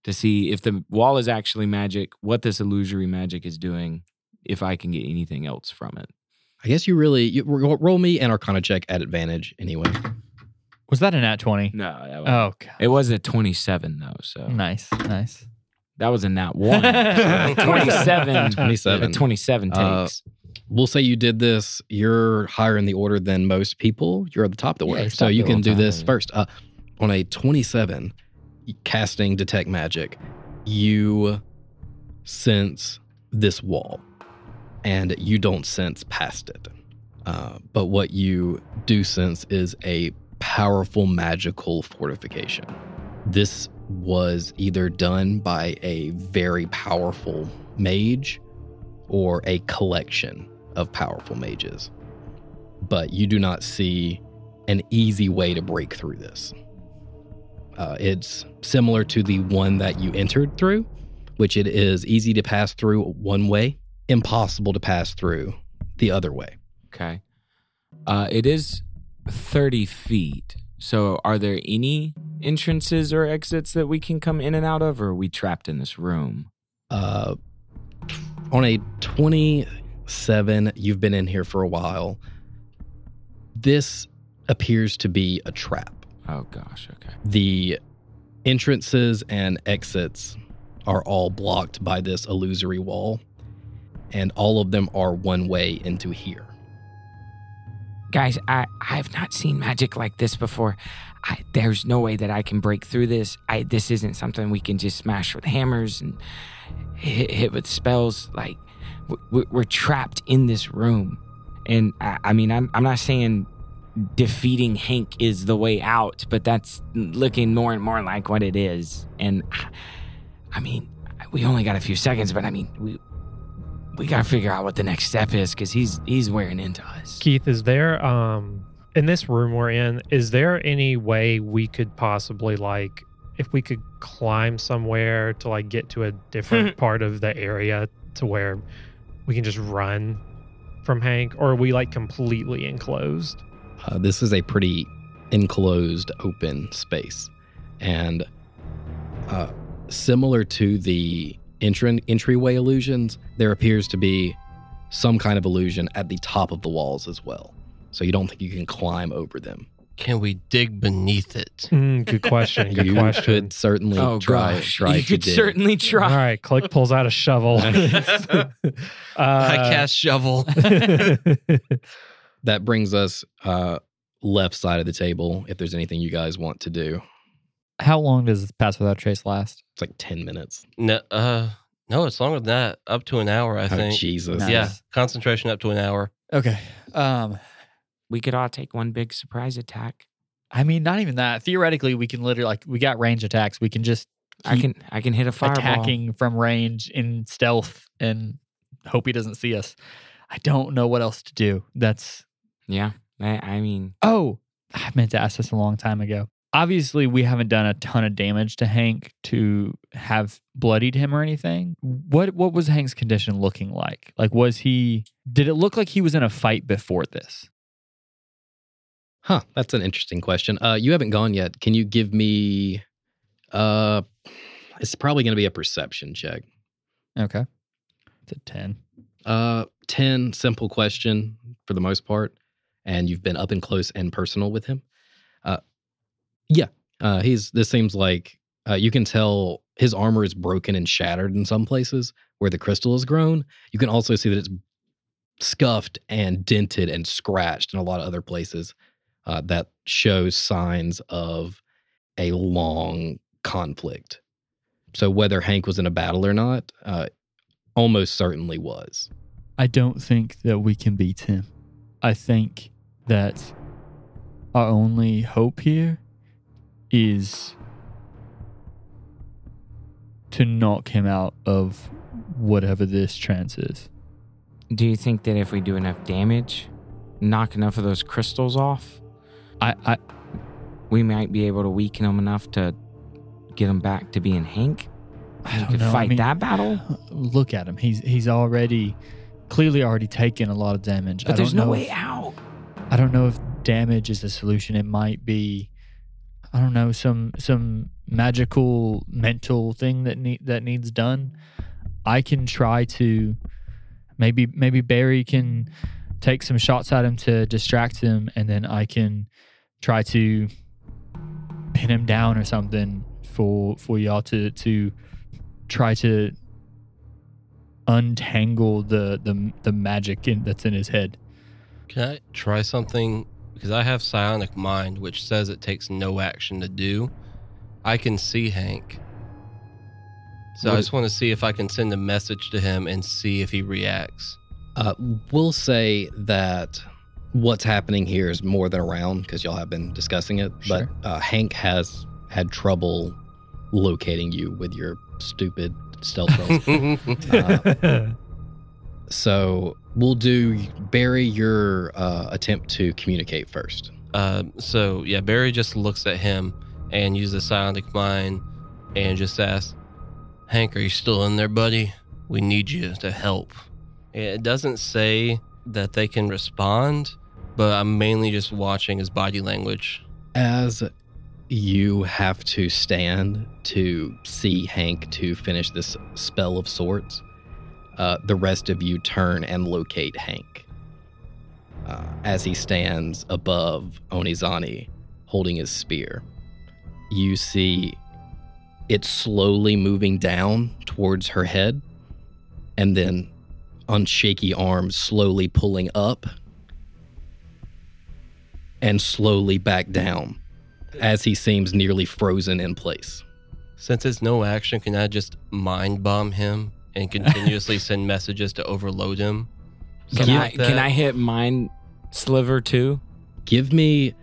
S1: to see if the wall is actually magic, what this illusory magic is doing, if I can get anything else from it.
S5: I guess you really you, ro- roll me an Arcana check at advantage anyway.
S4: Was that an at twenty?
S1: No, that was,
S4: Oh, God.
S1: it was a 27 though, so
S4: nice, nice.
S1: That was a nat one. So
S3: [LAUGHS]
S1: 27.
S5: 27.
S1: a 27 takes.
S5: Uh, We'll say you did this. You're higher in the order than most people. You're at the top of the
S4: Yeah,
S5: order,
S4: he's
S5: so
S4: top
S5: you
S4: of the
S5: can do
S4: order.
S5: this first. Uh, on a 27, casting detect magic, you sense this wall, and you don't sense past it. Uh, but what you do sense is a powerful magical fortification. This was either done by a very powerful mage or a collection of powerful mages. But you do not see an easy way to break through this. Uh, it's similar to the one that you entered through, which it is easy to pass through one way, impossible to pass through the other way.
S1: okay. Uh, it is 30 feet. So are there any entrances or exits that we can come in and out of, or are we trapped in this room?
S5: Uh, on a 27, you've been in here for a while. This appears to be a trap.
S1: Oh, gosh. Okay.
S5: the entrances and exits are all blocked by this illusory wall, and all of them are one way into here.
S1: Guys, I, I have not seen magic like this before. I, there's no way that I can break through this. I, this isn't something we can just smash with hammers and hit, hit with spells. Like, w- w- we're trapped in this room. And I, I mean, I'm, I'm not saying defeating Hank is the way out, but that's looking more and more like what it is. And I, I mean, we only got a few seconds, but I mean, we. We gotta figure out what the next step is, cause he's he's wearing into us.
S3: Keith, is there um in this room we're in, is there any way we could possibly like if we could climb somewhere to like get to a different part of the area to where we can just run from Hank, or are we like completely enclosed?
S5: Uh, this is a pretty enclosed, open space. And uh, similar to the entran- entryway illusions, there appears to be some kind of illusion at the top of the walls as well. So you don't think you can climb over them.
S2: Can we dig beneath it?
S3: Mm, good [LAUGHS] question. Good
S5: Hmm, you
S3: question.
S5: could certainly try, try
S1: Oh, you
S5: if you
S1: could
S5: did.
S1: certainly
S3: All
S1: try.
S3: right, Click pulls out a
S5: [LAUGHS]
S3: shovel. [LAUGHS] uh,
S2: I
S4: Uh,
S2: cast shovel.
S5: That brings us uh, left side of the table if there's anything you guys want to do.
S4: [LAUGHS] How long does Pass Without Trace last?
S5: It's like 10 minutes.
S2: no, uh, no, it's longer than that. Up to an hour, I
S5: oh,
S2: think.
S5: Jesus.
S4: Nice.
S2: Yeah, concentration up to an hour.
S4: Okay. Um,
S1: We could all take one big surprise attack.
S4: I mean, not even that. Theoretically, we can literally like we got range attacks. We can just
S1: I
S4: keep
S1: can I can hit a fireball.
S4: attacking from range in stealth and hope he doesn't see us. I don't know what else to do. That's
S1: Yeah. I, I mean,
S4: Oh, [SIGHS] I meant to ask this a long time ago. Obviously, we haven't done a ton of damage to Hank to have bloodied him or anything. What what was Hank's condition looking like? Like was he did it look like he was in a fight before this?
S5: Huh, that's an interesting question. Uh, you haven't gone yet. Can you give me? Uh, it's probably going to be a perception check.
S4: Okay. It's a 10.
S5: Uh, ten simple question for the most part, and you've been up and close and personal with him. Uh, yeah. Uh, he's. This seems like uh, you can tell his armor is broken and shattered in some places where the crystal has grown. You can also see that it's scuffed and dented and scratched in a lot of other places. Uh, that shows signs of a long conflict. So whether Hank was in a battle or not, uh, almost certainly was.
S4: I don't think that we can beat him. I think that our only hope here is to knock him out of whatever this trance is.
S1: do you think that if we do enough damage, knock enough of those crystals off,
S4: I, I
S1: we might be able to weaken him enough to get him back to being Hank?
S4: I
S1: We
S4: don't
S1: could
S4: know. I
S1: fight
S4: mean,
S1: that battle?
S4: Look at him. He's he's already clearly already taken a lot of damage.
S1: But
S4: I
S1: there's
S4: don't
S1: no
S4: know
S1: way
S4: if-
S1: out.
S4: I don't know if damage is the solution. It might be, I don't know, some some magical mental thing that need that needs done. I can try to, maybe maybe Barry can take some shots at him to distract him, and then I can try to pin him down or something for for y'all to to try to untangle the the the magic in, that's in his head.
S2: Can I try something? Because I have psionic mind, which says it takes no action to do. I can see Hank. So I
S5: What-
S2: just want to see if I can send a message to him and see if he reacts.
S5: Uh, we'll say that what's happening here is more than a round because y'all have been discussing it.
S4: Sure.
S5: But uh, Hank has had trouble locating you with your stupid stealth rolls. Uh, so we'll do Barry your uh, attempt to communicate first.
S2: [LAUGHS] Uh, so yeah, Barry just looks at him and uses psionic mind and just asks, "Hank, are you still in there, buddy? We need you to help." It doesn't say that they can respond, but I'm mainly just watching his body language.
S5: As you have to stand to see Hank to finish this spell of sorts, uh, the rest of you turn and locate Hank uh, as he stands above Onizani holding his spear. You see it slowly moving down towards her head and then on shaky arms slowly pulling up and slowly back down as he seems nearly frozen in place.
S2: Since it's no action, can I just mind bomb him
S1: [LAUGHS]
S2: and continuously send messages to overload him?
S1: Can
S2: Something
S1: I
S2: like
S1: can
S2: that.
S1: I hit mine sliver too?
S5: Give me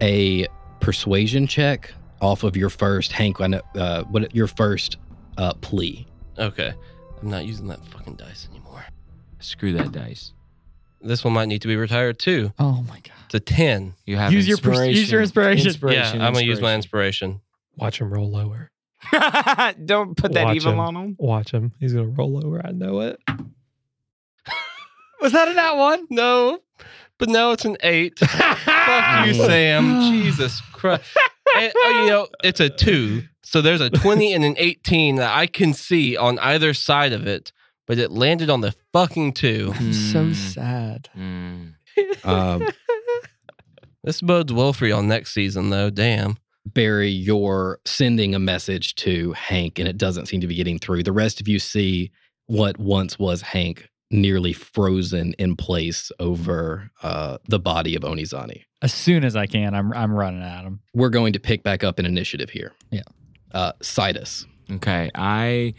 S5: a persuasion check off of your first Hank. I know, Uh, what your first uh, plea?
S2: Okay, I'm not using that fucking dice anymore.
S1: Screw that dice.
S2: This one might need to be retired too.
S4: Oh my god.
S2: It's a ten.
S1: You have
S4: Use your pers-
S1: inspiration.
S4: use your inspiration.
S2: yeah, I'm gonna use my inspiration.
S3: Watch him roll lower.
S1: [LAUGHS] Don't put that
S3: Watch
S1: evil
S3: him.
S1: on him.
S3: Watch him. He's gonna roll over. I know it.
S2: Was that an that one? No. But now it's an [LAUGHS] eight. Fuck [LAUGHS] you, Sam. Jesus Christ. And, oh, you know, it's a two. So there's a 20 and an 18 that I can see on either side of it, but it landed on the fucking two.
S4: I'm so
S1: Mm.
S4: sad.
S1: Mm.
S5: Um,
S2: This bodes well for y'all next season, though. Damn.
S5: Barry, you're sending a message to Hank and it doesn't seem to be getting through. The rest of you see what once was Hank nearly frozen in place over uh, the body of Onizani.
S4: As soon as I can, I'm I'm running at him.
S5: We're going to pick back up an initiative here.
S4: Yeah.
S5: Uh, Citus.
S1: Okay, I,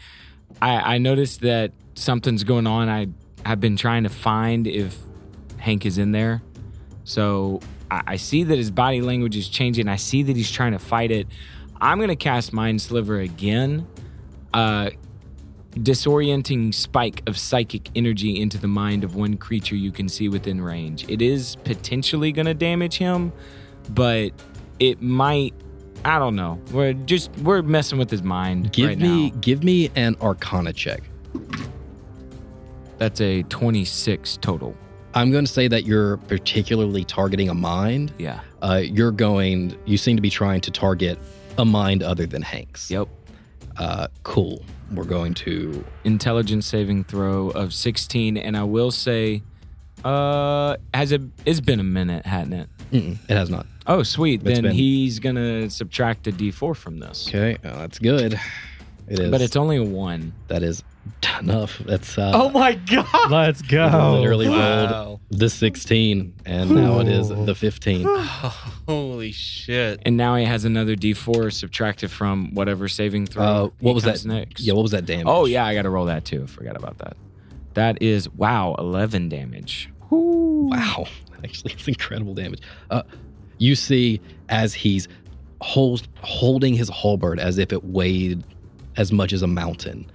S1: I I noticed that something's going on. I have been trying to find if Hank is in there. So I, I see that his body language is changing. I see that he's trying to fight it. I'm gonna cast Mind Sliver again, uh, disorienting spike of psychic energy into the mind of one creature you can see within range. It is potentially gonna damage him, but it might. I don't know. We're just we're messing with his mind
S5: Give
S1: right
S5: me
S1: now.
S5: give me an arcana check.
S1: That's a 26 total.
S5: I'm going to say that you're particularly targeting a mind.
S1: Yeah.
S5: Uh, you're going, you seem to be trying to target a mind other than Hank's.
S1: Yep.
S5: Uh, cool. We're going to,
S1: Intelligence saving throw of 16, and I will say, uh, has it? It's been a minute, hasn't it?
S5: mm-mm, it has not.
S1: Oh, sweet.
S5: It's
S1: then
S5: been-
S1: he's gonna subtract a D4 from this.
S5: Okay. Oh, that's good. It is.
S1: But it's Oh only a one.
S5: that is enough. That's, uh,
S4: my god!
S3: Let's go.
S5: literally rolled
S2: Wow.
S5: the 16 and now it is the 15.
S2: [SIGHS] Holy shit.
S1: And now he has another D4 subtracted from whatever saving throw.
S5: Uh,
S1: he
S5: what was
S1: comes
S5: that?
S1: Next.
S5: Yeah. What was that damage?
S1: oh, yeah. I got to roll that too. Forgot about that. That is, wow, 11 damage. Woo.
S5: Wow. That actually is incredible damage. Uh, you see, as he's hold, holding his halberd as if it weighed as much as a mountain,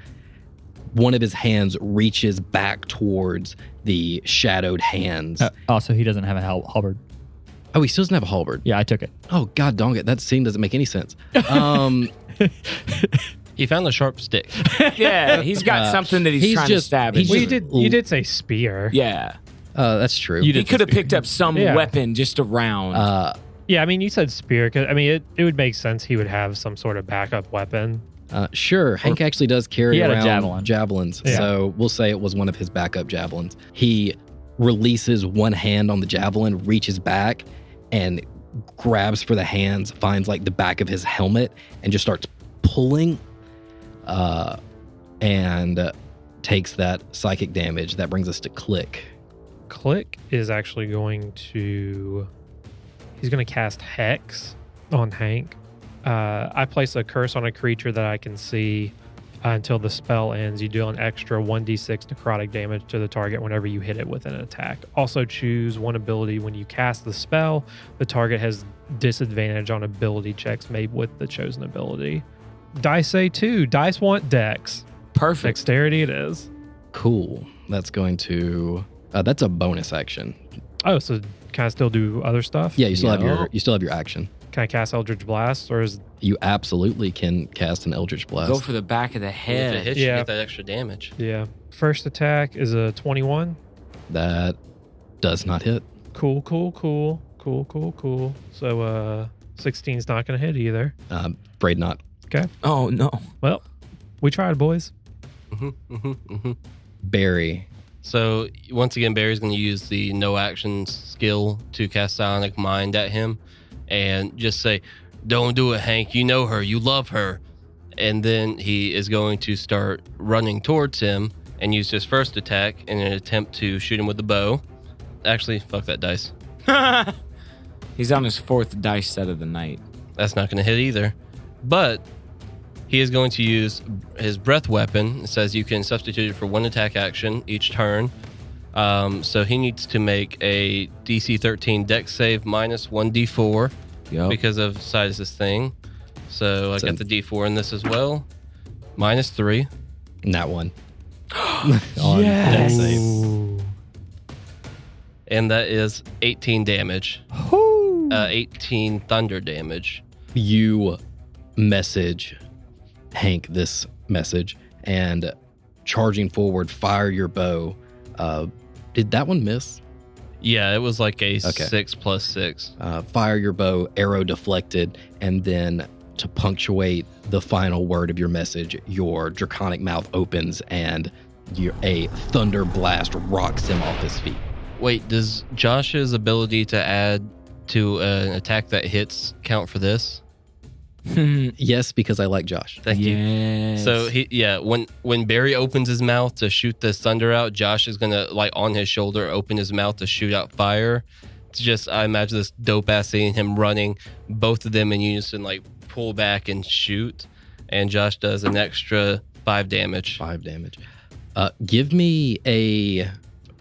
S5: one of his hands reaches back towards the shadowed hands.
S4: Uh, also, he doesn't have a hal- halberd.
S5: oh, he still doesn't have a halberd.
S4: Yeah, I took it.
S5: Oh, God dong it. That scene doesn't make any sense. Um,
S2: He found a sharp stick.
S1: [LAUGHS] Yeah. He's got
S5: Uh,
S1: something that he's,
S5: he's
S1: trying
S5: just-
S1: to stab
S5: he's
S1: into.
S3: Well, you
S5: just-
S3: did. You did say spear.
S1: Yeah.
S5: uh, that's true.
S4: You
S1: He
S4: did
S1: could have picked up some
S3: Yeah.
S1: weapon just around.
S5: Uh,
S3: Yeah, I mean, you said spear. 'cause- I mean, it, it would make sense he would have some sort of backup weapon.
S5: Uh, sure. Hank actually does carry
S4: He had a
S5: around
S4: javelin.
S5: javelins.
S3: Yeah.
S5: So we'll say it was one of his backup javelins. He releases one hand on the javelin, reaches back, and grabs for the hands, finds like the back of his helmet, and just starts pulling uh, and uh, takes that psychic damage. That brings us to Click.
S3: Click is actually going to. He's going to cast Hex on Hank. Uh, I place a curse on a creature that I can see uh, until the spell ends. You deal an extra 1d6 necrotic damage to the target whenever you hit it with an attack. Also, choose one ability when you cast the spell. The target has disadvantage on ability checks made with the chosen ability. Dice say two. Dice want dex.
S1: Perfect.
S3: Dexterity it is.
S5: Cool. That's going to. Uh, that's a bonus action.
S3: Oh, so can I still do other stuff?
S5: Yeah, you still have
S1: Yeah.
S5: your you still have your action.
S3: Can I cast Eldritch Blast, or is
S5: You absolutely can cast an Eldritch Blast.
S1: Go for the back of the
S2: If it
S1: head.
S2: hits, you
S3: Yeah.
S2: get that extra damage.
S3: yeah? First attack is a twenty-one.
S5: That does not hit.
S3: Cool, cool, cool, cool, cool, cool. So uh, sixteen's not gonna hit either.
S5: Um, afraid not.
S1: Oh, no.
S3: Well, we tried, boys.
S2: hmm hmm hmm
S5: Barry.
S2: So once again, Barry's going to use the no action skill to cast Psionic Mind at him, and just say, "Don't do it, Hank. You know her. You love her." And then he is going to start running towards him and use his first attack in an attempt to shoot him with the bow. Actually, fuck that dice.
S1: He's on his fourth dice set of the night.
S2: That's not going to hit either. But he is going to use his breath weapon. It says you can substitute it for one attack action each turn. Um, so he needs to make a DC 13 dex save minus 1d4
S1: Yep. [LAUGHS]
S2: because of Sidus's thing. So I
S5: So-
S2: got the d4 in this as well. Minus 3.
S5: Not one.
S4: Oh,
S1: Yes.
S2: And that is 18 damage. Uh, 18 thunder damage.
S5: You message Hank this message and charging forward, fire your bow. Uh, did that one miss?
S2: Yeah, it was like a
S5: Okay.
S2: six plus six.
S5: Uh, fire your bow, arrow deflected, and then to punctuate the final word of your message, your draconic mouth opens and your, a thunder blast rocks him off his feet.
S2: Wait, does Josh's ability to add to an attack that hits count for this?
S5: Yes, because I like Josh.
S2: Thank you.
S1: yes.
S2: So he, yeah, when when Barry opens his mouth to shoot this thunder out, Josh is gonna like on his shoulder open his mouth to shoot out fire. It's just I imagine this dope ass scene, him running, both of them in unison, like pull back and shoot, and Josh does an extra five damage.
S5: Five damage. Uh, give me a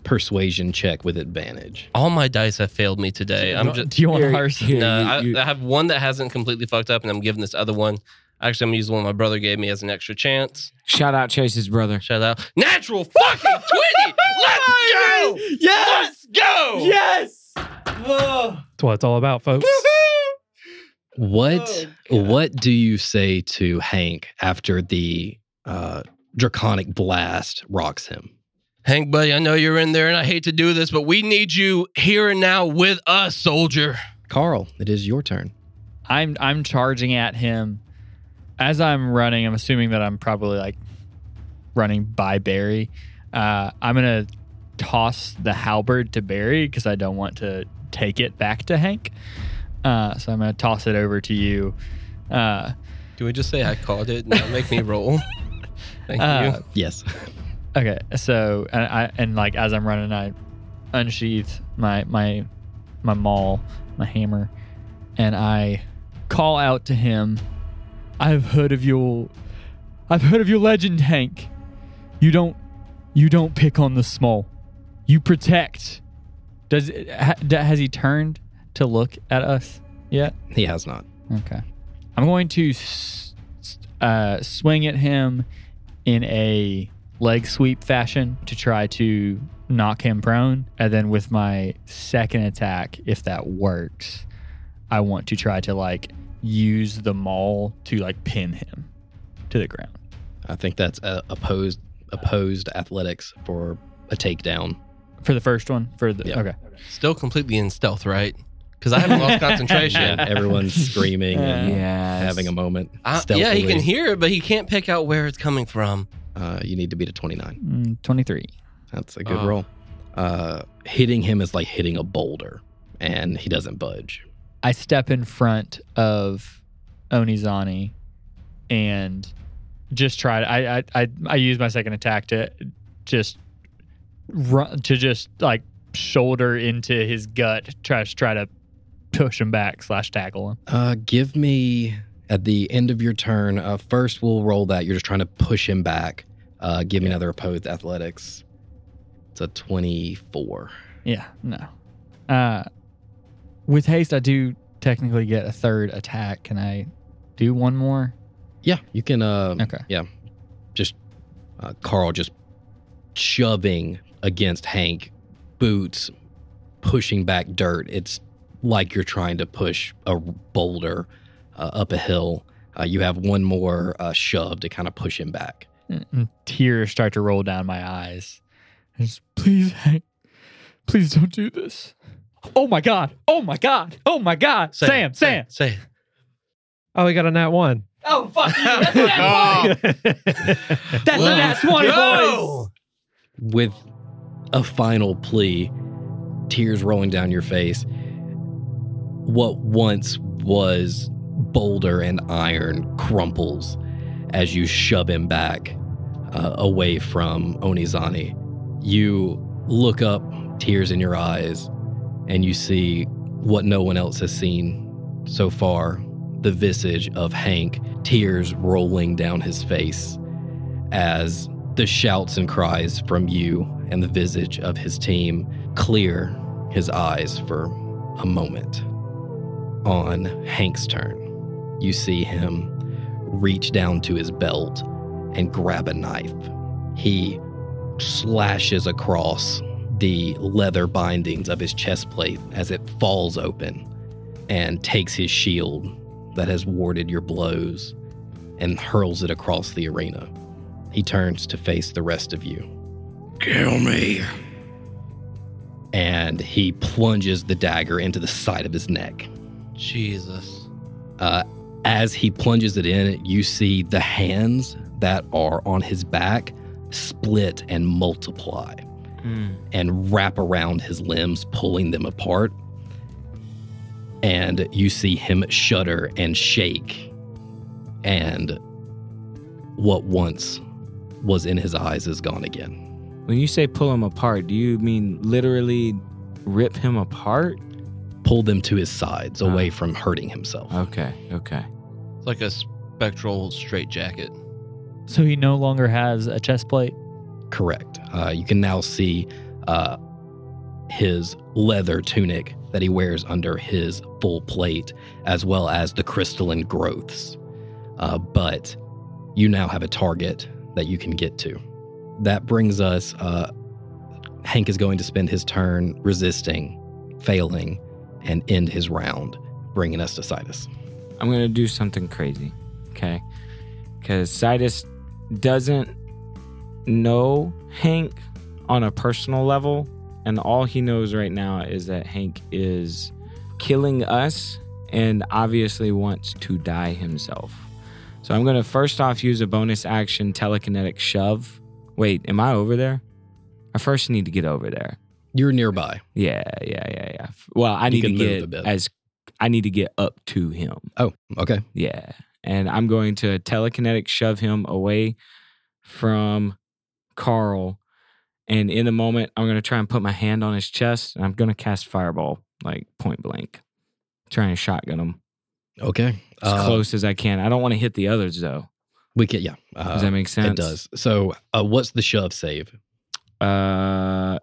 S5: persuasion check with advantage.
S2: All my dice have failed me today. I'm just
S4: Do you want
S1: Here-
S4: ours?
S1: here,
S2: no,
S1: you-
S2: I,
S1: you-
S2: I have one that hasn't completely fucked up, and I'm giving this other one. Actually, I'm using one my brother gave me as an extra chance.
S1: shout out Chase's brother.
S2: Shout out, natural fucking twenty. Let's go.
S1: Yes,
S2: Let's go.
S1: yes.
S3: That's what it's all about, folks.
S5: What
S2: Oh, God.
S5: what do you say to Hank after the uh, draconic blast rocks him?
S2: Hank, buddy, I know you're in there, and I hate to do this, but we need you here and now with us, soldier.
S5: Carl, it is your turn.
S4: I'm I'm charging at him. As I'm running, I'm assuming that I'm probably like running by Barry. Uh, I'm gonna toss the halberd to Barry because I don't want to take it back to Hank. Uh, so I'm gonna toss it over to you. Uh,
S2: Do we just say I called it? Now make me roll. Thank
S4: Uh,
S2: you.
S5: Yes.
S4: Okay, so and I and like as I'm running, I unsheath my my my maul, my hammer, and I call out to him. I've heard of your, I've heard of your legend, Hank. You don't, you don't pick on the small. You protect. Does it- ha, has he turned to look at us yet?
S5: [LAUGHS] He has not.
S4: Okay. I'm going to s- s- uh, swing at him in a leg sweep fashion to try to knock him prone. And then with my second attack, if that works, I want to try to like use the maul to like pin him to the ground.
S5: I think that's uh, opposed opposed athletics for
S2: [LAUGHS]
S5: a takedown.
S4: For the first one, for the
S5: Yeah.
S4: okay,
S2: Still completely in stealth, right? Because I haven't lost concentration.
S5: Yeah,
S2: [LAUGHS]
S5: everyone's screaming and
S1: Yes.
S5: having a moment.
S2: I- Uh, yeah, he
S5: stealthily.
S2: can hear it, but he can't pick out where it's coming from.
S5: Uh, you need to beat a twenty-nine.
S4: Mm, twenty-three.
S5: That's a good
S2: Oh.
S5: roll. Uh, hitting him is like hitting a boulder, and he doesn't budge.
S4: I step in front of Onizani and just try to I I I, I use my second attack to just run to just like shoulder into his gut, try to try to push him back slash tackle him.
S5: Uh, give me at the end of your turn. Uh, first, we'll roll that. You're just trying to push him back. Uh, give me another opposed athletics. It's a 24.
S4: Yeah, no. Uh with haste I do technically get a third attack. Can I do one more?
S5: Yeah, you can. Uh,
S4: Okay.
S5: uh, Carl just shoving against Hank, boots, pushing back dirt. It's like you're trying to push a boulder uh, up a hill. Uh, you have one more uh, shove to kind of push him back.
S4: and tears start to roll down my eyes. I just, please, [LAUGHS] Hank, please don't do this. Oh my God. Oh my God. Oh my God.
S2: Say it,
S4: Sam,
S2: say
S4: Sam.
S2: it, Say, it.
S3: Oh, we got a nat one.
S4: Oh, fuck you.
S2: That's
S3: [LAUGHS]
S2: a nat
S4: That's a nat 20, boys.
S2: Go!
S5: With a final plea, tears rolling down your face, what once was boulder and iron crumples as you shove him back uh, away from Onizani. You look up, tears in your eyes, and you see what no one else has seen so far the visage of Hank, tears rolling down his face as the shouts and cries from you and the visage of his team clear his eyes for a moment. On Hank's turn, you see him reach down to his belt and grab a knife. He slashes across the leather bindings of his chest plate as it falls open and takes his shield that has warded your blows and hurls it across the arena. He turns to face the rest of you. Kill me. And he plunges the dagger into the side of his neck.
S2: Jesus.
S5: Uh, as he plunges it in, you see the hands that are on his back split and multiply and wrap around his limbs, pulling them apart. And you see him shudder and shake. And what once was in his eyes is gone again.
S1: When you say pull him apart, do you mean literally rip him apart?
S5: Pull them to his sides, away
S1: Ah.
S5: from hurting himself.
S1: Okay, okay.
S2: It's like a spectral straitjacket.
S4: So he no longer has a chest plate.
S5: Correct. Uh, you can now see uh, his leather tunic that he wears under his full plate, as well as the crystalline growths. Uh, but you now have a target that you can get to. That brings us. Uh, Hank is going to spend his turn resisting, failing, and end his round, bringing us to Sidus.
S1: I'm going to do something crazy, okay? Because Sidus doesn't know Hank on a personal level. And all he knows right now is that Hank is killing us and obviously wants to die himself. So I'm going to first off use a bonus action telekinetic shove. Wait, am I over there? I first need to get over there.
S5: You're nearby.
S1: Yeah, yeah, yeah, yeah. F- Well, I
S5: You
S1: need to
S5: can move a
S1: get
S5: bit.
S1: as I need to get up to him.
S5: Oh, okay.
S1: Yeah. And I'm going to telekinetic shove him away from Carl. And in a moment, I'm going to try and put my hand on his chest and I'm going to cast fireball, like point blank, trying to shotgun him
S5: Okay.
S1: as
S5: Uh,
S1: close as I can. I don't want to hit the others though.
S5: We can, yeah. Uh,
S1: Does that make sense?
S5: It does. So, uh, what's the shove save? [LAUGHS]
S1: Uh,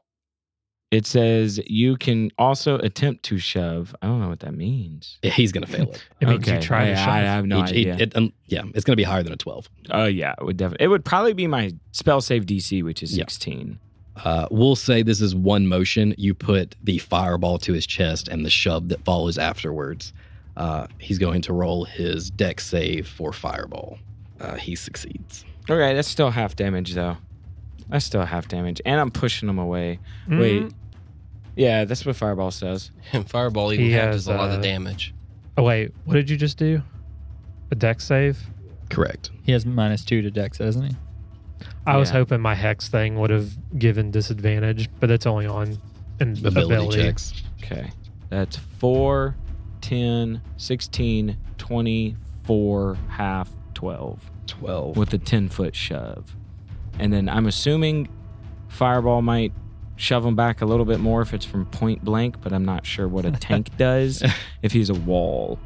S1: it says you can also attempt to shove. I don't know what that means.
S5: Yeah, He's going to fail it.
S3: It means you
S1: Okay.
S3: try
S1: I,
S3: to shove.
S1: I, I have no
S5: He- he-
S1: idea.
S5: it- um, yeah, it's going to be higher than a 12.
S1: Oh yeah, it would definitely. It would probably be my spell save DC, which is
S5: Yeah.
S1: sixteen.
S5: Uh, we'll say this is one motion. You put the fireball to his chest and the shove that follows afterwards. Uh, he's going to roll his deck save for fireball. Uh, he succeeds.
S1: Okay, that's still half damage though. That's still half damage, and I'm pushing them away.
S3: Mhm.
S1: Wait, yeah, that's what fireball says.
S2: [LAUGHS] And Fireball even
S3: He
S2: half
S3: has,
S2: does a lot
S3: uh,
S2: of damage.
S3: Oh, wait. What did you just do? A deck save?
S5: Correct.
S4: He has minus two to dex, doesn't he?
S3: I was
S1: Yeah.
S3: hoping my hex thing would have given disadvantage, but that's only on an
S5: Ability,
S3: ability,
S5: checks.
S1: Okay, that's 4, 10, 16, 24, half 12
S5: 12.
S1: with a 10 foot shove. And then I'm assuming fireball might shove him back a little bit more if it's from point blank, but I'm not sure what a tank does if he's a wall.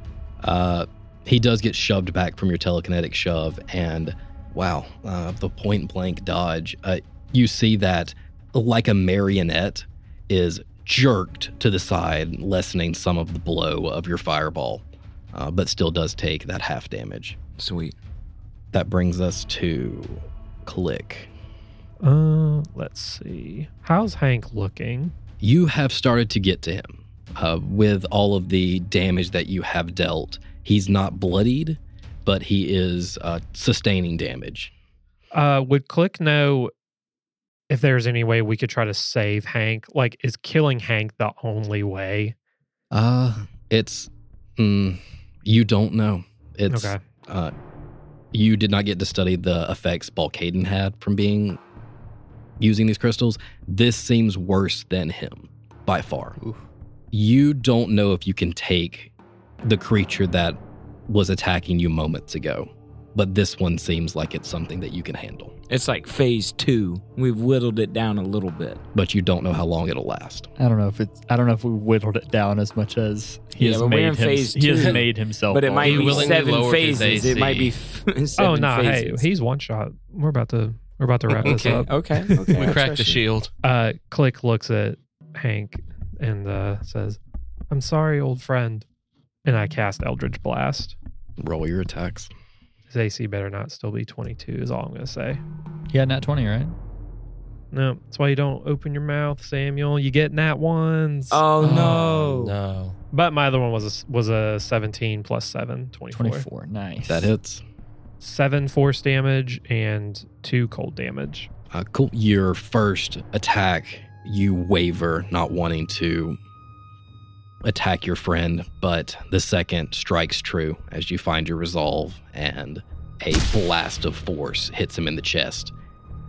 S5: Uh, he does get shoved back from your telekinetic shove, and wow, uh, the point blank dodge. Uh, you see that, like a marionette, is jerked to the side, lessening some of the blow of your fireball, uh, but still does take that half damage.
S1: Sweet.
S5: That brings us to click.
S3: Uh, let's see. How's Hank looking?
S5: You have started to get to him. Uh, with all of the damage that you have dealt, he's not bloodied, but he is uh, sustaining damage.
S3: Uh, would Click know if there's any way we could try to save Hank? Like, is killing Hank the only way?
S5: Uh, it's mm, you don't know. It's
S3: okay.
S5: uh, you did not get to study the effects Balkaden had from being using these crystals. This seems worse than him by far.
S2: Oof.
S5: You don't know if you can take the creature that was attacking you moments ago, but this one seems like it's something that you can handle.
S1: It's like phase two. We've whittled it down a little bit.
S5: But you don't know how long it'll last.
S4: I don't know if it's. I don't know if we whittled it down as much as he
S1: Yeah,
S4: has
S1: but we're
S4: made
S1: in
S4: him-
S1: phase
S4: He has
S1: two.
S4: made himself.
S1: But it might
S2: Oh, He
S1: be
S2: willingly
S1: seven
S2: lowered his
S1: phases. It might be
S2: AC.
S1: f- [LAUGHS]
S3: Oh,
S1: seven
S3: no. Hey,
S1: phases.
S3: he's one shot. We're about to. We're about to wrap this
S2: Okay.
S3: up. [LAUGHS]
S1: okay. okay.
S2: We cracked the shield.
S3: Uh, Click looks at Hank and uh, says, "I'm sorry, old friend." And I cast Eldritch Blast.
S5: Roll your attacks.
S3: His AC better not still be 22. Is all I'm gonna say.
S4: yeah, not twenty, right?
S3: No,
S1: Uh,
S3: that's why you don't open your mouth, Samuel. You get nat ones.
S1: Oh no!
S2: no.
S3: But my other one was a, s- was a 17 plus 7, 24.
S4: 24. Nice.
S5: That hits.
S3: 7 force damage and 2 cold damage.
S5: Uh, cool. Your first attack, you waver, not wanting to attack your friend, but the second strikes true as you find your resolve, and a blast of force hits him in the chest.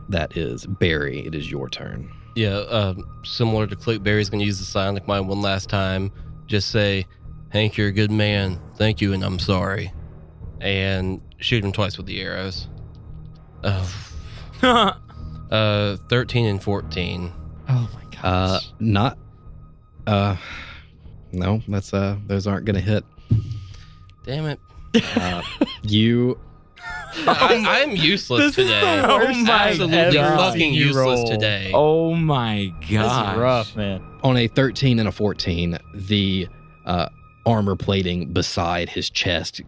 S5: That is Barry. It is your turn.
S2: Yeah, um, similar to Click Barry's gonna use the sign like mine one last time. Just say, Hank, you're a good man. Thank you, and I'm sorry. And shoot him twice with the arrows. Uh, [LAUGHS] uh, 13 and 14.
S4: oh my gosh.
S5: Uh, not. Uh, no, that's uh, those aren't gonna hit.
S2: Damn it.
S5: Uh, you
S2: I, I'm useless
S1: This is the
S2: today.
S1: worst I've
S2: Absolutely
S4: ever
S2: fucking
S4: seen you
S2: useless
S4: roll.
S2: today.
S1: [LAUGHS] oh my
S4: this
S1: god.
S4: is rough, man.
S5: on a 13 and a 14, the uh, armor plating beside his chest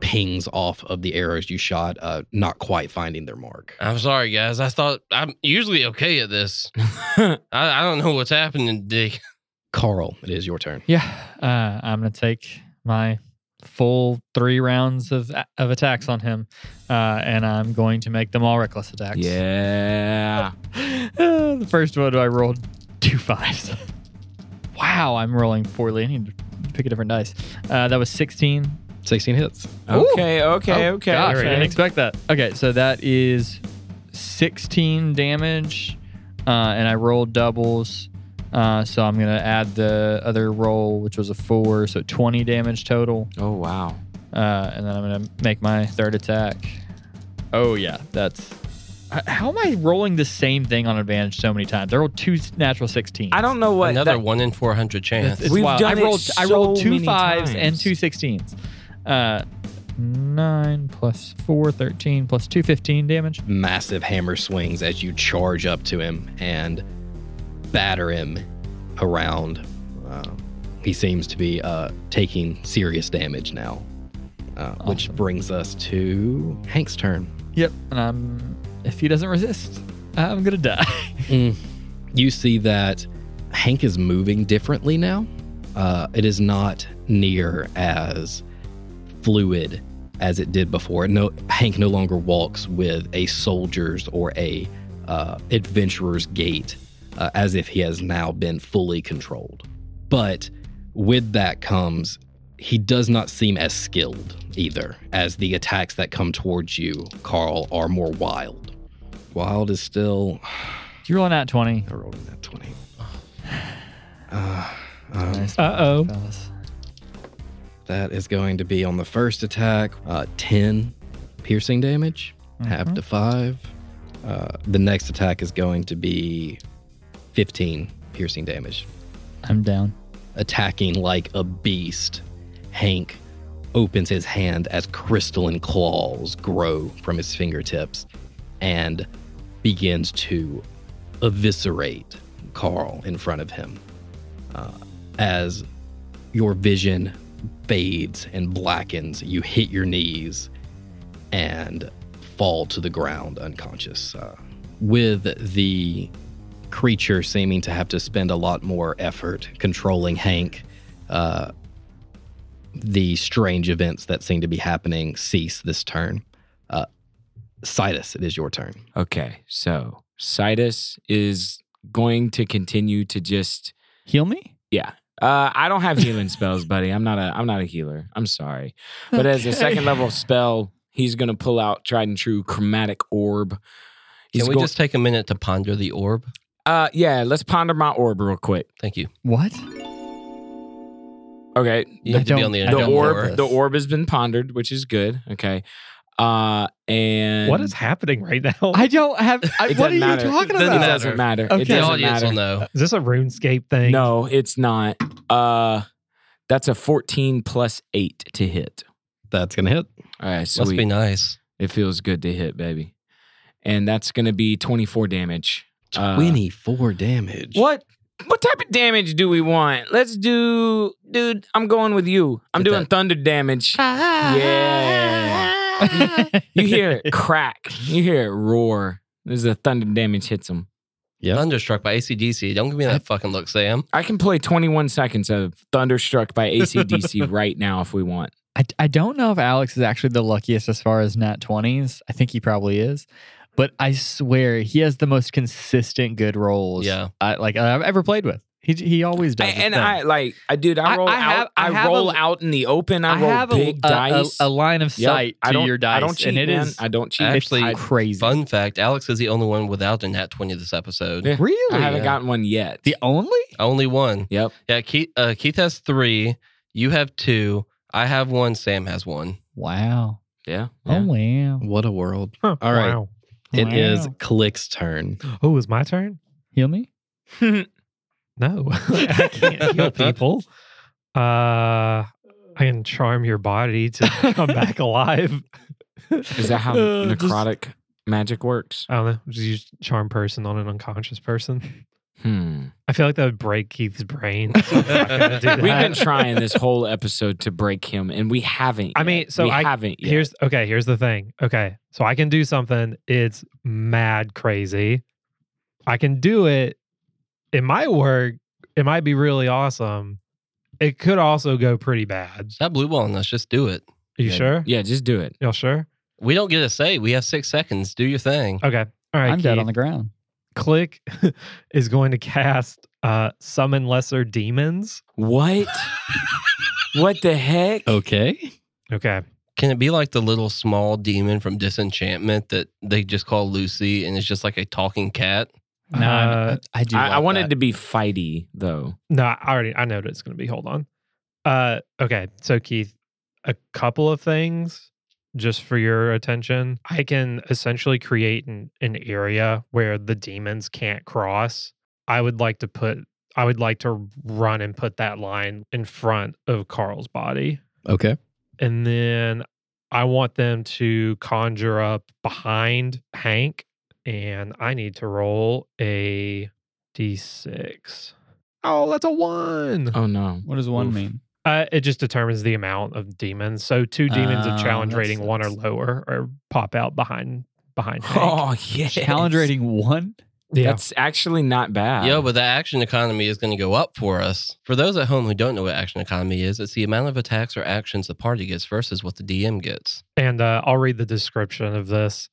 S5: pings off of the arrows you shot, uh, not quite finding their mark.
S2: I'm sorry, guys. I thought I'm usually okay
S1: [LAUGHS]
S2: at this. I, I don't know what's happening, Dick.
S5: Carl, it is your turn.
S4: Yeah. Uh, I'm going to take my full three rounds of, of attacks on him, uh, and I'm going to make them all reckless attacks.
S1: yeah.
S4: Uh, [LAUGHS] the first one I rolled two fives. [LAUGHS] wow, I'm rolling poorly. I need to pick a different dice. Uh, that was 16.
S5: 16 hits.
S1: Okay, okay,
S4: Oh,
S1: okay.
S4: Gosh, I
S1: okay.
S4: didn't expect that. Okay, so that is 16 damage, uh, and I rolled doubles. Uh, so I'm gonna add the other roll, which was a four, so 20 damage total.
S1: oh wow.
S4: Uh, and then I'm gonna make my third attack. Oh yeah, that's. h- How am I rolling the same thing on advantage so many times? I rolled two s- natural 16s.
S1: I don't know what
S2: Another
S1: that-
S2: one in 400 chance.
S4: It's, it's
S1: We've
S4: wild.
S1: done
S4: I
S1: it
S4: rolled I rolled
S1: so
S4: two
S1: many
S4: fives and
S1: times.
S4: two sixteens. Uh, nine plus four, 13 plus two, 15 damage.
S5: Massive hammer swings as you charge up to him and batter him around. Uh, he seems to be uh, taking serious damage now, uh, which
S4: Awesome.
S5: brings us to Hank's turn.
S4: Yep. And I'm if he doesn't resist, I'm gonna die. [LAUGHS]
S5: Mm. You see that Hank is moving differently now. Uh, it is not near as fluid as it did before. No, Hank no longer walks with a soldier's or a uh, adventurer's gait, uh, as if he has now been fully controlled. But with that comes he does not seem as skilled either, as the attacks that come towards you, Carl, are more wild. Wild is still
S4: you roll an at 20.
S5: I rolled in that 20. Uh, um,
S3: Uh oh.
S4: fellas.
S5: that is going to be on the first attack uh, 10 piercing damage, half
S4: Mhm.
S5: to 5. Uh, the next attack is going to be 15 piercing damage.
S4: I'm down.
S5: Attacking like a beast, Hank opens his hand as crystalline claws grow from his fingertips and begins to eviscerate Carl in front of him. Uh, as your vision fades and blackens, you hit your knees and fall to the ground unconscious. Uh, with the creature seeming to have to spend a lot more effort controlling Hank, uh, the strange events that seem to be happening cease this turn. Uh, Citus, it is your turn.
S1: Okay, so Citus is going to continue to just.
S4: Heal me?
S1: Uh, I don't have healing spells, buddy. I'm not a. I'm not a healer. I'm sorry, but as a second level spell, he's gonna pull out tried and true chromatic orb.
S2: Can
S1: He's
S2: we
S1: go-
S2: just take a minute to ponder the orb?
S1: Uh, yeah. Let's ponder my orb real quick.
S2: Thank you.
S4: What?
S1: Okay,
S2: You
S4: I
S2: have to be
S4: don't-
S2: on the
S4: I
S2: end
S1: the
S4: don't
S1: orb.
S4: know this.
S1: The orb has been pondered, which is good. Okay, uh, and
S3: What is happening right now?
S4: I don't have I,
S1: It
S4: what
S1: doesn't
S4: are
S1: matter.
S4: you talking
S2: Doesn't
S1: It
S4: about?
S1: doesn't matter.
S4: Okay.
S1: It
S2: The
S1: doesn't
S2: audience
S1: matter.
S2: will know.
S3: Is this a RuneScape thing?
S1: No, it's not. Uh, that's a 14 plus eight to hit.
S5: That's gonna hit.
S1: All right,
S2: Must be
S1: sweet.
S2: nice.
S1: It feels good to hit, baby. And that's gonna be 24 damage. Uh,
S5: Twenty-four damage.
S1: What? What type of damage do we want? Let's do, dude. I'm going with you. I'm
S5: Hit
S1: doing
S5: that.
S1: thunder
S4: [LAUGHS]
S1: damage. yeah. you hear it crack. You hear it roar. This is a thunder damage hits him.
S5: Yep.
S2: Thunderstruck by ACDC. Don't give me that fucking look, Sam.
S1: I can play 21 seconds of Thunderstruck by
S4: [LAUGHS]
S1: ACDC right now if we want.
S4: I, I don't know if Alex is actually the luckiest as far as nat 20s. I think he probably is. But I swear he has the most consistent good rolls
S2: Yeah.
S4: I, like I've ever played with. He, he always does.
S1: I-
S4: his
S1: and
S4: thing.
S1: I like, I dude, I
S4: I-
S1: roll
S4: I
S1: out.
S4: have- I
S1: I,
S4: have
S1: roll
S4: a-
S1: out in the open. I, roll
S4: have a-
S1: big
S4: a, a-
S1: dice.
S4: A, line of
S1: Yep.
S4: sight
S1: I
S4: to
S1: don't,
S4: your dice.
S1: I don't cheat,
S4: and it is
S1: man. I don't cheat.
S2: Actually,
S1: I,
S4: it's crazy.
S2: Fun fact Alex is the only one without a nat 20 this episode.
S1: Yeah.
S4: Really?
S1: I haven't
S2: yeah.
S1: gotten one yet.
S4: the only?
S2: Only one.
S1: yep.
S2: Yeah, Keith, uh, Keith has three. You have two. I have one. Sam has one.
S4: Wow.
S1: Yeah.
S4: Oh,
S1: yeah.
S4: wow.
S5: What a world.
S3: Huh,
S5: All right.
S3: Wow.
S5: It is
S4: Wow.
S5: Click's turn.
S3: Oh, it's my turn?
S4: Heal me?
S3: No. [LAUGHS] I can't heal people. Uh I can charm your body to come back alive.
S1: [LAUGHS] Is
S4: [LAUGHS]
S1: that how
S3: Uh, just-
S1: necrotic magic works?
S3: I don't know. Just use charm person on an unconscious person. [LAUGHS]
S1: Hmm.
S3: I feel like that would break Keith's brain. [LAUGHS] so I'm not gonna do
S1: We've been
S3: that.
S1: trying this whole episode to break him, and we haven't.
S3: I
S1: yet.
S3: mean, so
S1: we
S3: I-
S1: haven't. Yet.
S3: Here's okay. Here's the thing. Okay, so I can do something. It's mad crazy. I can do it. It might work. It might be really awesome. It could also go pretty bad.
S2: Stop blue balling us. Just do it.
S3: Are you
S1: Yeah.
S3: sure?
S1: Yeah, just do it.
S3: Y'all sure?
S2: We don't get a say. We have six seconds. Do your thing.
S3: Okay. All right,
S4: I'm dead
S3: Keith.
S4: on the ground.
S3: Click [LAUGHS] is going to cast uh summon lesser demons.
S1: What? what the heck?
S5: Oh, Okay.
S3: Okay.
S2: Can it be like the little small demon from Disenchantment that they just call Lucy and it's just like a talking cat?
S4: No, I-
S3: Uh,
S4: I, I do.
S1: I,
S4: like
S1: I wanted
S4: that.
S1: to be fighty though.
S3: No, I already I know what it's gonna be. Hold on. Uh okay. So Keith, a couple of things just for your attention. I can essentially create an, an area where the demons can't cross. I would like to put I would like to run and put that line in front of Carl's body.
S5: Okay.
S3: And then I want them to conjure up behind Hank. And I need to roll a d6. Oh, that's a one.
S1: Oh no.
S4: What does one
S1: Oof.
S4: mean?
S3: Uh, it just determines the amount of demons. So two demons
S4: Oh,
S3: of challenge
S4: that
S3: rating one or
S4: sucks.
S3: lower or pop out behind behind. Hank.
S1: [LAUGHS] [LAUGHS] Oh yeah.
S4: Challenge rating one?
S3: yeah.
S1: That's actually not bad.
S2: Yo, but the action economy is going to go up for us. For those at home who don't know what action economy is, it's the amount of attacks or actions the party gets versus what the DM gets.
S3: And uh, I'll read the description of this.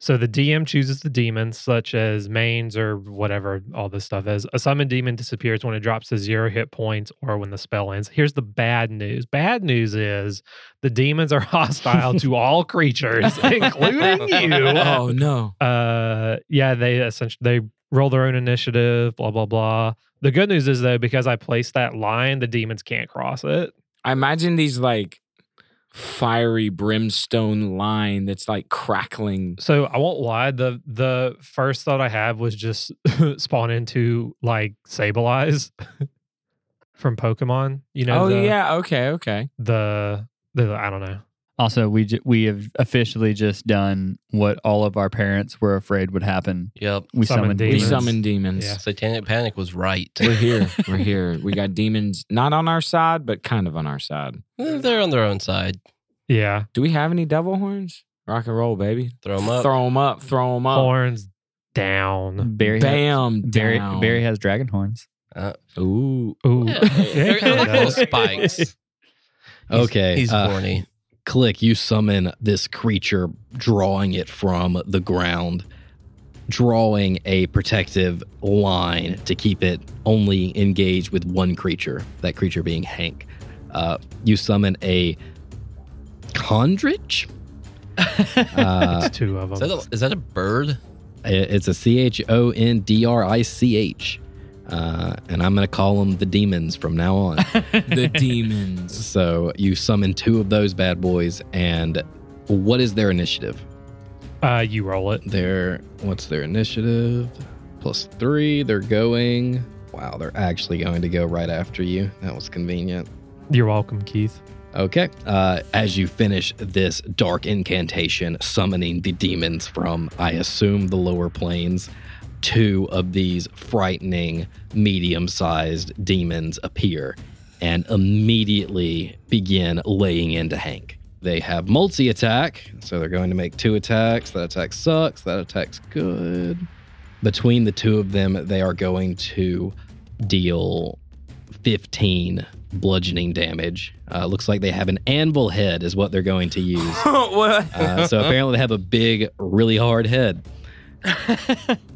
S3: So the DM chooses the demons, such as mains or whatever all this stuff is. A summoned demon disappears when it drops to zero hit points or when the spell ends. Here's the bad news. Bad news is the demons are [LAUGHS] hostile to all creatures, including you.
S1: oh no.
S3: uh yeah they essentially they roll their own initiative blah blah blah the good news is though because i placed that line the demons can't cross it
S1: I imagine these like fiery brimstone line that's like crackling.
S3: so i won't lie the the first thought i have was just [LAUGHS] spawn into like sableyes [LAUGHS] from pokemon you know
S1: oh
S3: the,
S1: yeah. Okay. Okay.
S3: the the i don't know
S4: Also, we ju- we have officially just done what all of our parents were afraid would happen.
S2: Yep.
S4: We
S3: Summon
S4: summoned
S1: We
S3: demons.
S1: summon demons.
S3: Yeah.
S2: Satanic Panic was right.
S1: We're [LAUGHS] here. We're here. We got demons not on our side, but kind of on our side.
S2: Eh, [LAUGHS] They're on their own side.
S3: yeah
S1: Do we have any devil horns? Rock and roll, baby.
S2: Throw them up.
S1: Throw them up. Throw them up.
S3: horns down
S4: Barry
S1: Bam.
S4: Has, Barry,
S1: down.
S4: Barry has dragon horns.
S1: Ooh.
S3: Ooh. [LAUGHS]
S2: Yeah, they're kinda
S1: [LAUGHS]
S2: like little spikes. He's-
S5: Okay,
S2: He's
S5: uh,
S2: horny.
S5: Click, you summon this creature, drawing it from the ground, drawing a protective line to keep it only engaged with one creature, that creature being Hank. Uh, you summon a Chondrich? uh,
S3: it's two of
S2: Is
S3: them
S2: that, a, is that a bird?
S5: it's a C H O N D R I C H. Uh, and I'm going to call them the demons from now on.
S1: The demons.
S5: so you summon two of those bad boys, and what is their initiative?
S3: uh you roll it
S5: Their what's their initiative? Plus three. They're going. Wow, they're actually going to go right after you. That was convenient.
S3: you're welcome keith
S5: Okay. Uh, as you finish this dark incantation, summoning the demons from, I assume, the lower planes, two of these frightening, medium sized demons appear and immediately begin laying into Hank. They have multi attack, so they're going to make two attacks. That attack sucks. That attack's good. Between the two of them, they are going to deal 15 bludgeoning damage. Uh, looks like they have an anvil head, is what they're going to use.
S1: [LAUGHS] what?
S5: Uh, so apparently, they have a big, really hard head.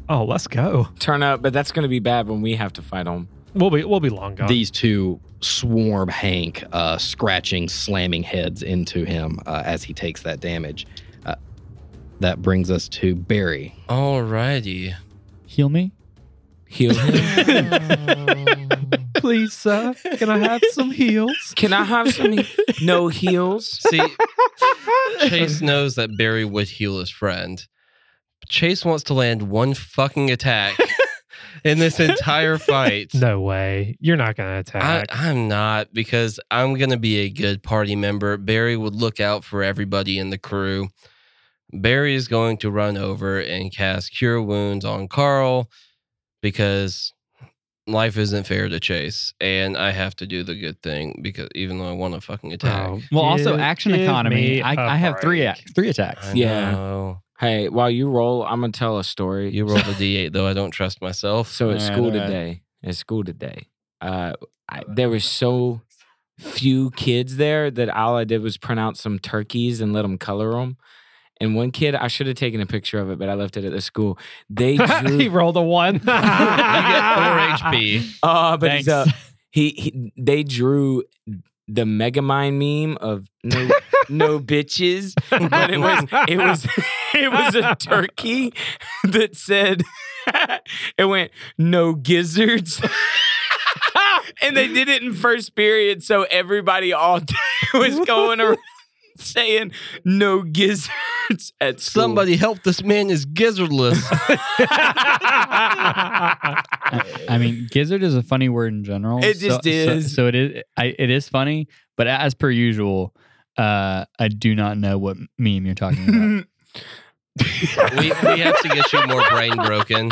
S3: Oh, let's go.
S1: Turn up, but that's going to be bad when we have to fight them.
S3: We'll be we'll be long gone.
S5: These two swarm Hank, uh, scratching, slamming heads into him uh, as he takes that damage. Uh, that brings us to Barry.
S2: Alrighty.
S4: Heal me.
S1: Heal him. [LAUGHS]
S3: Please, sir, [LAUGHS] can I have some
S4: [LAUGHS]
S3: heals?
S1: Can I have some no heals?
S2: See, Chase knows that Barry would heal his friend. Chase wants to land one fucking attack
S3: [LAUGHS]
S2: in this entire fight.
S3: No way. You're not gonna
S2: I,
S3: attack. Oh,
S2: I'm not because I'm going to be a good party member. Barry would look out for everybody in the crew. Barry is going to run over and cast Cure Wounds on Carl because life isn't fair to Chase. And I have to do the good thing because even though I want to fucking attack.
S3: Oh,
S4: Well, also
S3: give-
S4: action
S3: give
S4: economy.
S3: me
S4: I,
S3: a
S4: I have three
S3: break.
S4: ac- three attacks.
S2: I
S1: Yeah.
S2: know.
S1: Hey, while you roll, I'm going to tell a story.
S2: You rolled a D8 though. I don't trust myself.
S1: So at
S4: Alright,
S1: school
S4: alright.
S1: today, at school today, uh, I, there were so few kids there that all I did was print out some turkeys and let them color them. And one kid, I should have taken a picture of it, but I left it at the school. They
S3: [LAUGHS] he
S1: drew,
S3: rolled a one. you
S2: you get
S3: get
S2: four
S3: [LAUGHS] Ah.
S2: HP.
S1: uh, but he's up.
S4: Thanks.
S1: He, he they drew the Megamind meme of no, no bitches, but it was it was [LAUGHS] it was a turkey [LAUGHS] that said [LAUGHS] it went no gizzards. [LAUGHS] and they did it in first period, so everybody all [LAUGHS] day was going around [LAUGHS] saying no gizzards at school.
S2: Somebody help this man is gizzardless.
S1: [LAUGHS]
S4: [LAUGHS] I, I mean, gizzard is a funny word in general.
S1: It
S4: so-
S1: just
S4: so,
S1: is.
S4: So, it is. I, it is funny, but as per usual, uh, I do not know what meme you're talking about.
S2: we, we have to get you more brain broken.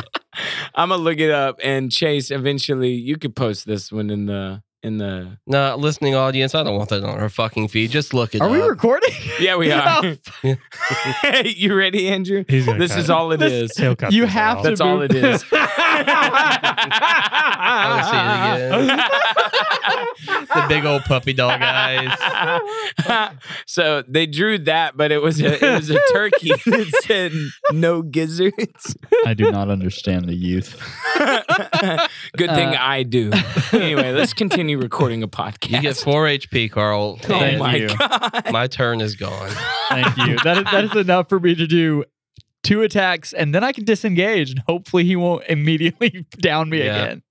S1: I'm gonna look it up and Chase. Eventually, you could post this one in the in the.
S2: Nah, listening audience, I don't want that on our fucking feed. Just look it
S3: [LAUGHS]
S4: Are
S2: up.
S4: we recording?
S1: Yeah, we are. [LAUGHS] you ready, Andrew?
S3: He's gonna
S1: This
S3: cut
S1: is
S3: it.
S1: all it
S4: This-
S1: is.
S3: He'll cut
S4: You
S3: this
S4: have
S3: out.
S4: to
S1: That's all
S4: [LAUGHS]
S1: it is.
S2: the big old puppy dog eyes.
S1: [LAUGHS]
S4: [LAUGHS]
S1: so they drew that, but it was a it was a
S4: [LAUGHS]
S1: turkey that said no gizzards. [LAUGHS]
S4: I do not understand the youth.
S1: Good thing
S4: Uh.
S1: I do. Anyway, let's continue recording
S4: [LAUGHS]
S1: a
S2: You
S1: podcast.
S2: get four HP, Carl.
S1: oh
S4: Thank
S2: and
S1: my
S4: you.
S1: god!
S2: my turn is gone.
S4: Thank you. That is, that is enough for me to do two attacks, and then I can disengage, and hopefully he won't immediately [LAUGHS] down me
S2: Yeah.
S4: again.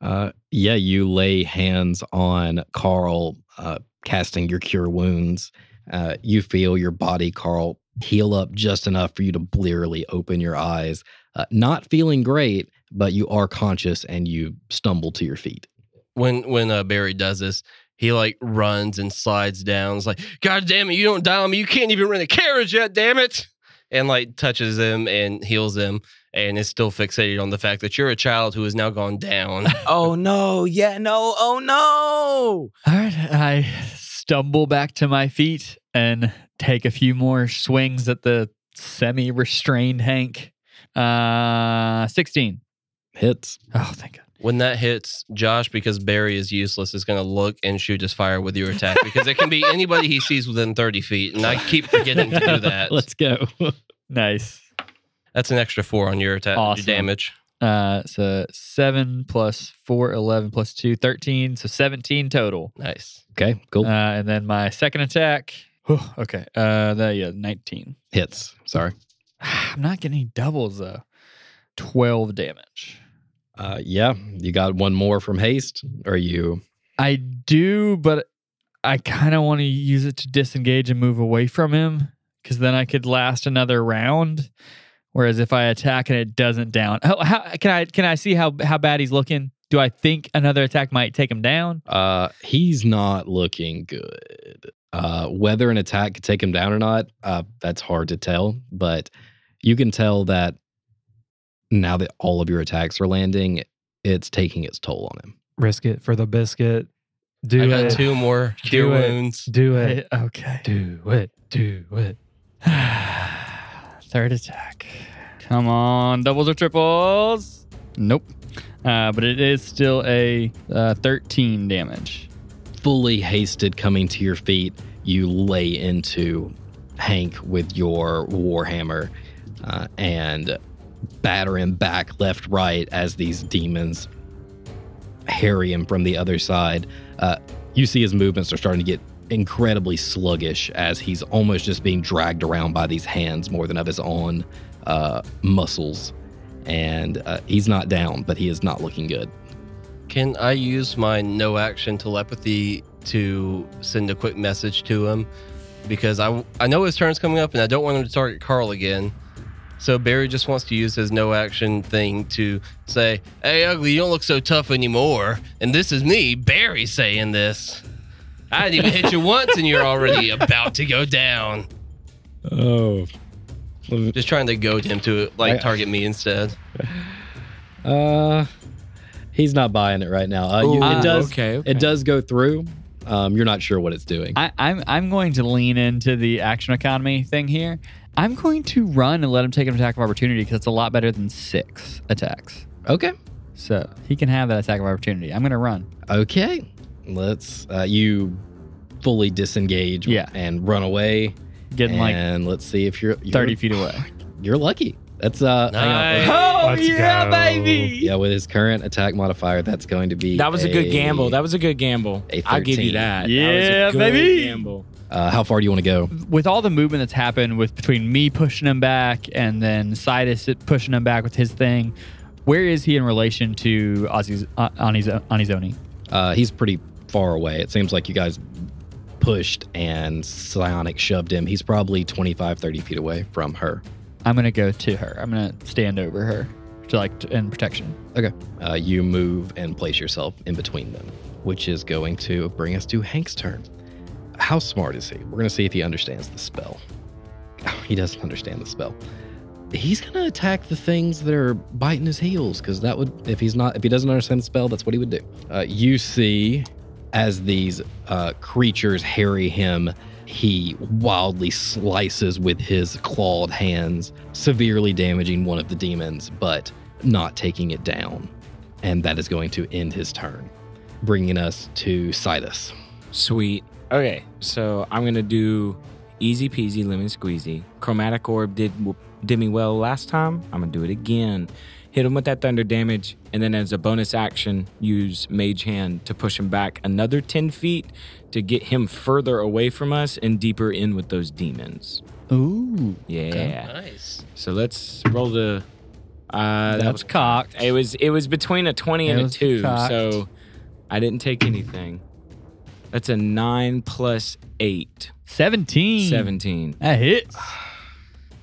S5: Uh, yeah, you lay hands on Carl, uh, casting your cure wounds. Uh, you feel your body, Carl, heal up just enough for you to blearily open your eyes. Uh, not feeling great, but you are conscious and you stumble to your feet.
S2: When when uh, Barry does this, he like runs and slides down. It's like, God damn it, you don't dial me. You can't even rent a carriage yet, damn it. And like touches him and heals him and is still fixated on the fact that you're a child who has now gone
S3: [LAUGHS]
S2: down.
S1: Oh no! Yeah, no! Oh no!
S4: All right, I stumble back to my feet and take a few more swings at the semi-restrained Hank. Uh, sixteen.
S5: Hits.
S4: Oh, thank God.
S2: When that hits, Josh, because Barry is useless, is going to look and shoot his fire with your attack because it can be anybody he sees within 30 feet. And I keep forgetting to
S4: [LAUGHS]
S2: do
S3: [LAUGHS]
S2: that.
S5: Let's go.
S4: Nice.
S2: That's an extra four on your attack,
S4: Awesome.
S2: your damage.
S4: Uh, so seven plus four, 11 plus two, 13. So 17 total.
S2: Nice.
S5: okay, cool.
S4: Uh, and then my second attack. Whew, okay. Uh, that, yeah, 19.
S5: Hits. Sorry.
S4: [SIGHS] I'm not getting any doubles though. 12 damage.
S5: Uh, yeah, you got one more from haste. Are you?
S4: I do, but I kind of want to use it to disengage and move away from him because then I could last another round. Whereas if I attack and it doesn't down, oh, how can I can I see how how bad he's looking? Do I think another attack might take him down?
S5: Uh, he's not looking good. Uh, whether an attack could take him down or not, uh, that's hard to tell. But you can tell that now that all of your attacks are landing, it's taking its toll on him.
S3: Risk it for the biscuit. Do
S2: I got
S3: it.
S2: two more cure
S3: Do it.
S2: wounds.
S3: Do it.
S4: okay. [SIGHS]
S3: Do it. Do it.
S4: Third attack. Come on, doubles or triples? Nope. Uh, but it is still a uh, 13 damage.
S5: fully hasted coming to your feet, you lay into Hank with your warhammer uh, and batter him back left, right as these demons harry him from the other side. Uh, you see his movements are starting to get incredibly sluggish as he's almost just being dragged around by these hands more than of his own uh, muscles. And uh, he's not down, but he is not looking good.
S2: Can I use my no action telepathy to send a quick message to him? Because I, I know his turn's coming up and I don't want him to target Carl again. So Barry just wants to use his no action thing to say, Hey, ugly, you don't look so tough anymore. And this is me, Barry, saying this. I didn't even hit you once and you're already about to go down.
S4: Oh.
S2: Just trying to goad him to like
S5: I-
S2: target me instead.
S5: Uh, he's not buying it right now. Uh, you,
S1: Ooh,
S5: it does.
S1: Ah, okay, okay.
S5: It does go through. Um, you're not sure what it's doing.
S4: I, I'm, I'm going to lean into the action economy thing here. I'm going to run and let him take an attack of opportunity because it's a lot better than six attacks.
S5: okay.
S4: So he can have that attack of opportunity. I'm going to run.
S5: Okay. Let's. Uh, you fully disengage.
S4: Yeah.
S5: And run away.
S4: Getting like
S5: and let's see if you're, you're
S4: 30 feet away.
S5: You're lucky. That's uh. hang on.
S2: Nice.
S4: Oh,
S3: Let's yeah, go. baby!
S5: Yeah, with his current attack modifier, that's going to be.
S1: That was a good gamble. That was a good gamble.
S5: a
S1: I'll give you
S5: 13.
S1: that. that
S4: Yeah,
S1: was a good
S4: baby.
S1: Gamble.
S5: uh, how far do you want to go?
S4: with all the movement that's happened with between me pushing him back and then Sidus pushing him back with his thing, where is he in relation to Ozzy's uh, on his on his own?
S5: Uh, he's pretty far away. It seems like you guys pushed and psionic shoved him. He's probably 25, 30 feet away from her.
S4: I'm gonna go to her. I'm gonna stand over her to like t- in protection.
S5: Okay. Uh, you move and place yourself in between them, which is going to bring us to Hank's turn. How smart is he? We're going to see if he understands the spell. Oh, he doesn't understand the spell. He's going to attack the things that are biting his heels because that would, if he's not, if he doesn't understand the spell, that's what he would do. Uh, you see, as these uh, creatures harry him, he wildly slices with his clawed hands, severely damaging one of the demons, but not taking it down. And that is going to end his turn, bringing us to Sidus.
S1: Sweet. Okay, so I'm gonna do easy peasy lemon squeezy. Chromatic orb did did me well last time. I'm gonna do it again. Hit him with that thunder damage, and then as a bonus action, use Mage Hand to push him back another 10 feet to get him further away from us and deeper in with those demons.
S4: Ooh,
S1: Yeah.
S2: Nice.
S1: So let's roll the. Uh, that
S4: that's
S1: was
S4: cocked.
S1: it was it was between a twenty and
S4: It
S1: a
S4: was
S1: two,
S4: cocked.
S1: so I didn't take anything. That's a nine plus eight.
S4: Seventeen.
S1: 17.
S4: That hits.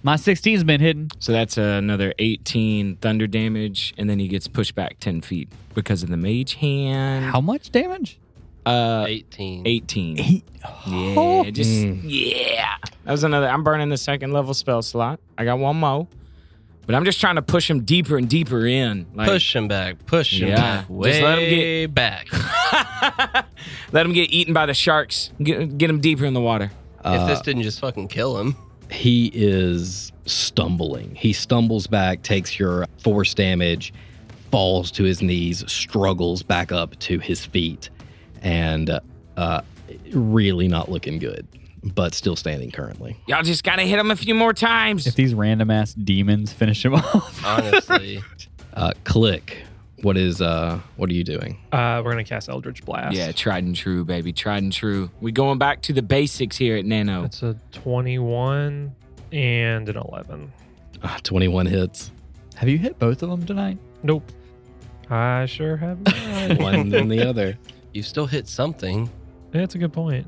S4: My 16's been hidden.
S1: So that's another 18 thunder damage, and then he gets pushed back 10 feet because of the mage hand.
S4: How much damage?
S1: Uh,
S2: 18.
S1: 18.
S4: Eight. Hmm.
S1: Yeah, just
S5: Mm.
S1: yeah. That was another. I'm burning the second level spell slot. I got one more, but I'm just trying to push him deeper and deeper in. Like,
S2: push him back. Push him
S1: Yeah.
S2: back. Way
S1: Just let him get-
S2: back.
S1: Let him get eaten by the sharks. Get, get him deeper in the water.
S5: Uh,
S2: if this didn't just fucking kill him.
S5: he is stumbling. He stumbles back, takes your force damage, falls to his knees, struggles back up to his feet, and uh, really not looking good, but still standing currently.
S1: Y'all just gotta hit him a few more times.
S4: If these random ass demons finish him [LAUGHS] off, [LAUGHS]
S2: Honestly,
S5: Uh, click. What is uh what are you doing?
S3: Uh, we're gonna cast Eldritch Blast.
S1: Yeah, tried and true, baby. Tried and true. We going back to the basics here at Nano.
S3: That's a 21 and an 11.
S5: Uh, 21 hits.
S4: have you hit both of them tonight?
S3: Nope. I sure have.
S5: [LAUGHS]
S3: Not.
S5: One than the other.
S2: you still hit something.
S3: That's a good point.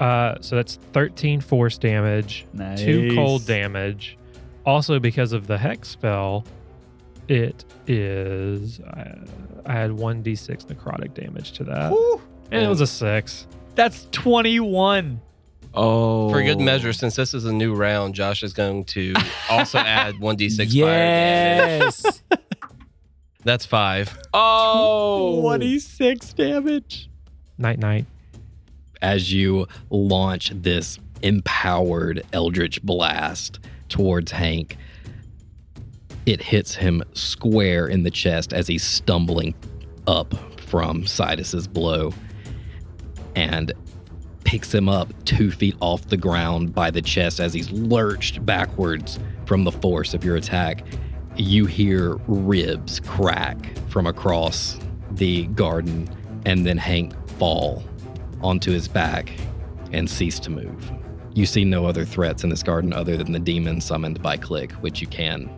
S3: Uh, so that's 13 force damage,
S4: Nice.
S3: two cold damage. Also, because of the hex spell, it is. Uh, I had 1d6 necrotic damage to that.
S4: Whew.
S3: and it was a six.
S4: That's 21.
S1: Oh,
S2: For good measure, since this is a new round, Josh is going
S4: [LAUGHS]
S2: to also add 1d6 fire damage. [LAUGHS]
S1: Yes.
S2: That's five.
S1: oh,
S4: 26 damage.
S3: Night, night.
S5: as you launch this empowered eldritch blast towards Hank. It hits him square in the chest as he's stumbling up from Sidus's blow and picks him up two feet off the ground by the chest as he's lurched backwards from the force of your attack. You hear ribs crack from across the garden, and then Hank fall onto his back and cease to move. You see no other threats in this garden other than the demon summoned by Click, which you can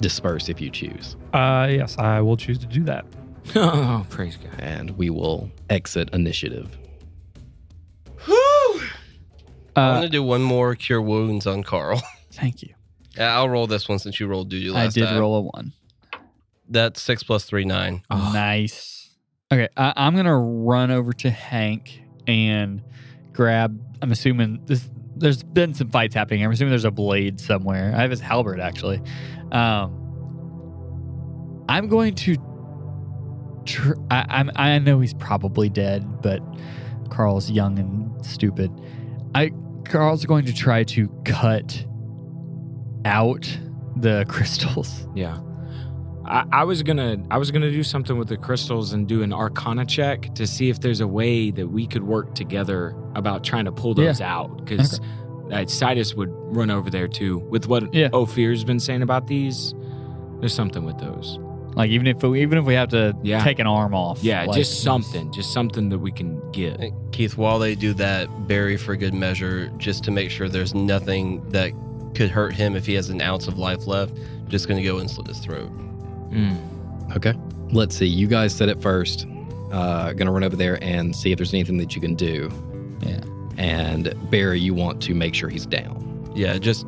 S5: disperse if you choose.
S3: Uh, yes, I will choose to do that.
S1: [LAUGHS] Oh, praise God.
S5: And we will exit initiative.
S2: Whew. I'm
S4: Uh,
S2: gonna do one more cure wounds on Carl. [LAUGHS]
S4: thank you.
S2: Yeah, I'll roll this one since you rolled duty
S4: I
S2: last
S4: did
S2: time.
S4: roll a one.
S2: That's six plus three nine.
S1: Oh.
S4: Nice. Okay, I, I'm gonna run over to Hank and grab. I'm assuming this. There's been some fights happening. I'm assuming there's a blade somewhere. I have his halberd actually. Um, I'm going to. Tr- I, I'm. I know he's probably dead, but Carl's young and stupid. I Carl's going to try to cut out the [LAUGHS] crystals.
S1: Yeah. I, I was gonna I was gonna do something with the crystals and do an arcana check to see if there's a way that we could work together about trying to pull those out because uh, Sidus would run over there too with what
S4: Yeah.
S1: Ophir's been saying about these. There's something with those.
S4: Like even if we, even if we have to
S1: Yeah.
S4: take an arm off.
S1: Yeah,
S4: like-
S1: just something, just something that we can get.
S2: Keith, while they do that, bury for good measure, just to make sure there's nothing that could hurt him if he has an ounce of life left. Just gonna go and slit his throat.
S1: Mm.
S5: Okay. Let's see. You guys said it first. Uh, gonna run over there and see if there's anything that you can do.
S4: Yeah.
S5: And Barry, you want to make sure he's down.
S2: Yeah, just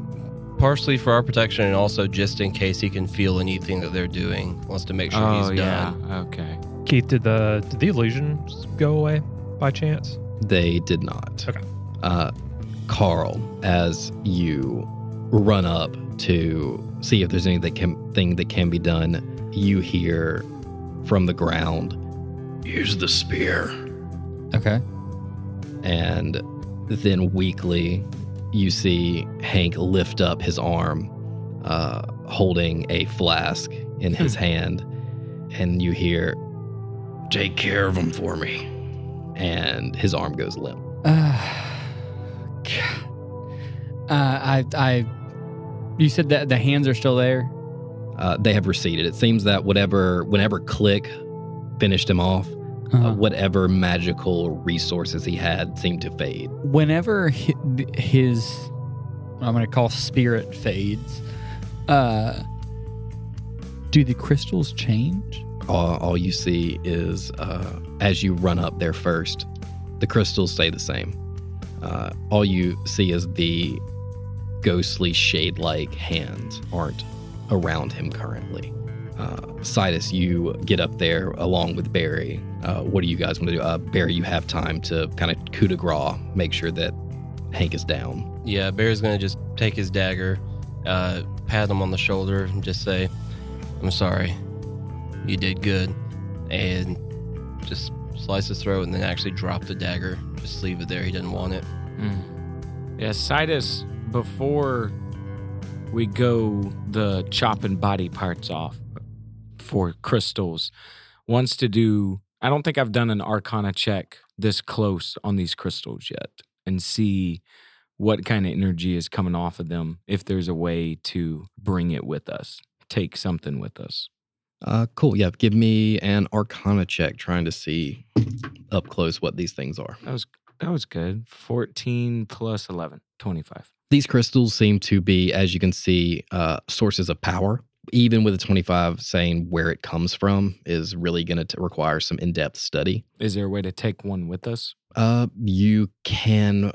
S2: partially for our protection and also just in case he can feel anything that they're doing. Wants to make sure
S1: Oh
S2: he's
S1: yeah.
S2: done.
S1: Okay.
S3: Keith, did the did the illusions go away by chance?
S5: They did not.
S3: Okay.
S5: Uh, Carl, as you run up to see if there's anything that can, thing that can be done, you hear from the ground, "Use the spear."
S4: Okay.
S5: and then weakly you see hank lift up his arm uh, holding a flask in his hand and you hear take care of him for me and his arm goes limp
S4: Uh, God. [SIGHS] Uh, I I you said that the hands are still there.
S5: uh, they have receded it seems that whatever whenever click finished him off
S4: Uh-huh.
S5: uh, whatever magical resources he had seemed to fade
S4: Whenever hi- his I'm going to call spirit fades. Uh do the crystals change?
S5: all, all you see is uh, as you run up there first, the crystals stay the same. Uh, all you see is the ghostly shade like hands aren't around him currently. Uh, Sidus, you get up there along with Barry. Uh, what do you guys want to do? Uh, Barry, you have time to kind of coup de grace, make sure that Hank is down.
S2: Yeah, Bear's gonna just take his dagger, uh, pat him on the shoulder, and just say, "I'm sorry, you did good," and just slice his throat, and then actually drop the dagger. Just leave it there. He didn't want it.
S1: Mm. Yeah, Sidus. Before we go, the chopping body parts off for crystals. Wants to do. I don't think I've done an Arcana check this close on these crystals yet, and see what kind of energy is coming off of them. If there's a way to bring it with us, take something with us.
S5: Uh, cool. Yeah, give me an arcana check trying to see up close what these things are.
S1: That was that was good. Fourteen plus 11, 25.
S5: These crystals seem to be, as you can see, uh, sources of power. Even with a 25, saying where it comes from is really going to require some in depth study.
S1: Is there a way to take one with us?
S5: Uh, you can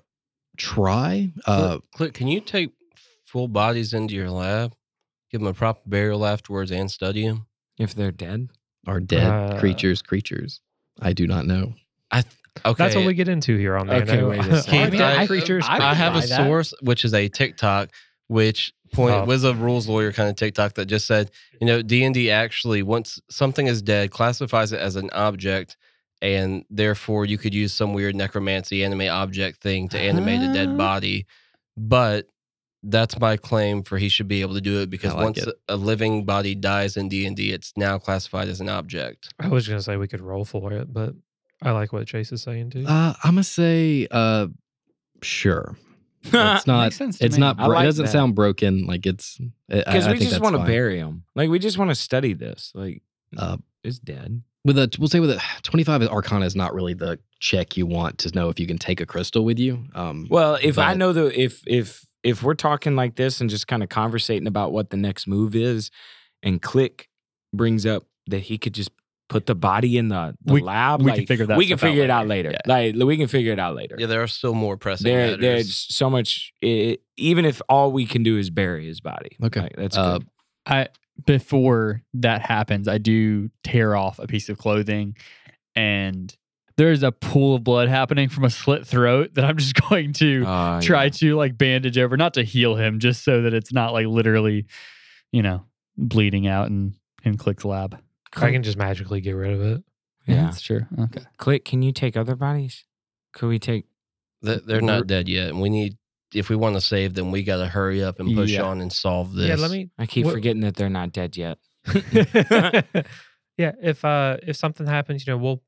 S5: try. Uh,
S2: Click. Can you take full bodies into your lab? Give him a proper burial afterwards and study him.
S1: If they're [LAUGHS] dead,
S5: are dead
S3: Uh,
S5: creatures creatures? I do not know.
S2: I th- okay.
S3: That's what we get into here on the
S1: Okay,
S3: Nano.
S1: wait a
S3: [LAUGHS]
S1: second.
S2: I mean, I-
S3: creatures.
S4: I
S2: I have a
S4: buy that.
S2: source, which is a TikTok, which point
S3: Oh.
S2: was a rules lawyer kind of TikTok that just said, you know, D and D actually once something is dead, classifies it as an object, and therefore you could use some weird necromancy anime object thing to animate a dead
S4: Huh?
S2: body, but That's my claim for he should be able to do it because
S5: I like
S2: once
S5: it.
S2: a living body dies in D and D, it's now classified as an object.
S3: I was gonna say we could roll for it, but I like what Chase is saying too.
S5: Uh, I'm gonna say, uh, sure. It's not.
S4: Makes sense to
S5: It's
S4: me.
S5: not.
S1: I
S5: bro-
S1: like
S5: it doesn't
S1: that.
S5: sound broken. Like it's.
S1: Because
S5: Because
S1: we just want to
S5: bear.
S1: bury him. Like we just want to study this. Like
S5: Uh,
S1: it's dead.
S5: With a, we'll say with a 25 Arcana is not really the check you want to know if you can take a crystal with you. Um,
S1: Well, if I
S5: but-
S1: know the if if if we're talking like this and just kind of conversating about what the next move is, and click brings up that he could just put the body in the, the
S4: We-
S1: lab.
S4: we
S1: like,
S4: can figure that
S1: We can
S4: stuff out
S1: figure it out later. Like we can figure it out later.
S2: Yeah, there are still more pressing
S1: there,
S2: matters.
S1: there's so much. It, even if all we can do is bury his body.
S5: Okay.
S1: Like, that's
S5: Uh,
S1: good.
S4: I before that happens, I do tear off a piece of clothing, and there is a pool of blood happening from a slit throat that I'm just [LAUGHS] going to
S1: Uh,
S4: try
S1: yeah.
S4: to like bandage over, not to heal him, just so that it's not like literally, you know, bleeding out and in Click's lab.
S3: I can just magically get rid of it.
S1: Yeah.
S4: that's true. Okay.
S1: Click. Can you take other bodies? Could we take?
S2: They- they're not dead yet, and we need if we want to save them, we got to hurry up and push
S4: Yeah.
S2: on and solve this.
S3: Yeah, let me.
S1: I keep
S3: What-
S1: forgetting that they're not dead [LAUGHS] yet.
S3: [LAUGHS] yeah, if uh if something happens, you know, we'll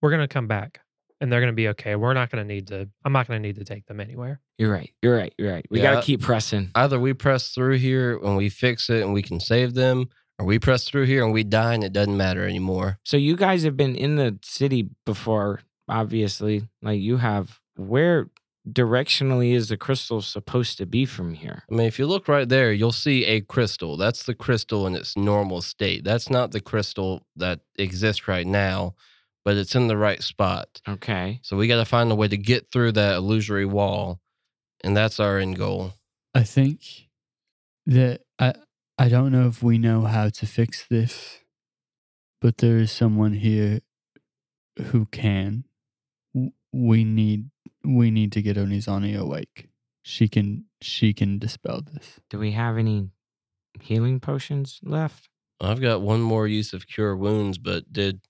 S3: we're gonna come back and they're gonna be okay. We're not gonna need to. I'm not gonna need to take them [LAUGHS] anywhere.
S1: You're right. You're right. You're right. We
S2: Yeah.
S1: gotta keep pressing.
S2: Either we press through here and we fix it and we can save them, or we press through here and we die and it doesn't matter anymore.
S1: So you guys have been in the city before, obviously. Like you have. Where directionally is the crystal supposed to be from here?
S2: I mean, if you look right there, you'll see a crystal. That's the crystal in its normal state. That's not the crystal that exists right now, but it's in the right spot.
S1: Okay.
S2: So we got to find a way to get through that illusory wall, and that's our end goal.
S4: I think that I I don't know if we know how to fix this, but there is someone here who can. W- We need we need to get Onizani awake. She can she can dispel this.
S1: Do we have any healing potions left?
S2: I've got one more use of cure wounds, but did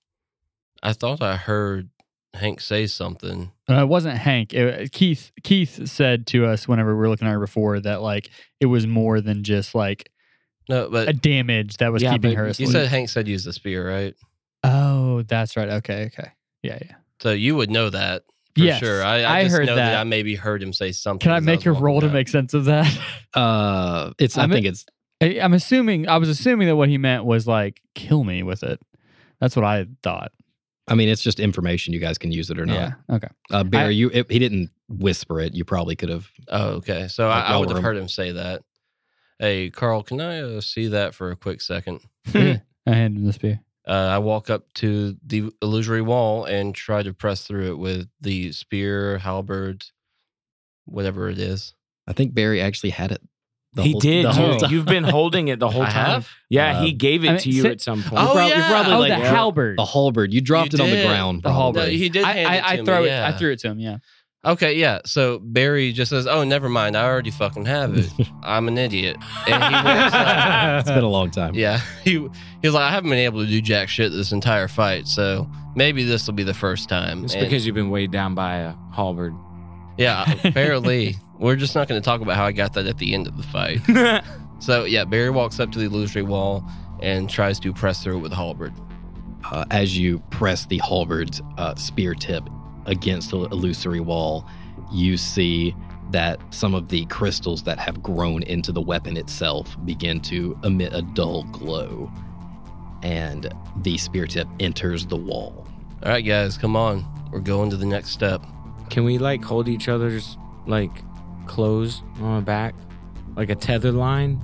S2: I thought I heard Hank say something?
S4: Uh, it wasn't Hank. It, Keith Keith said to us whenever we were looking at her before that like it was more than just like
S2: No,
S4: a
S2: but
S4: damage that was
S1: Yeah,
S4: keeping
S1: but
S4: her
S1: you
S2: you
S4: asleep.
S2: said Hank said use the spear, right?
S4: oh, that's right. Okay, okay. Yeah, yeah.
S2: So you would know that for
S4: Yes,
S2: sure. I, I,
S4: I
S2: just
S4: heard
S2: know that.
S4: that.
S2: I maybe heard him say something.
S4: Can I
S2: as
S4: make
S2: was
S4: a
S2: walking
S4: roll to
S2: down.
S4: make sense of that?
S5: uh, it's. i
S4: I'm a-
S5: think it's.
S4: [LAUGHS] I, I'm assuming I was assuming that what he meant was like kill me with it. That's what I thought.
S5: I mean, it's just information. You guys can use it or not.
S4: Yeah. Okay.
S5: Uh, Barry, you. It, he didn't whisper it. You probably could have.
S2: Oh, okay. So
S5: Like
S2: I, I
S5: y'all
S2: would have
S5: were-
S2: heard him say that. Hey, Carl, can I uh, see that for a quick second?
S4: [LAUGHS] Yeah. I handed him the spear.
S2: Uh, I walk up to the illusory wall and try to press through it with the spear, halberd, whatever it is.
S5: I think Barry actually had it. the
S1: he
S5: whole-
S1: did.
S5: The
S1: You-
S5: whole
S2: Oh.
S5: time.
S1: You've been holding it the
S5: [LAUGHS]
S1: whole
S2: I
S1: time.
S2: have?
S1: Yeah,
S5: Uh,
S1: he gave it
S4: I mean,
S1: to you
S4: sit-
S1: at some point.
S2: Oh,
S5: You're prob- you're
S2: yeah.
S5: probably
S4: Oh,
S5: like
S4: the
S5: yeah.
S4: halberd.
S5: The halberd. You dropped it on the
S2: did.
S5: ground.
S4: The
S5: probably.
S2: No,
S4: [LAUGHS] halberd.
S2: he did.
S4: I,
S2: hand it
S4: I, I
S2: to
S4: throw
S2: me,
S4: it. I
S2: yeah.
S4: threw it to him. Yeah.
S2: Okay, yeah. So Barry just says, "Oh, never mind. I already fucking
S1: [LAUGHS]
S2: have it. I'm an idiot." And he walks out.
S3: [LAUGHS]
S5: It's been a long time.
S2: Yeah, he he was like, "I haven't been able to do jack shit this entire fight, so maybe this will be the first time."
S1: It's
S2: And-
S1: because you've been weighed down by a [LAUGHS] halberd.
S2: [LAUGHS] yeah, apparently we're just not going to talk about how I got that at the end of
S1: [LAUGHS]
S2: the fight. So yeah, Barry walks up to the illusory wall and tries to press through it with a halberd.
S5: uh, as you press the halberd's uh, spear tip against the illusory wall, you see that some of the crystals that have grown into the weapon itself begin to emit a dull glow, and the spear tip enters the wall.
S2: All right, guys, come on, we're going to the next step.
S1: Can we like hold each other's like clothes on the back, like a tether line?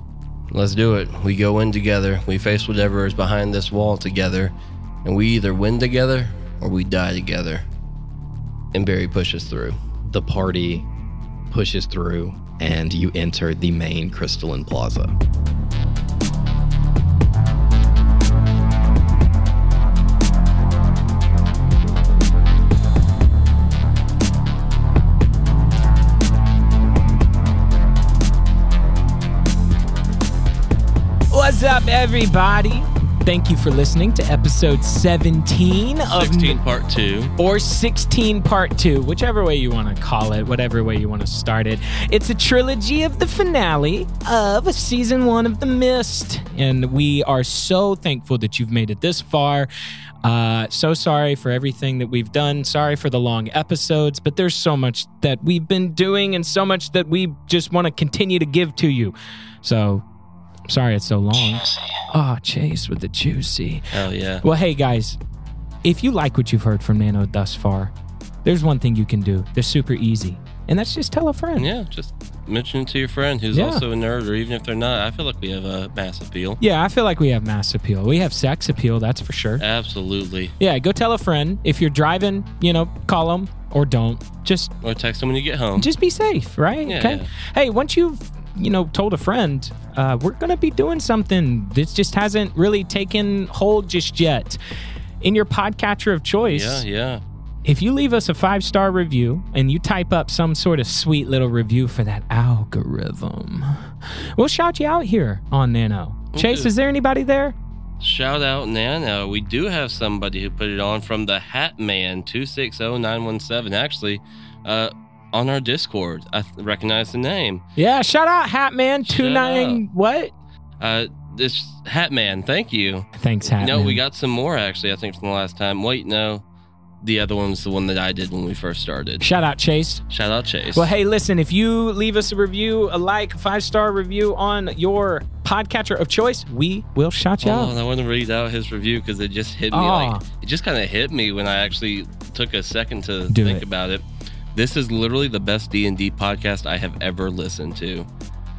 S2: Let's do it. We go in together. We face whatever is behind this wall together, and we either win together or we die together. And Barry pushes through.
S5: The party pushes through, and you enter the main crystalline plaza.
S1: What's up, everybody? Thank you for listening to episode 17 of
S2: 16 part two.
S1: or 16 part 2, whichever way you want to call it, whatever way you want to start it. It's a trilogy of the finale of season 1 of The Mist, and we are so thankful that you've made it this far. Uh, so sorry for everything that we've done. Sorry for the long episodes, but there's so much that we've been doing and so much that we just want to continue to give to you. So sorry it's so long. Oh, Chase with the juicy.
S2: Hell yeah.
S1: Well, hey guys, if you like what you've heard from Nano thus far, there's one thing you can do. They're super easy, and that's just tell a friend.
S2: Yeah, just mention it to your friend who's
S1: Yeah.
S2: also a nerd, or even if they're not. I feel like we have a mass appeal.
S1: Yeah, I feel like we have mass appeal. We have sex appeal, that's for sure.
S2: Absolutely.
S1: Yeah, go tell a friend. If you're driving, you know, call them or don't. Just
S2: Or text them when you get home.
S1: just be safe, right?
S2: Yeah,
S1: okay.
S2: yeah.
S1: Hey, once you've you know told a friend, uh, we're gonna be doing something that just hasn't really taken hold just yet. In your podcatcher of choice,
S2: yeah, yeah.
S1: If you leave us a five star review and you type up some sort of sweet little review for that algorithm, we'll shout you out here on Nano. Chase,
S2: do.
S1: is there anybody there?
S2: Shout out Nano. We do have somebody who put it on from the Hat Man 260917. Actually, uh, on our Discord, I th- recognize the name.
S1: Yeah, shout out Hatman two
S2: Shout
S1: nine what?
S2: Uh, this Hat Man, thank you.
S1: Thanks, Hatman.
S2: No, we got some more actually. I think from the last time. Wait, no, the other one's the one that I did when we first started.
S1: shout out Chase.
S2: Shout out Chase.
S1: Well, hey, listen, if you leave us a review, a like, five star review on your podcatcher of choice, we will shout you
S2: Oh,
S1: out.
S2: and I want to read out his review because it just hit me.
S1: Aw.
S2: Like it just kind of hit me when I actually took a second to
S1: Do
S2: think
S1: it.
S2: about it. This is literally the best D and D podcast I have ever listened to.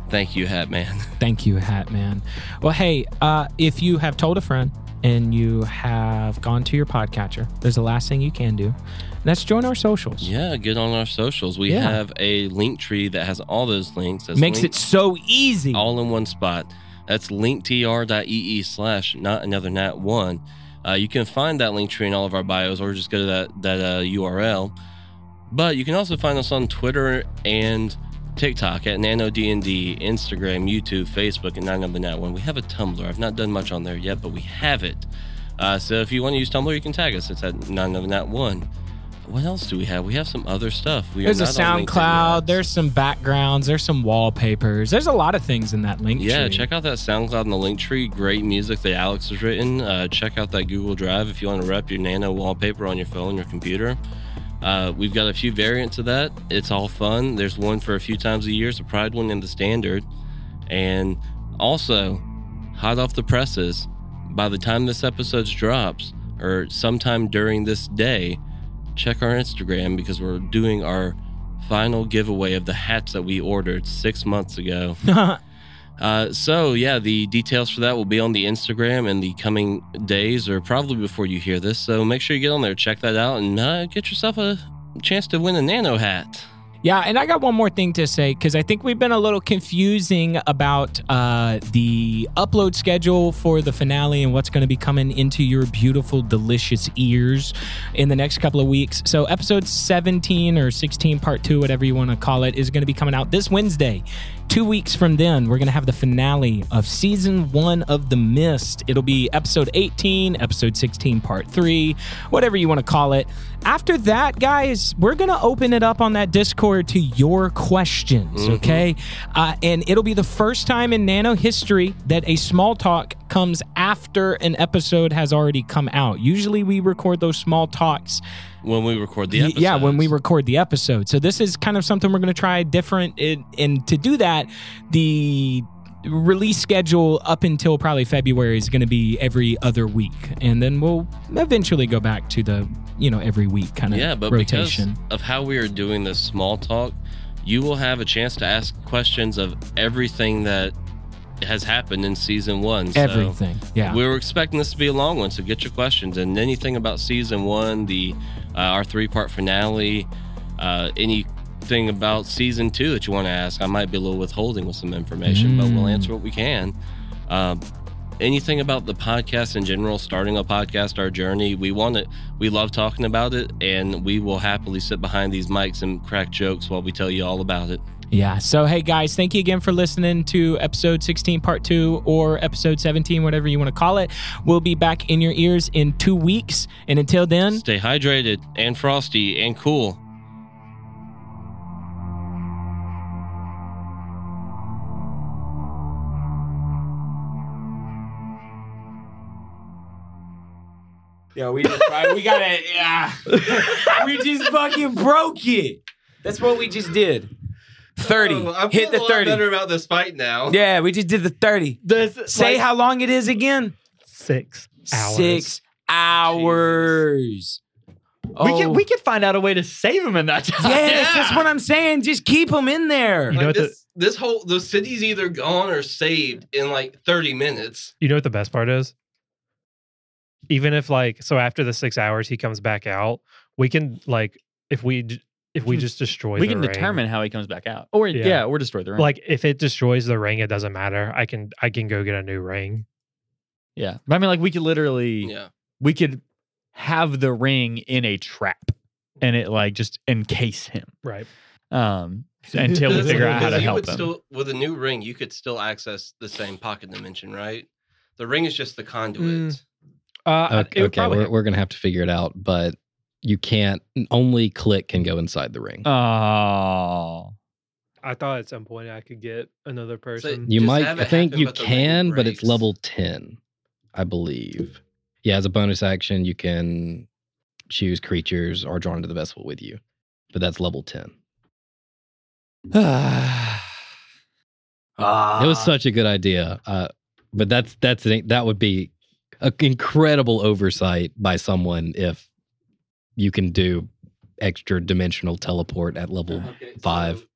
S2: Thank you, Hat Man.
S1: Thank you, Hat Man. Well, hey, uh, if you have told a friend and you have gone to your podcatcher, there's the last thing you can do, and that's join our socials.
S2: [LAUGHS] Yeah, get on our socials. We
S1: Yeah.
S2: have a link tree that has all those links. That's
S1: Makes it
S2: linked
S1: so easy.
S2: all in one spot. That's linktr.ee slash not another nat one. Uh, you can find that link tree in all of our bios, or just go to that that uh, URL. But you can also find us on Twitter and TikTok at NanoDND, Instagram, YouTube, Facebook, and Nine Number Nat One. We have a Tumblr. I've not done much on there yet, but we have it. Uh, so if you want to use Tumblr, you can tag us. It's at Nine Number Nat One. What else do we have? We have some other stuff. We are
S1: there's a
S2: not on LinkedIn
S1: SoundCloud.
S2: yet.
S1: There's some backgrounds. There's some wallpapers. There's a lot of things in that link.
S2: Yeah,
S1: tree. [LAUGHS]
S2: check out that SoundCloud and the link tree. Great music that Alex has written. Uh, check out that Google Drive if you want to rep your Nano wallpaper on your phone, your computer. Uh, we've got a few variants of that. It's all fun. There's one for a few times a year, it's a Pride one in the standard. And also, hot off the presses, by the time this episode drops, or sometime during this day, check our Instagram because we're doing our final giveaway of the hats that we ordered six months ago. Uh, so yeah, the details for that will be on the Instagram in the coming days, or probably before you hear this. So make sure you get on there, check that out, and uh, get yourself a chance to win a nano hat.
S1: Yeah, and I got one more thing to say because I think we've been a little confusing about uh, the upload schedule for the finale and what's going to be coming into your beautiful, delicious ears in the next couple of weeks. So, episode 17 or 16, part two, whatever you want to call it, is going to be coming out this Wednesday. Two weeks from then, we're going to have the finale of season one of The Mist. It'll be episode 18, episode 16, part three, whatever you want to call it. After that, guys, we're going to open it up on that Discord to your questions, okay? Uh, and it'll be the first time in nano history that a small talk comes after an episode has already come out. Usually we record those small talks
S2: When we record the
S1: Y-
S2: episode,
S1: Yeah, when we record the episode. So this is kind of something we're going to try different. It, and to do that, the release schedule up until probably February is going to be every other week, and then we'll eventually go back to the you know every week kind of
S2: yeah, but
S1: rotation.
S2: because of how we are doing this small talk, you will have a chance to ask questions of everything that has happened in season one. So-
S1: Everything, yeah.
S2: We were expecting this to be a long one, so get your questions and anything about season one, the uh, our three part finale, uh, anything about season two that you want to ask. I might be a little withholding with some information, but we'll
S1: Mm.
S2: answer what we can. Um, anything about the podcast in general, starting a podcast, our journey. We want it. We love talking about it, and we will happily sit behind these mics and crack jokes while we tell you all about it.
S1: Yeah. So, hey guys, thank you again for listening to episode 16, part two, or episode 17, whatever you want to call it. We'll be back in your ears in two weeks. And until then,
S2: Stay hydrated and frosty and cool.
S1: yeah, we just we got to, yeah, we just fucking broke it. That's what we just did. 30.
S2: Oh,
S1: Hit the 30.
S2: about this fight now.
S1: Yeah, we just did the 30.
S3: This
S1: Say how long it is again.
S3: six hours.
S1: Six hours.
S4: We
S1: Oh.
S4: can we can find out a way to save him in that time.
S1: Yes,
S2: Yeah.
S1: that's what I'm saying. Just keep them in there. [SIGHS]
S3: You know
S2: Like,
S3: what the-
S2: this, this whole the city's either gone or saved in like 30 minutes.
S3: You know what the best part is? Even if like so after the six hours he comes back out, we can like if we d- if Hmm. we just destroy
S4: We
S3: the
S4: can
S3: ring,
S4: determine how he comes back out, or yeah,
S3: Yeah.
S4: or destroy the ring.
S3: like if it destroys the ring, it doesn't matter. I can I can go get a new ring.
S4: yeah, But I mean, like we could literally
S2: Yeah.
S4: we could have the ring in a trap, and it like just encase him
S3: Right.
S4: [LAUGHS] um until we
S2: Because-
S4: figure out how
S2: because
S4: to
S2: you
S4: help
S2: would
S4: him.
S2: Still, with a new ring, you could still access the same pocket dimension, right? The ring is just the conduit.
S3: Mm. Uh,
S5: Okay, okay we're, we're gonna have to figure it out, but you can't. Only click can go inside the
S2: Um,
S5: ring.
S4: oh,
S3: I thought at some point I could get another person.
S2: person.
S5: you
S2: just
S5: might.
S2: have
S5: I
S2: it
S5: think
S2: happen,
S5: you
S2: but the ring
S5: can, but it's
S2: breaks.
S5: level ten, I believe. Yeah, as a bonus action, you can choose creatures are drawn to the vessel with you, but that's level ten.
S1: Ah.
S5: It was such a good idea, uh, but that's that's an, that would be an incredible oversight by someone if you can do extra dimensional teleport at level
S2: Okay, so
S5: Five.